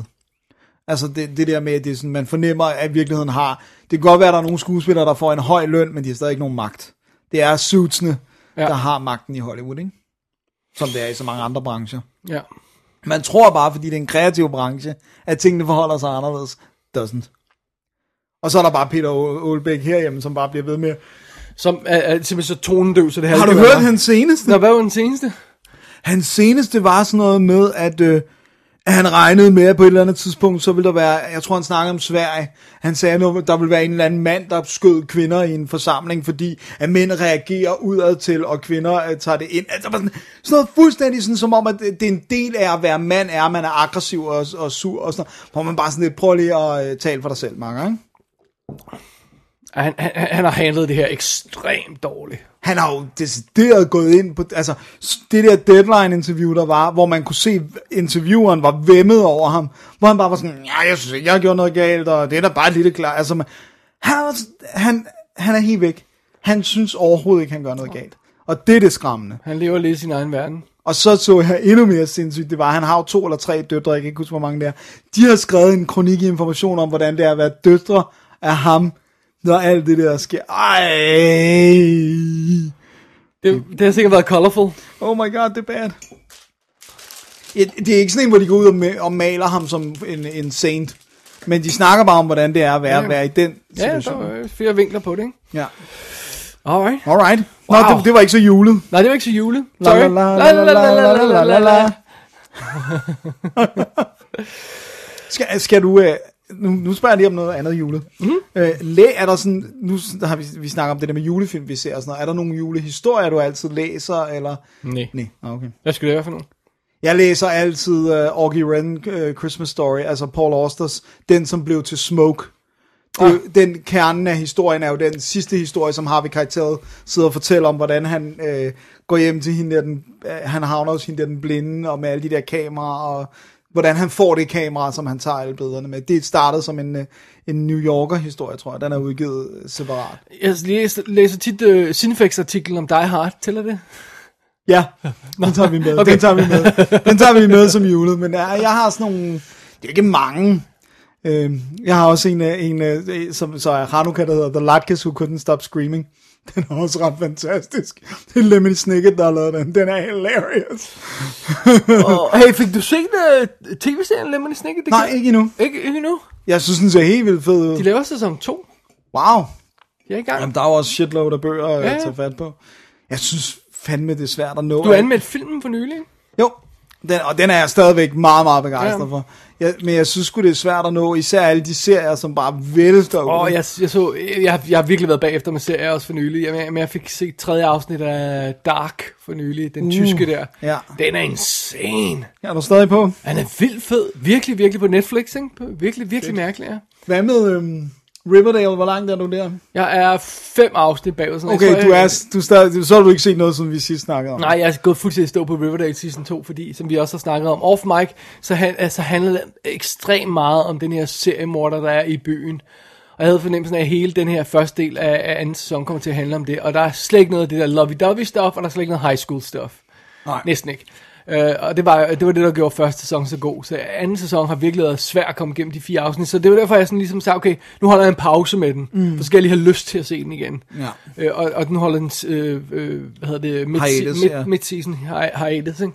[SPEAKER 3] Altså det, det der med, at det er sådan, man fornemmer, at virkeligheden har... Det kan godt være, at der er nogle skuespillere, der får en høj løn, men de har stadig ikke nogen magt. Det er suitsene,
[SPEAKER 2] Ja.
[SPEAKER 3] ja. der har magten i Hollywood, ikke? Som det er i så mange andre brancher.
[SPEAKER 2] Ja.
[SPEAKER 3] Man tror bare, fordi det er en kreativ branche, at tingene forholder sig anderledes. Doesn't. Og så er der bare Peter Ol- Olbæk herhjemme, som bare bliver ved med...
[SPEAKER 2] Som er, er simpelthen så tonedøv, så det her
[SPEAKER 3] Har du
[SPEAKER 2] ikke
[SPEAKER 3] hørt
[SPEAKER 2] være-
[SPEAKER 3] hans seneste?
[SPEAKER 2] Nå, hvad var den seneste?
[SPEAKER 3] Hans seneste var sådan noget med, at øh, at han regnede med, at på et eller andet tidspunkt, så ville der være, jeg tror han snakkede om Sverige, han sagde, at der ville være en eller anden mand, der skød kvinder i en forsamling, fordi at mænd reagerer udad til, og kvinder øh, tager det ind. Altså, bare sådan, sådan noget fuldstændig sådan, som om, at det det er en del af at være mand, er, at man er aggressiv og, og sur og sådan noget. Hvor man bare sådan lidt, prøv lige at øh, tale for dig selv, Mark, ikke?
[SPEAKER 2] Ah, Han, han, han har handlet det her ekstremt dårligt.
[SPEAKER 3] han har jo decideret gået ind på, altså det der deadline-interview, der var, hvor man kunne se, intervieweren var vemmet over ham, hvor han bare var sådan, ja, jeg synes ikke, jeg gjorde noget galt, og det er da bare et lille klar, altså man, han, er- han, han er helt væk. Han synes overhovedet ikke, han gør noget galt. Og det er det skræmmende.
[SPEAKER 2] Han lever lidt i sin egen verden.
[SPEAKER 3] Og så så jeg endnu mere sindssygt, det var, han har jo to eller tre døtre, jeg kan ikke huske, hvor mange det er. De har skrevet en kronik i information om, hvordan det er at være døtre af ham, når alt det der sker. Ej. Mm.
[SPEAKER 2] Det, det har sikkert været colorful.
[SPEAKER 3] Oh my god, det er bad. Det, det er ikke sådan en, hvor de går ud og, ma- og maler ham som en, en saint. Men de snakker bare om, hvordan det er at være,
[SPEAKER 2] Ja.
[SPEAKER 3] ja. være i den
[SPEAKER 2] Ja, der
[SPEAKER 3] situation.
[SPEAKER 2] var øh, flere vinkler på det, ikke?
[SPEAKER 3] Ja.
[SPEAKER 2] Alright.
[SPEAKER 3] Alright. Wow.
[SPEAKER 2] Wow.
[SPEAKER 3] Nå, det, det var ikke så julet.
[SPEAKER 2] Nej, det var ikke så jule.
[SPEAKER 3] La,
[SPEAKER 2] Sorry.
[SPEAKER 3] la, la, la, la, la, la, la, la, la. Skal, skal du... Øh, nu, nu spørger jeg lige om noget andet julet. Mm-hmm. Øh, læ, er der sådan... Nu s- har vi, vi snakker om det der med julefilm, vi ser og sådan noget. Er der nogle julehistorier, du altid læser, eller...
[SPEAKER 2] Nej.
[SPEAKER 3] Nej, ah, okay.
[SPEAKER 2] Hvad skulle det være for nogen?
[SPEAKER 3] Jeg læser altid uh, Augie Wren uh, Christmas Story, altså Paul Austers, den som blev til Smoke. Det, ah. Den kernen af historien er jo den sidste historie, som Harvey Keitel sidder og fortæller om, hvordan han øh, går hjem til hende der, den, øh, han havner hos hende der, den blinde, og med alle de der kameraer, og hvordan han får det kamera, som han tager alle billederne med. Det startede som en, øh, en New Yorker-historie, tror jeg. Den er udgivet øh, separat.
[SPEAKER 2] Jeg læser, læser tit uh, Cinefex-artiklen om Die Hard. Tæller det?
[SPEAKER 3] Ja, den tager vi med. Okay. Den tager vi med. Den tager vi med som julet, men jeg, jeg har sådan nogle... Det er ikke mange. Øh, jeg har også en, øh, en øh, som så er Hanukkah, der hedder The Latkes Who Couldn't Stop Screaming. Den er også ret fantastisk. Det er Lemony Snicket, der har lavet den. Den er hilarious.
[SPEAKER 2] Og, hey, fik du set uh, tv-serien Lemony Snicket? Det
[SPEAKER 3] Nej,
[SPEAKER 2] kan-
[SPEAKER 3] ikke endnu.
[SPEAKER 2] Ikke, ikke nu.
[SPEAKER 3] Jeg synes, den ser helt vildt fed
[SPEAKER 2] De
[SPEAKER 3] ud.
[SPEAKER 2] laver sæson 2.
[SPEAKER 3] Wow.
[SPEAKER 2] Jeg er i gang.
[SPEAKER 3] Jamen, der er jo også shitload af bøger ja.
[SPEAKER 2] Ja.
[SPEAKER 3] at tage fat på. Jeg synes fandme, det er svært at nå.
[SPEAKER 2] Du anmeldte filmen for nylig. ikke?
[SPEAKER 3] Jo, den, og den er jeg stadigvæk meget, meget begejstret
[SPEAKER 2] Ja.
[SPEAKER 3] ja. for. Jeg, men jeg synes sgu, det er svært at nå, især alle de serier, som bare vælter ud.
[SPEAKER 2] Åh, oh, jeg, jeg, så, jeg, har- jeg har virkelig været bagefter med serier også for nylig. Jeg, men jeg fik set tredje afsnit af Dark for nylig, den uh, tyske der.
[SPEAKER 3] ja.
[SPEAKER 2] Den er insane.
[SPEAKER 3] Er du stadig på?
[SPEAKER 2] Han er vildt fed. Virkelig, virkelig på Netflix, ikke? På- Virkelig, virkelig mærkelig, ja.
[SPEAKER 3] Hvad med øhm, Riverdale? Hvor langt er du der?
[SPEAKER 2] Jeg er fem afsnit bagud. Sådan jeg
[SPEAKER 3] Okay,
[SPEAKER 2] tror,
[SPEAKER 3] du
[SPEAKER 2] jeg,
[SPEAKER 3] er, du er stadig, så har du ikke set noget, som vi sidst snakkede om.
[SPEAKER 2] Nej, jeg er gået fuldstændig stå på Riverdale Season 2, fordi, som vi også har snakket om off mic, så, han, altså, handlede det ekstremt meget om den her seriemorder, der er i byen. Og jeg havde fornemmelsen af, at hele den her første del af, af anden sæson kommer til at handle om det. Og der er slet ikke noget af det der lovey-dovey stuff, og der er slet ikke noget high school stuff.
[SPEAKER 3] Nej.
[SPEAKER 2] Næsten ikke. Øh, og det var, det var det, der gjorde første sæson så god. Så anden sæson har virkelig været svær at komme gennem de fire afsnit. Så det var derfor, jeg sådan ligesom sagde, okay, nu holder jeg en pause med den. Mm. For så skal jeg lige have lyst til at se den igen.
[SPEAKER 3] Ja.
[SPEAKER 2] Øh, og, og den holder den, øh, øh, hvad hedder det, mid,
[SPEAKER 3] Hiatus,
[SPEAKER 2] mid,
[SPEAKER 3] ja.
[SPEAKER 2] mid-season hi- hiatus, ikke?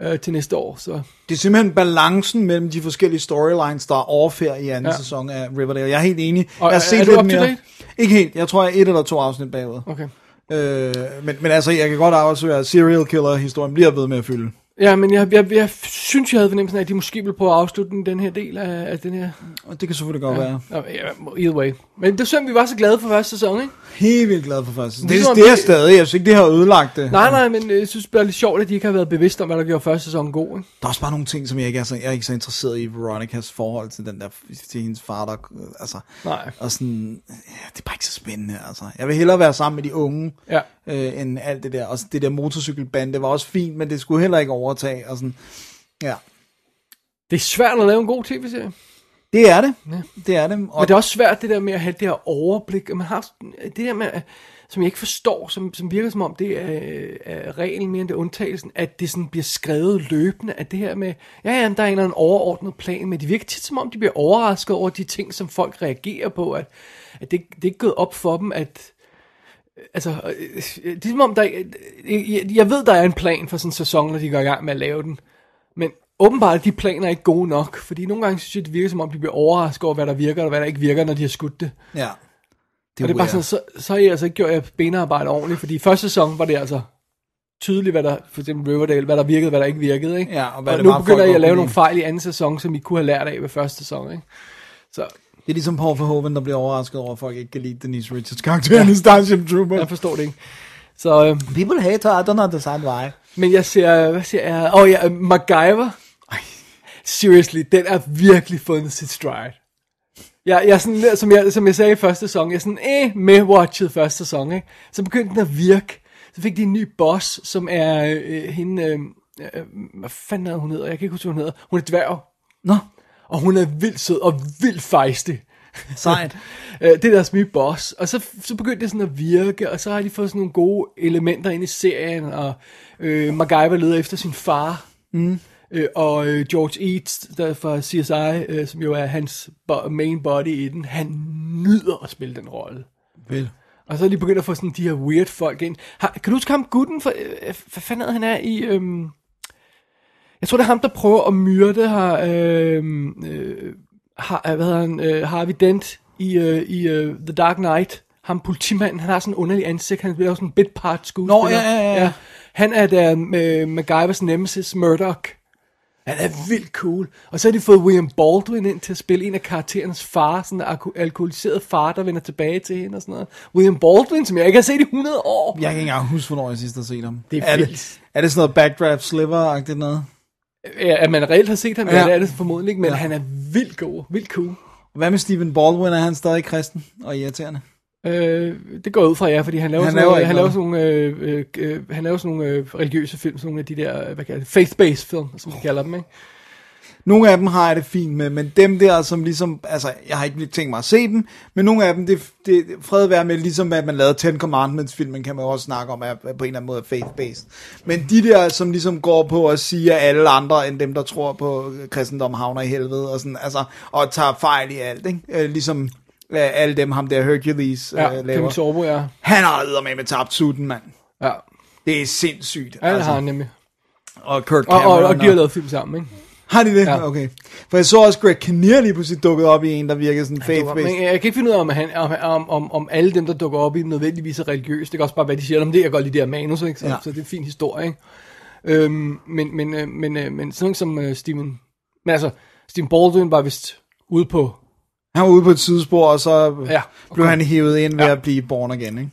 [SPEAKER 2] Ja. Øh, til næste år. Så.
[SPEAKER 3] Det er simpelthen balancen mellem de forskellige storylines, der er off her i anden
[SPEAKER 2] Ja.
[SPEAKER 3] ja. sæson af Riverdale. Jeg er helt enig.
[SPEAKER 2] Og
[SPEAKER 3] jeg
[SPEAKER 2] er-
[SPEAKER 3] har
[SPEAKER 2] er
[SPEAKER 3] set
[SPEAKER 2] du up
[SPEAKER 3] lidt
[SPEAKER 2] to
[SPEAKER 3] mere.
[SPEAKER 2] date?
[SPEAKER 3] Ikke helt. Jeg tror, jeg er et eller to afsnit bagud.
[SPEAKER 2] Okay.
[SPEAKER 3] Øh, men, men altså, jeg kan godt afsløre, at serial killer-historien bliver ved med at fylde.
[SPEAKER 2] Ja, men jeg, jeg, jeg synes, jeg havde fornemmelsen af, at de måske ville prøve at afslutte den- den her del af, af den her.
[SPEAKER 3] Og det kan selvfølgelig godt ja. være.
[SPEAKER 2] Nå, ja, either way. Men det er synd, vi var så glade for første sæson, ikke?
[SPEAKER 3] helt vildt glad for første sæson. Det,
[SPEAKER 2] Ligesom
[SPEAKER 3] det, det er
[SPEAKER 2] vi-
[SPEAKER 3] stadig, jeg synes ikke, det har ødelagt det.
[SPEAKER 2] Nej, nej, men øh, jeg synes bare det er lidt sjovt, at de ikke har været bevidste om, hvad der gjorde første sæson god, ikke?
[SPEAKER 3] Der er også bare nogle ting, som jeg ikke er så, jeg er ikke så interesseret i Veronicas forhold til den der, til hendes far, der, øh, altså,
[SPEAKER 2] Nej.
[SPEAKER 3] og sådan, ja, det er bare ikke så spændende, altså. Jeg vil hellere være sammen med de unge,
[SPEAKER 2] Ja.
[SPEAKER 3] øh, end alt det der, og det der motorcykelbande, det var også fint, men det skulle heller ikke overtage, og sådan, ja.
[SPEAKER 2] Det er svært at lave en god tv-serie.
[SPEAKER 3] Det er det. Ja. Det er det. Og
[SPEAKER 2] Men det er også svært det der med at have det her overblik. og Man har sådan- øh, det der med, som jeg ikke forstår, som, som virker som om det er, øh, er reglen mere end det er undtagelsen, at det sådan bliver skrevet løbende, at det her med, ja ja, men der er en eller anden overordnet plan, men det virker tit som om, de bliver overrasket over de ting, som folk reagerer på, at, at det, det er ikke gået op for dem, at Altså, øh, det er som om, der, jeg, jeg ved, der er en plan for sådan en sæson, når de går i gang med at lave den. Men åbenbart er de planer ikke gode nok, fordi nogle gange synes jeg, det virker som om, de bliver overrasket over, hvad der virker og hvad der ikke virker, når de har skudt det. det
[SPEAKER 3] ja.
[SPEAKER 2] og det er bare sådan,
[SPEAKER 3] weird.
[SPEAKER 2] så, så har I altså ikke gjort jeres benarbejde ordentligt, fordi i første sæson var det altså tydeligt, hvad der, for eksempel Riverdale, hvad der virkede, hvad der ikke virkede, ikke?
[SPEAKER 3] Ja, og hvad
[SPEAKER 2] og
[SPEAKER 3] det
[SPEAKER 2] nu
[SPEAKER 3] var,
[SPEAKER 2] begynder
[SPEAKER 3] folk
[SPEAKER 2] I at
[SPEAKER 3] godt
[SPEAKER 2] lave
[SPEAKER 3] kunne
[SPEAKER 2] nogle
[SPEAKER 3] lide.
[SPEAKER 2] fejl i anden sæson, som I kunne have lært af ved første sæson, ikke? Så
[SPEAKER 3] Det er ligesom Paul Verhoeven, der bliver overrasket over, at folk ikke kan lide Denise Richards karakter ja. i Starship Trooper.
[SPEAKER 2] jeg forstår det ikke. Så, øh,
[SPEAKER 3] People hate her, I don't understand why.
[SPEAKER 2] Men jeg ser, hvad ser jeg? Åh oh, ja, MacGyver. Ej, Seriously, den er virkelig fundet sit stride. Jeg, jeg er sådan, lidt, som, jeg, som jeg sagde i første sæson, jeg er sådan, eh, med watchet første sæson, ikke? Så begyndte den at virke. Så fik de en ny boss, som er øh, hende, øh, øh, hvad fanden er hun hedder? Jeg kan ikke huske, hvad hun hedder. Hun er dværg,
[SPEAKER 3] Nå,
[SPEAKER 2] og hun er vildt sød og vildt fejstig.
[SPEAKER 3] sejt.
[SPEAKER 2] Øh, det er deres nye boss. Og så, så begyndte det sådan at virke, og så har de fået sådan nogle gode elementer ind i serien, og øh, MacGyver leder efter sin far, mm. øh, og øh, George Eads, der er fra CSI, øh, som jo er hans bo- main body i den, han nyder at spille den rolle.
[SPEAKER 3] Vel.
[SPEAKER 2] Og så er de begyndt at få sådan de her weird folk ind. Har, kan du huske ham, gutten? For, øh, hvad fanden er han er i... Øhm, jeg tror, det er ham, der prøver at myrde her, øhm, øh, har, hvad hedder han, øh, Harvey Dent i, øh, i øh, The Dark Knight. Ham politimanden, han har sådan en underlig ansigt. Han bliver jo sådan en bit part skuespiller.
[SPEAKER 3] Nå, ja, ja, ja.
[SPEAKER 2] Han er der med MacGyvers nemesis, Murdoch. Han er vildt cool. Og så har de fået William Baldwin ind til at spille en af karakterens far, sådan en alko- alkoholiseret far, der vender tilbage til hende og sådan noget. William Baldwin, som jeg ikke har set i 100 år.
[SPEAKER 3] Jeg kan ikke engang huske, hvornår jeg sidst har set ham.
[SPEAKER 2] Det er
[SPEAKER 3] det,
[SPEAKER 2] vildt.
[SPEAKER 3] er det sådan noget backdraft sliver-agtigt noget?
[SPEAKER 2] Ja, at man reelt har set ham, ja.
[SPEAKER 3] Ja.
[SPEAKER 2] det er det formodentlig ikke, men
[SPEAKER 3] Ja.
[SPEAKER 2] ja. han er vildt god, vildt cool.
[SPEAKER 3] Hvad med Stephen Baldwin? Er han stadig kristen og irriterende?
[SPEAKER 2] Øh, det går jeg ud fra jer, fordi han laver,
[SPEAKER 3] Han
[SPEAKER 2] han sådan,
[SPEAKER 3] laver
[SPEAKER 2] nogle,
[SPEAKER 3] ikke
[SPEAKER 2] han laver
[SPEAKER 3] noget.
[SPEAKER 2] sådan nogle, øh, øh, øh, han laver sådan nogle øh, religiøse film, sådan nogle af de der, øh, hvad kalder det, faith-based film, som de kalder dem, ikke?
[SPEAKER 3] Nogle af dem har jeg det fint med, men dem der, som ligesom, altså, jeg har ikke tænkt mig at se dem, men nogle af dem, det, det fred være med, ligesom at man lavede Ten Commandments-filmen, kan man jo også snakke om, er, er på en eller anden måde er faith-based. Men de der, som ligesom går på at sige, at alle andre end dem, der tror på øh, kristendom, havner i helvede, og sådan, altså, og tager fejl i alt, ikke? Øh, ligesom øh, alle dem, ham der Hercules øh,
[SPEAKER 2] Ja, Kevin
[SPEAKER 3] laver.
[SPEAKER 2] Sorbo, ja.
[SPEAKER 3] Han har med med tabt sutten, mand.
[SPEAKER 2] Ja,
[SPEAKER 3] Det er sindssygt.
[SPEAKER 2] ja det har han nemlig.
[SPEAKER 3] Og Kurt
[SPEAKER 2] Og,
[SPEAKER 3] Altså, Cameron.
[SPEAKER 2] og, og de har lavet film sammen, ikke?
[SPEAKER 3] Har de det? Ja.
[SPEAKER 2] Ja.
[SPEAKER 3] Okay. For jeg så også Greg Kinnear lige pludselig dukket op i en, der virkede sådan
[SPEAKER 2] Det var- Men
[SPEAKER 3] faith-based.
[SPEAKER 2] jeg kan ikke finde ud af, om, han, om, om, om, om alle dem, der dukker op i den, nødvendigvis er religiøse. Det kan også bare være, de siger, om det, jeg godt lide det her manus, ikke? Så,
[SPEAKER 3] Ja.
[SPEAKER 2] ja. så det er en fin historie. Ikke? Øhm, men, men, øh, men, øh, men sådan nogen som øh, Steven... Men altså, Steven Baldwin var vist ude på...
[SPEAKER 3] Han var ude på et sidespor, og så ja,
[SPEAKER 2] Ja,
[SPEAKER 3] okay. blev han hævet ind ved ja. at blive born igen, ikke?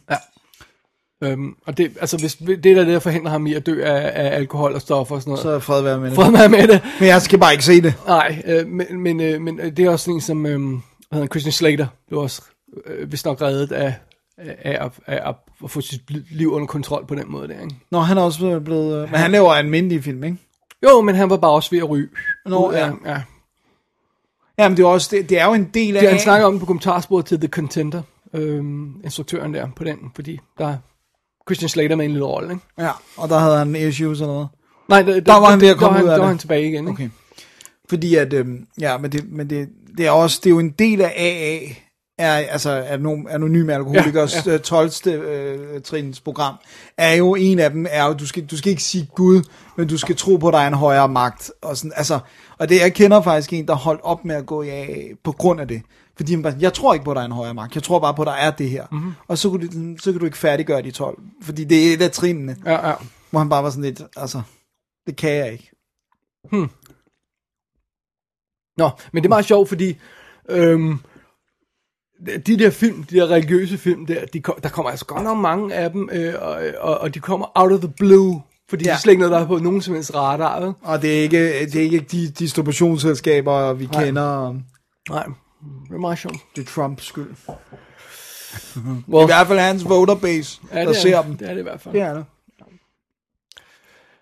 [SPEAKER 2] Øhm, og det, altså, hvis, det er da det, der forhindrer ham i at dø af, af alkohol og stoffer og sådan noget. Så...
[SPEAKER 3] Så fred være med det.
[SPEAKER 2] Fred mig med det.
[SPEAKER 3] Men jeg skal bare ikke se det.
[SPEAKER 2] Nej, øh, men, men, øh, men øh, det er også sådan en som øh, hvad hedder han, Christian Slater, blev også øh, vist nok reddet af, af, af, af, af at få sit liv under kontrol på den måde der, ikke?
[SPEAKER 3] Nå, han er også blevet... øh, Men han laver almindelige film, ikke?
[SPEAKER 2] Jo, men han var bare også ved at ryge.
[SPEAKER 3] Nå,
[SPEAKER 2] Ud
[SPEAKER 3] ja.
[SPEAKER 2] af- ja.
[SPEAKER 3] Jamen, det er, jo også, det, det er jo en del af...
[SPEAKER 2] Det, han snakker om det på kommentarsporet til The Contender, øhm, instruktøren der på den, fordi der er Christian Slater med en lille rolle, ikke?
[SPEAKER 3] Ja, og der havde han issues og noget.
[SPEAKER 2] Nej, der,
[SPEAKER 3] Der var han ved at komme
[SPEAKER 2] der, var
[SPEAKER 3] ud af
[SPEAKER 2] der var
[SPEAKER 3] det.
[SPEAKER 2] han tilbage igen, ikke?
[SPEAKER 3] Okay. Fordi at, øhm, ja, men, det, men det, det er også, det er jo en del af AA, er, altså anom, anonyme alkoholikers
[SPEAKER 2] Ja,
[SPEAKER 3] ja, ja. 12. Øh, trins program, er jo en af dem, er jo, du skal, du skal ikke sige Gud, men du skal tro på, at der er en højere magt. Og, sådan, altså, og det, jeg kender faktisk en, der holdt op med at gå i AA på grund af det. Fordi han bare, jeg tror ikke på, at der er en højere magt. Jeg tror bare på, at der er det her.
[SPEAKER 2] Mhm.
[SPEAKER 3] Mm-hmm. Og så, kunne du, så kan du ikke færdiggøre de 12. Fordi det er et af trinene,
[SPEAKER 2] Ja, ja.
[SPEAKER 3] hvor han bare var sådan lidt, altså, det kan jeg ikke.
[SPEAKER 2] Nå, men det er meget sjovt, fordi øhm, de der film, de der religiøse film der, de, kom- der kommer altså godt nok mange af dem, øh, og, og, og de kommer out of the blue, fordi ja.
[SPEAKER 3] Ja.
[SPEAKER 2] det er slet ikke noget, der er på nogen som helst radar, vel?
[SPEAKER 3] Og det er ikke, det er ikke de distributionsselskaber, vi Nej. kender.
[SPEAKER 2] Nej, det er meget sjovt.
[SPEAKER 3] Det er Trumps skyld. I
[SPEAKER 2] Well,
[SPEAKER 3] hvert fald hans voterbase, ja, der
[SPEAKER 2] det
[SPEAKER 3] ser
[SPEAKER 2] er,
[SPEAKER 3] dem.
[SPEAKER 2] det. Det er det i hvert fald.
[SPEAKER 3] Det er det.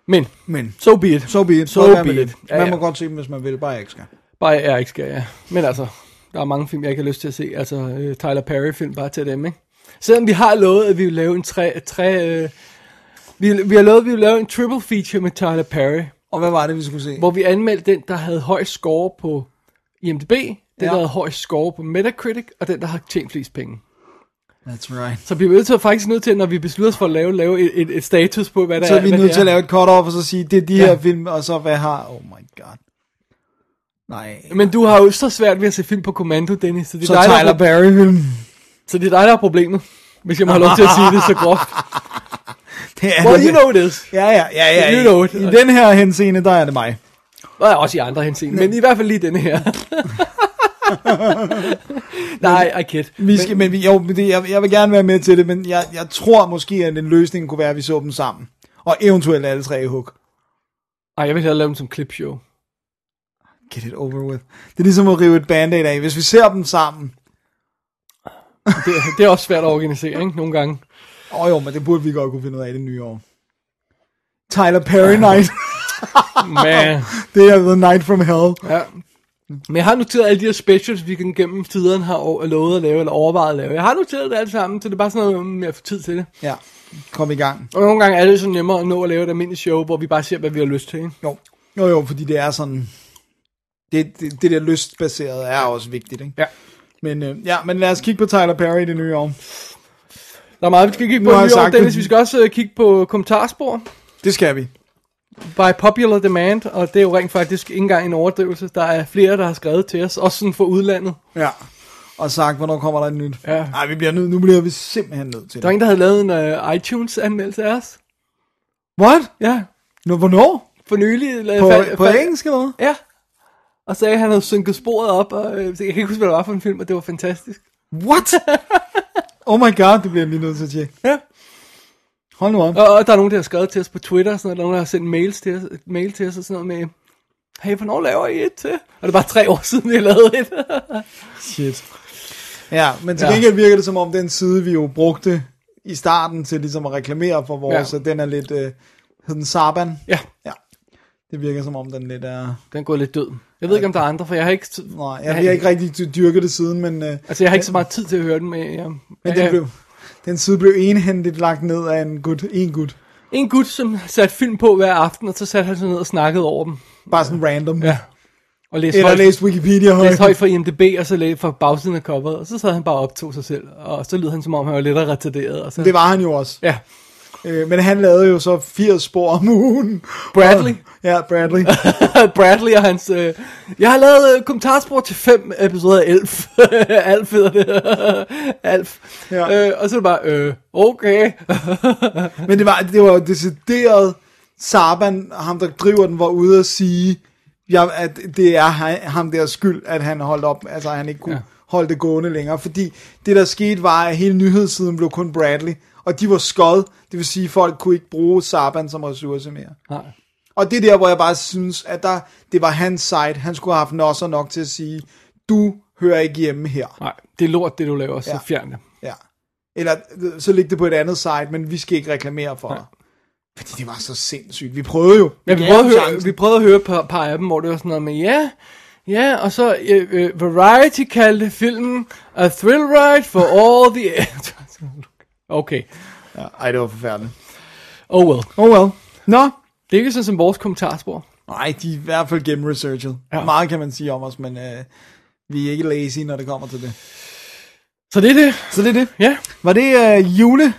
[SPEAKER 2] Men,
[SPEAKER 3] Men,
[SPEAKER 2] so be it.
[SPEAKER 3] so be it.
[SPEAKER 2] So
[SPEAKER 3] Fred være med
[SPEAKER 2] be
[SPEAKER 3] det.
[SPEAKER 2] it. Ja,
[SPEAKER 3] Man
[SPEAKER 2] ja.
[SPEAKER 3] må godt se dem, hvis man vil, bare jeg ikke skal.
[SPEAKER 2] Bare jeg ikke skal, ja. Men altså, der er mange film, jeg ikke har lyst til at se. Altså, øh, Tyler Perry-film bare til dem, ikke? Selvom vi har lovet, at vi vil lave en tre... tre øh, vi, vi har lovet, at vi vil lave en triple feature med Tyler Perry,
[SPEAKER 3] Og hvad var det, vi skulle se?
[SPEAKER 2] hvor vi anmeldte den, der havde høj score på IMDb, den, ja.
[SPEAKER 3] Ja.
[SPEAKER 2] der havde høj score på Metacritic, og den, der har tjent flest penge.
[SPEAKER 3] That's right.
[SPEAKER 2] Så bliver vi nødt til, faktisk nødt til, når vi beslutter os for at lave, lave et, et, et status på, hvad der
[SPEAKER 3] Så er vi
[SPEAKER 2] hvad
[SPEAKER 3] nødt
[SPEAKER 2] det
[SPEAKER 3] til at lave et cut-off og så sige, det er de
[SPEAKER 2] Ja.
[SPEAKER 3] her film, og så hvad har... Oh my god. Nej.
[SPEAKER 2] Men du har jo så svært ved at se film på kommando, Dennis, så det er,
[SPEAKER 3] Så
[SPEAKER 2] dig, der,
[SPEAKER 3] Tyler
[SPEAKER 2] har-
[SPEAKER 3] Perry-film.
[SPEAKER 2] så det er dig, der er problemet. Hvis jeg må have lov til at sige det så groft.
[SPEAKER 3] Det er
[SPEAKER 2] Well,
[SPEAKER 3] det.
[SPEAKER 2] you know it is.
[SPEAKER 3] Ja, ja, ja, ja.
[SPEAKER 2] You
[SPEAKER 3] I,
[SPEAKER 2] know it.
[SPEAKER 3] I den her henseende, der er det mig.
[SPEAKER 2] Og også i andre henseende, men i hvert fald lige denne her. Nej, I kid.
[SPEAKER 3] Vi skal, men, vi, jo, men det, jeg, jeg vil gerne være med til det, men jeg, jeg tror måske, at en løsning kunne være, at vi så dem sammen. Og eventuelt alle tre i hook.
[SPEAKER 2] Ej, jeg vil hellere lave dem som clipshow.
[SPEAKER 3] Get it over with. Det er ligesom at rive et band af. Hvis vi ser dem sammen,
[SPEAKER 2] Det, det er også svært at organisere, ikke? Nogle gange.
[SPEAKER 3] Åh oh, jo, men det burde vi godt kunne finde ud af i det nye år. Tyler Perry Night.
[SPEAKER 2] Men,
[SPEAKER 3] det er The Night from Hell.
[SPEAKER 2] ja. Men jeg har noteret alle de her specials, vi kan gennem tiderne har o- lovet at lave, eller overvejet at lave. Jeg har noteret det alt sammen, så det er bare sådan noget med at få tid til det.
[SPEAKER 3] Ja, kom i gang.
[SPEAKER 2] Og nogle gange er det så nemmere at nå at lave et almindeligt show, hvor vi bare ser, hvad vi har lyst til, ikke?
[SPEAKER 3] Jo, jo, jo fordi det er sådan... Det, det, det der lystbaserede er også vigtigt, ikke?
[SPEAKER 2] Ja.
[SPEAKER 3] Men, øh, ja, men lad os kigge på Tyler Perry i det nye år.
[SPEAKER 2] Der er meget, vi skal kigge
[SPEAKER 3] Nu
[SPEAKER 2] på
[SPEAKER 3] har jeg
[SPEAKER 2] i år,
[SPEAKER 3] sagt
[SPEAKER 2] Dennis.
[SPEAKER 3] det.
[SPEAKER 2] Vi skal også øh, kigge på kommentarspor.
[SPEAKER 3] Det skal vi.
[SPEAKER 2] by popular demand, og det er jo rent faktisk ikke engang en overdrivelse. Der er flere, der har skrevet til os, også sådan fra udlandet.
[SPEAKER 3] Ja. Og sagt, hvornår kommer der et nyt.
[SPEAKER 2] Ja.
[SPEAKER 3] Nej, vi bliver nødt, nu bliver vi simpelthen nødt til
[SPEAKER 2] Der var
[SPEAKER 3] det.
[SPEAKER 2] en, der havde lavet en uh, iTunes-anmeldelse af os.
[SPEAKER 3] What?
[SPEAKER 2] Ja,
[SPEAKER 3] Nå, hvornår?
[SPEAKER 2] for nylig. la-
[SPEAKER 3] På,
[SPEAKER 2] fa-
[SPEAKER 3] på
[SPEAKER 2] fa-
[SPEAKER 3] engelsk eller hvad?
[SPEAKER 2] Ja. Og sagde, at han havde synket sporet op, og øh, jeg kan ikke huske, hvad det var for en film, og det var fantastisk.
[SPEAKER 3] What? oh my god, det bliver jeg lige nødt til at tjekke.
[SPEAKER 2] Ja.
[SPEAKER 3] Hold nu op.
[SPEAKER 2] Og, og der er nogen, der har skrevet til os på Twitter, og sådan noget. der er nogen, der har sendt mails til os, et mail til os og sådan noget med, hey, hvornår laver I et til? Og det er bare tre år siden, vi har lavet et.
[SPEAKER 3] Shit. Ja, men til
[SPEAKER 2] Ja.
[SPEAKER 3] gengæld virker det som om den side, vi jo brugte i starten til ligesom at reklamere for vores,
[SPEAKER 2] Ja.
[SPEAKER 3] ja. den er lidt, øh, hed den Saban?
[SPEAKER 2] ja,
[SPEAKER 3] Ja. Det virker som om den lidt er...
[SPEAKER 2] den går lidt død. Jeg ved ikke, om der er andre, for jeg har ikke...
[SPEAKER 3] Nej, jeg, jeg har ikke rigtig dyrket det siden, men, øh,
[SPEAKER 2] Altså, jeg har ikke så meget tid til at høre den, men, ja.
[SPEAKER 3] men
[SPEAKER 2] ja,
[SPEAKER 3] den, blev, den side blev enhændigt lagt ned af en gut, en gut.
[SPEAKER 2] En gut, som satte film på hver aften, og så satte han sig ned og snakkede over dem.
[SPEAKER 3] Bare sådan random. Ja.
[SPEAKER 2] Og læste
[SPEAKER 3] Eller
[SPEAKER 2] højt, læste,
[SPEAKER 3] læst Wikipedia højt.
[SPEAKER 2] højt fra IMDB, og så læste fra bagsiden af coveret, og så sad han bare og optog sig selv, og så lød han som om, han var lidt retarderet. Og så,
[SPEAKER 3] Det var han jo også.
[SPEAKER 2] Ja,
[SPEAKER 3] Øh, men han lavede jo så 80 spor om ugen.
[SPEAKER 2] Bradley.
[SPEAKER 3] Ja, Bradley.
[SPEAKER 2] Bradley og hans... Øh, jeg har lavet øh, kommentarspor til fem episoder af Elf. Alf hedder det. Alf.
[SPEAKER 3] Ja.
[SPEAKER 2] Øh, og så er det bare, øh, okay.
[SPEAKER 3] Men det var, det var jo decideret Saban, ham der driver den, var ude at sige, ja, at det er ha- ham der skyld, at han holdt op, altså at han ikke kunne
[SPEAKER 2] Ja.
[SPEAKER 3] ja. holde det gående længere. Fordi det der skete var, at hele nyhedssiden blev kun Bradley, og de var skod, det vil sige, at folk kunne ikke bruge Saban som ressource mere.
[SPEAKER 2] Nej.
[SPEAKER 3] Og det er der, hvor jeg bare synes, at der, det var hans side, han skulle have haft nosser nok til at sige, du hører ikke hjemme her.
[SPEAKER 2] Nej, det er lort, det du laver, så
[SPEAKER 3] Ja.
[SPEAKER 2] fjern det.
[SPEAKER 3] Ja. Eller øh, så ligge det på et andet site, men vi skal ikke reklamere for dig. Fordi det var så sindssygt. Vi prøvede jo.
[SPEAKER 2] Ja, vi,
[SPEAKER 3] gav
[SPEAKER 2] prøvede at
[SPEAKER 3] dem
[SPEAKER 2] høre,
[SPEAKER 3] chancen.
[SPEAKER 2] vi prøvede at høre et par, par af dem, hvor det var sådan noget med, ja, ja, og så øh, øh, Variety kaldte filmen A Thrill Ride for All the... okay,
[SPEAKER 3] Ja, ej, det var forfærdeligt.
[SPEAKER 2] oh well.
[SPEAKER 3] Oh well. Nå.
[SPEAKER 2] Det er ikke sådan som vores kommentarspor.
[SPEAKER 3] Nej, de er i hvert fald gennemresearchet.
[SPEAKER 2] Ja.
[SPEAKER 3] Ja. Meget kan man sige om os, men øh, vi er ikke lazy, når det kommer til det.
[SPEAKER 2] Så det er det,
[SPEAKER 3] Så det er det.
[SPEAKER 2] ja.
[SPEAKER 3] Var det øh, jule?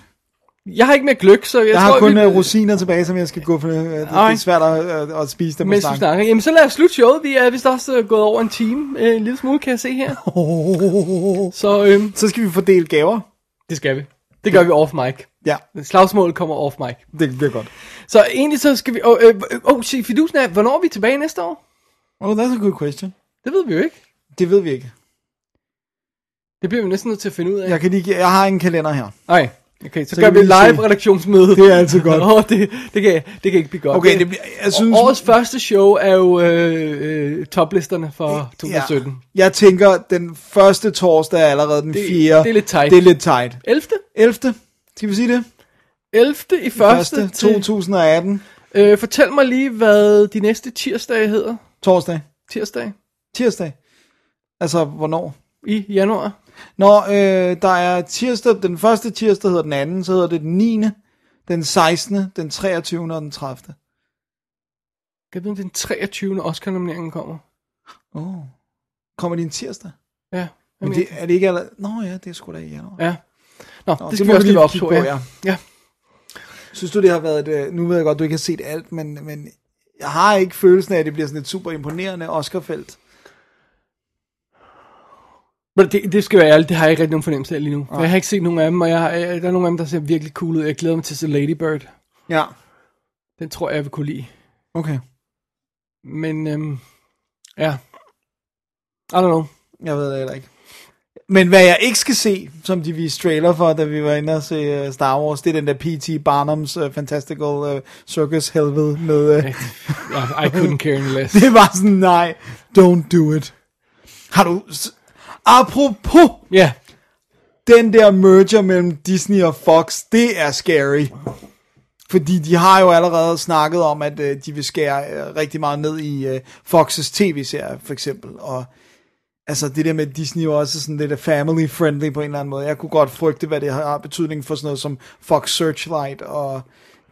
[SPEAKER 2] Jeg har ikke mere gløk, så jeg,
[SPEAKER 3] Jeg,
[SPEAKER 2] tror,
[SPEAKER 3] har kun
[SPEAKER 2] vi,
[SPEAKER 3] øh, rosiner tilbage, som jeg skal gå for. Øh, det, det
[SPEAKER 2] Ej.
[SPEAKER 3] er svært at, øh, at spise dem og
[SPEAKER 2] mens vi
[SPEAKER 3] snakke.
[SPEAKER 2] snakker. Jamen, så lad os slutte showet. Vi er vist også øh, gået over en time. Øh, en lille smule, kan jeg se her. Så øhm,
[SPEAKER 3] Så skal vi fordele gaver.
[SPEAKER 2] det skal vi. Det gør vi off mic.
[SPEAKER 3] Ja,
[SPEAKER 2] Slagsmålet kommer off mic.
[SPEAKER 3] det bliver godt.
[SPEAKER 2] Så egentlig så skal vi... Åh, øh, øh, oh, se, fidusen er, hvornår er vi tilbage næste år?
[SPEAKER 3] Oh, that's a good question.
[SPEAKER 2] Det ved vi jo ikke.
[SPEAKER 3] Det ved vi ikke.
[SPEAKER 2] Det bliver vi næsten nødt til at finde ud af.
[SPEAKER 3] Jeg, kan lige, jeg har en kalender her.
[SPEAKER 2] Nej, okay, så, så
[SPEAKER 3] Så
[SPEAKER 2] gør
[SPEAKER 3] kan
[SPEAKER 2] vi
[SPEAKER 3] vi lige
[SPEAKER 2] live
[SPEAKER 3] se.
[SPEAKER 2] redaktionsmøde.
[SPEAKER 3] Det er altid godt.
[SPEAKER 2] Åh, det, det, kan, det kan ikke blive godt.
[SPEAKER 3] Okay, det bliver, jeg synes...
[SPEAKER 2] Årets første show er jo øh, øh, toplisterne for 2017. Ja.
[SPEAKER 3] Ja. Jeg tænker, den første torsdag er allerede den
[SPEAKER 2] Det-
[SPEAKER 3] 4.
[SPEAKER 2] det er lidt tight.
[SPEAKER 3] Det er lidt tight.
[SPEAKER 2] 11.
[SPEAKER 3] 11. Skal vi sige det?
[SPEAKER 2] 11. i første.
[SPEAKER 3] Første,
[SPEAKER 2] til-
[SPEAKER 3] 2018.
[SPEAKER 2] Øh, fortæl mig lige, hvad de næste tirsdage hedder.
[SPEAKER 3] Torsdag.
[SPEAKER 2] Tirsdag.
[SPEAKER 3] Tirsdag. Altså, hvornår?
[SPEAKER 2] i januar.
[SPEAKER 3] Nå, øh, der er tirsdag, den første tirsdag hedder den anden, så hedder det den 9., den 16., den 23. og den 30.
[SPEAKER 2] Jeg ved, om den 23. Oscar-nomineringen kommer.
[SPEAKER 3] Åh. Oh. Kommer det en tirsdag?
[SPEAKER 2] Ja.
[SPEAKER 3] Men det, er det ikke allerede? Nå ja, det er sgu da i januar.
[SPEAKER 2] Ja. Nå,
[SPEAKER 3] Nå,
[SPEAKER 2] Nå, det skal vi også lige op på, ja.
[SPEAKER 3] ja.
[SPEAKER 2] ja.
[SPEAKER 3] Synes du, det har været et, øh, nu ved jeg godt, du ikke har set alt, men, men jeg har ikke følelsen af, at det bliver sådan et super imponerende Oscarfelt.
[SPEAKER 2] Men det, det skal være ærligt, det har jeg ikke rigtig nogen fornemmelse af lige nu. Jeg har ikke set nogen af dem, og jeg, har- jeg, der er nogle af dem, der ser virkelig cool ud. Jeg glæder mig til at se Lady Bird.
[SPEAKER 3] Ja.
[SPEAKER 2] Den tror jeg, jeg vil kunne lide.
[SPEAKER 3] Okay.
[SPEAKER 2] Men, øhm, ja. I don't know.
[SPEAKER 3] Jeg ved det heller ikke. Men hvad jeg ikke skal se, som de viste trailer for, da vi var inde og se øh, Star Wars, det er den der P.T. Barnums uh, Fantastical uh, Circus Helvede med... Uh,
[SPEAKER 2] I, I couldn't care any less.
[SPEAKER 3] det var sådan, nej, don't do it. Har du... s- Apropos
[SPEAKER 2] Ja,
[SPEAKER 3] den der merger mellem Disney og Fox, det er scary. Fordi de har jo allerede snakket om, at øh, de vil skære øh, rigtig meget ned i øh, Fox's tv-serier, for eksempel. Og altså det der med at Disney jo også er sådan lidt er family-friendly på en eller anden måde. Jeg kunne godt frygte, hvad det har betydning for sådan noget som Fox Searchlight og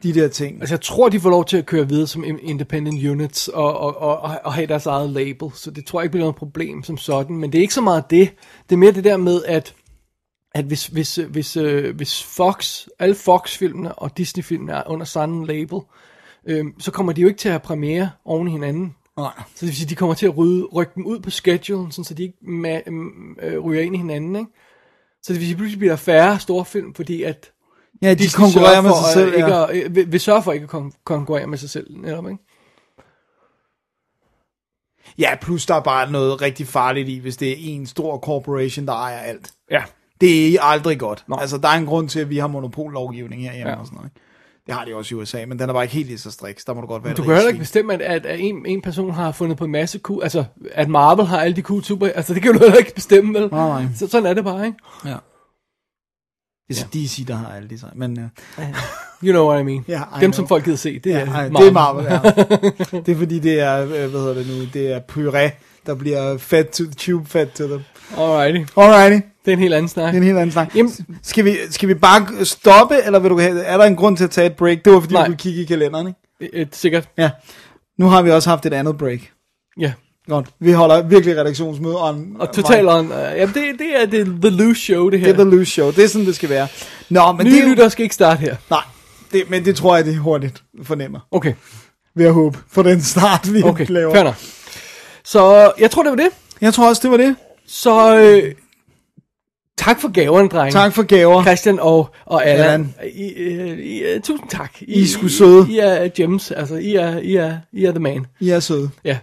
[SPEAKER 3] de der ting.
[SPEAKER 2] altså jeg tror, de får lov til at køre videre som in- independent units og, og, og, og, og have deres eget label. Så det tror jeg ikke bliver noget problem som sådan. Men det er ikke så meget det. Det er mere det der med, at at hvis, hvis, øh, hvis, øh, hvis Fox, alle Fox-filmene og Disney-filmene er under samme label, øhm, så kommer de jo ikke til at have premiere oven i hinanden.
[SPEAKER 3] Nej.
[SPEAKER 2] Så det vil sige, de kommer til at rydde, rykke dem ud på schedulen, sådan, så de ikke ma- m- øh, ryger ind i hinanden. Ikke? Så det vil sige, pludselig bliver der færre store film, fordi at
[SPEAKER 3] Ja, de, de
[SPEAKER 2] Disney
[SPEAKER 3] konkurrerer
[SPEAKER 2] sørger
[SPEAKER 3] med
[SPEAKER 2] for
[SPEAKER 3] sig selv.
[SPEAKER 2] at, ikke
[SPEAKER 3] ja.
[SPEAKER 2] at, øh, vil, vil sørge for ikke at kon- konkurrere med sig selv. Netop, ikke?
[SPEAKER 3] ja, plus der er bare noget rigtig farligt i, hvis det er en stor corporation, der ejer alt.
[SPEAKER 2] Ja.
[SPEAKER 3] Det er aldrig godt.
[SPEAKER 2] Nå.
[SPEAKER 3] Altså, der er en grund til, at vi har monopollovgivning herhjemme ja.
[SPEAKER 2] Ja.
[SPEAKER 3] og sådan noget. Ikke? Det har de også i USA, men den er bare ikke helt lige så striks. Der må du godt være
[SPEAKER 2] Du
[SPEAKER 3] et
[SPEAKER 2] kan heller
[SPEAKER 3] rigt
[SPEAKER 2] ikke bestemme, at, at, at en, en person har fundet på en masse ku, altså at Marvel har alle de cool super, altså det kan du heller ikke bestemme, vel?
[SPEAKER 3] Nej, nej.
[SPEAKER 2] Så, sådan er det bare, ikke?
[SPEAKER 3] svin. Ja. Det er så DC, der har alle de sig. Men, uh,
[SPEAKER 2] You know what I mean.
[SPEAKER 3] Ja, I
[SPEAKER 2] Dem,
[SPEAKER 3] know.
[SPEAKER 2] som folk gider se, det
[SPEAKER 3] ja,
[SPEAKER 2] er
[SPEAKER 3] ej,
[SPEAKER 2] Marvel.
[SPEAKER 3] det er Marvel, ja. Det er fordi, det er, øh, hvad hedder det nu, det er puré, der bliver fed to the tube, fed to them.
[SPEAKER 2] Alrighty,
[SPEAKER 3] Alrighty,
[SPEAKER 2] det er en helt anden snak.
[SPEAKER 3] det er en helt anden snak.
[SPEAKER 2] Jamen-
[SPEAKER 3] S- Skal vi, skal vi bare stoppe, eller vil du have, er der en grund til at tage et break? Det var fordi,
[SPEAKER 2] Nej.
[SPEAKER 3] du kunne kigge i kalenderen, ikke?
[SPEAKER 2] Et, sikkert,
[SPEAKER 3] Ja. Nu har vi også haft et andet break.
[SPEAKER 2] ja.
[SPEAKER 3] Godt. Vi holder virkelig redaktionsmøde on.
[SPEAKER 2] Og totalt on. Uh, jamen, det, det er det, The Loose Show, det her.
[SPEAKER 3] Det er The Loose Show. Det er sådan, det skal være. Nå, men det
[SPEAKER 2] Nye
[SPEAKER 3] er jo-
[SPEAKER 2] lytter skal ikke starte her.
[SPEAKER 3] Nej, det, men det tror jeg, det hurtigt fornemmer.
[SPEAKER 2] Okay,
[SPEAKER 3] Ved at håbe for den start, vi
[SPEAKER 2] okay,
[SPEAKER 3] laver.
[SPEAKER 2] fair nok. Så jeg tror, det var det.
[SPEAKER 3] Jeg tror også, det var det.
[SPEAKER 2] Så øh, tak for gaverne, drenge.
[SPEAKER 3] Tak for gaver.
[SPEAKER 2] Christian og, og Allan.
[SPEAKER 3] Allan.
[SPEAKER 2] I, øh, I, øh, tusind tak.
[SPEAKER 3] I er sgu søde.
[SPEAKER 2] I, I er gems, altså I er, I er, I er the man.
[SPEAKER 3] I er søde.
[SPEAKER 2] Ja.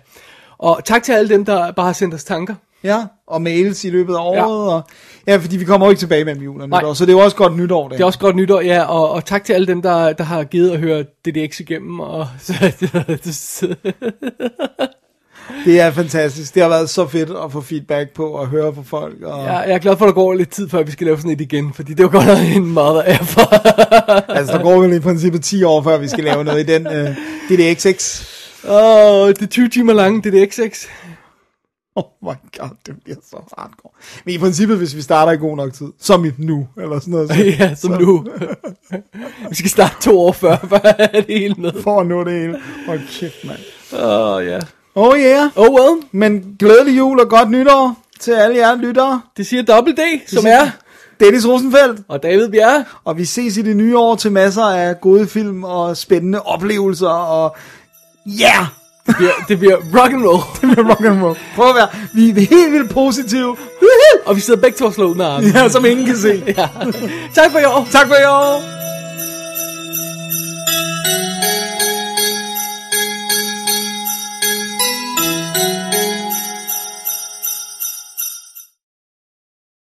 [SPEAKER 2] Og tak til alle dem, der bare har sendt os tanker.
[SPEAKER 3] Ja, og mails i løbet af
[SPEAKER 2] Ja.
[SPEAKER 3] året. Ja, og, ja fordi vi kommer jo ikke tilbage mellem jul og
[SPEAKER 2] Nej.
[SPEAKER 3] nytår, så det er jo også godt nytår, det.
[SPEAKER 2] Det er også godt nytår, ja, og, og tak til alle dem, der, der har givet at høre DDX igennem. Og, så,
[SPEAKER 3] det er fantastisk. Det har været så fedt at få feedback på og høre fra folk. Og,
[SPEAKER 2] jeg, jeg er glad for, at der går lidt tid, før vi skal lave sådan et igen, fordi det var godt nok en mother effort.
[SPEAKER 3] Altså, der går vel i princippet 10 år, før vi skal lave noget i den. Øh, det er XX.
[SPEAKER 2] Åh, det er 20 timer lange DDXX.
[SPEAKER 3] Oh my god, det bliver så hardcore. Men i princippet, hvis vi starter i god nok tid, som i nu, eller sådan noget, så
[SPEAKER 2] Ja, som nu. vi skal starte to år før, bare er det hele med.
[SPEAKER 3] for at nå det hele. Hold kæft, mand.
[SPEAKER 2] Åh, oh, ja. Yeah.
[SPEAKER 3] Oh yeah.
[SPEAKER 2] Oh well.
[SPEAKER 3] Men glædelig jul og godt nytår til alle jer lyttere.
[SPEAKER 2] Det siger Double D, som
[SPEAKER 3] siger-
[SPEAKER 2] er,
[SPEAKER 3] Dennis Rosenfeldt,
[SPEAKER 2] og David Bjerre.
[SPEAKER 3] og vi ses i det nye år til masser af gode film og spændende oplevelser og... Yeah!
[SPEAKER 2] Det bliver, det bliver rock and roll.
[SPEAKER 3] Rock and roll. Prøv at være. Vi er helt vildt positive. Woohoo!
[SPEAKER 2] og vi sidder begge to og slår ud med armen.
[SPEAKER 3] ja, som ingen kan se.
[SPEAKER 2] Tak for i år.
[SPEAKER 3] Tak for i år.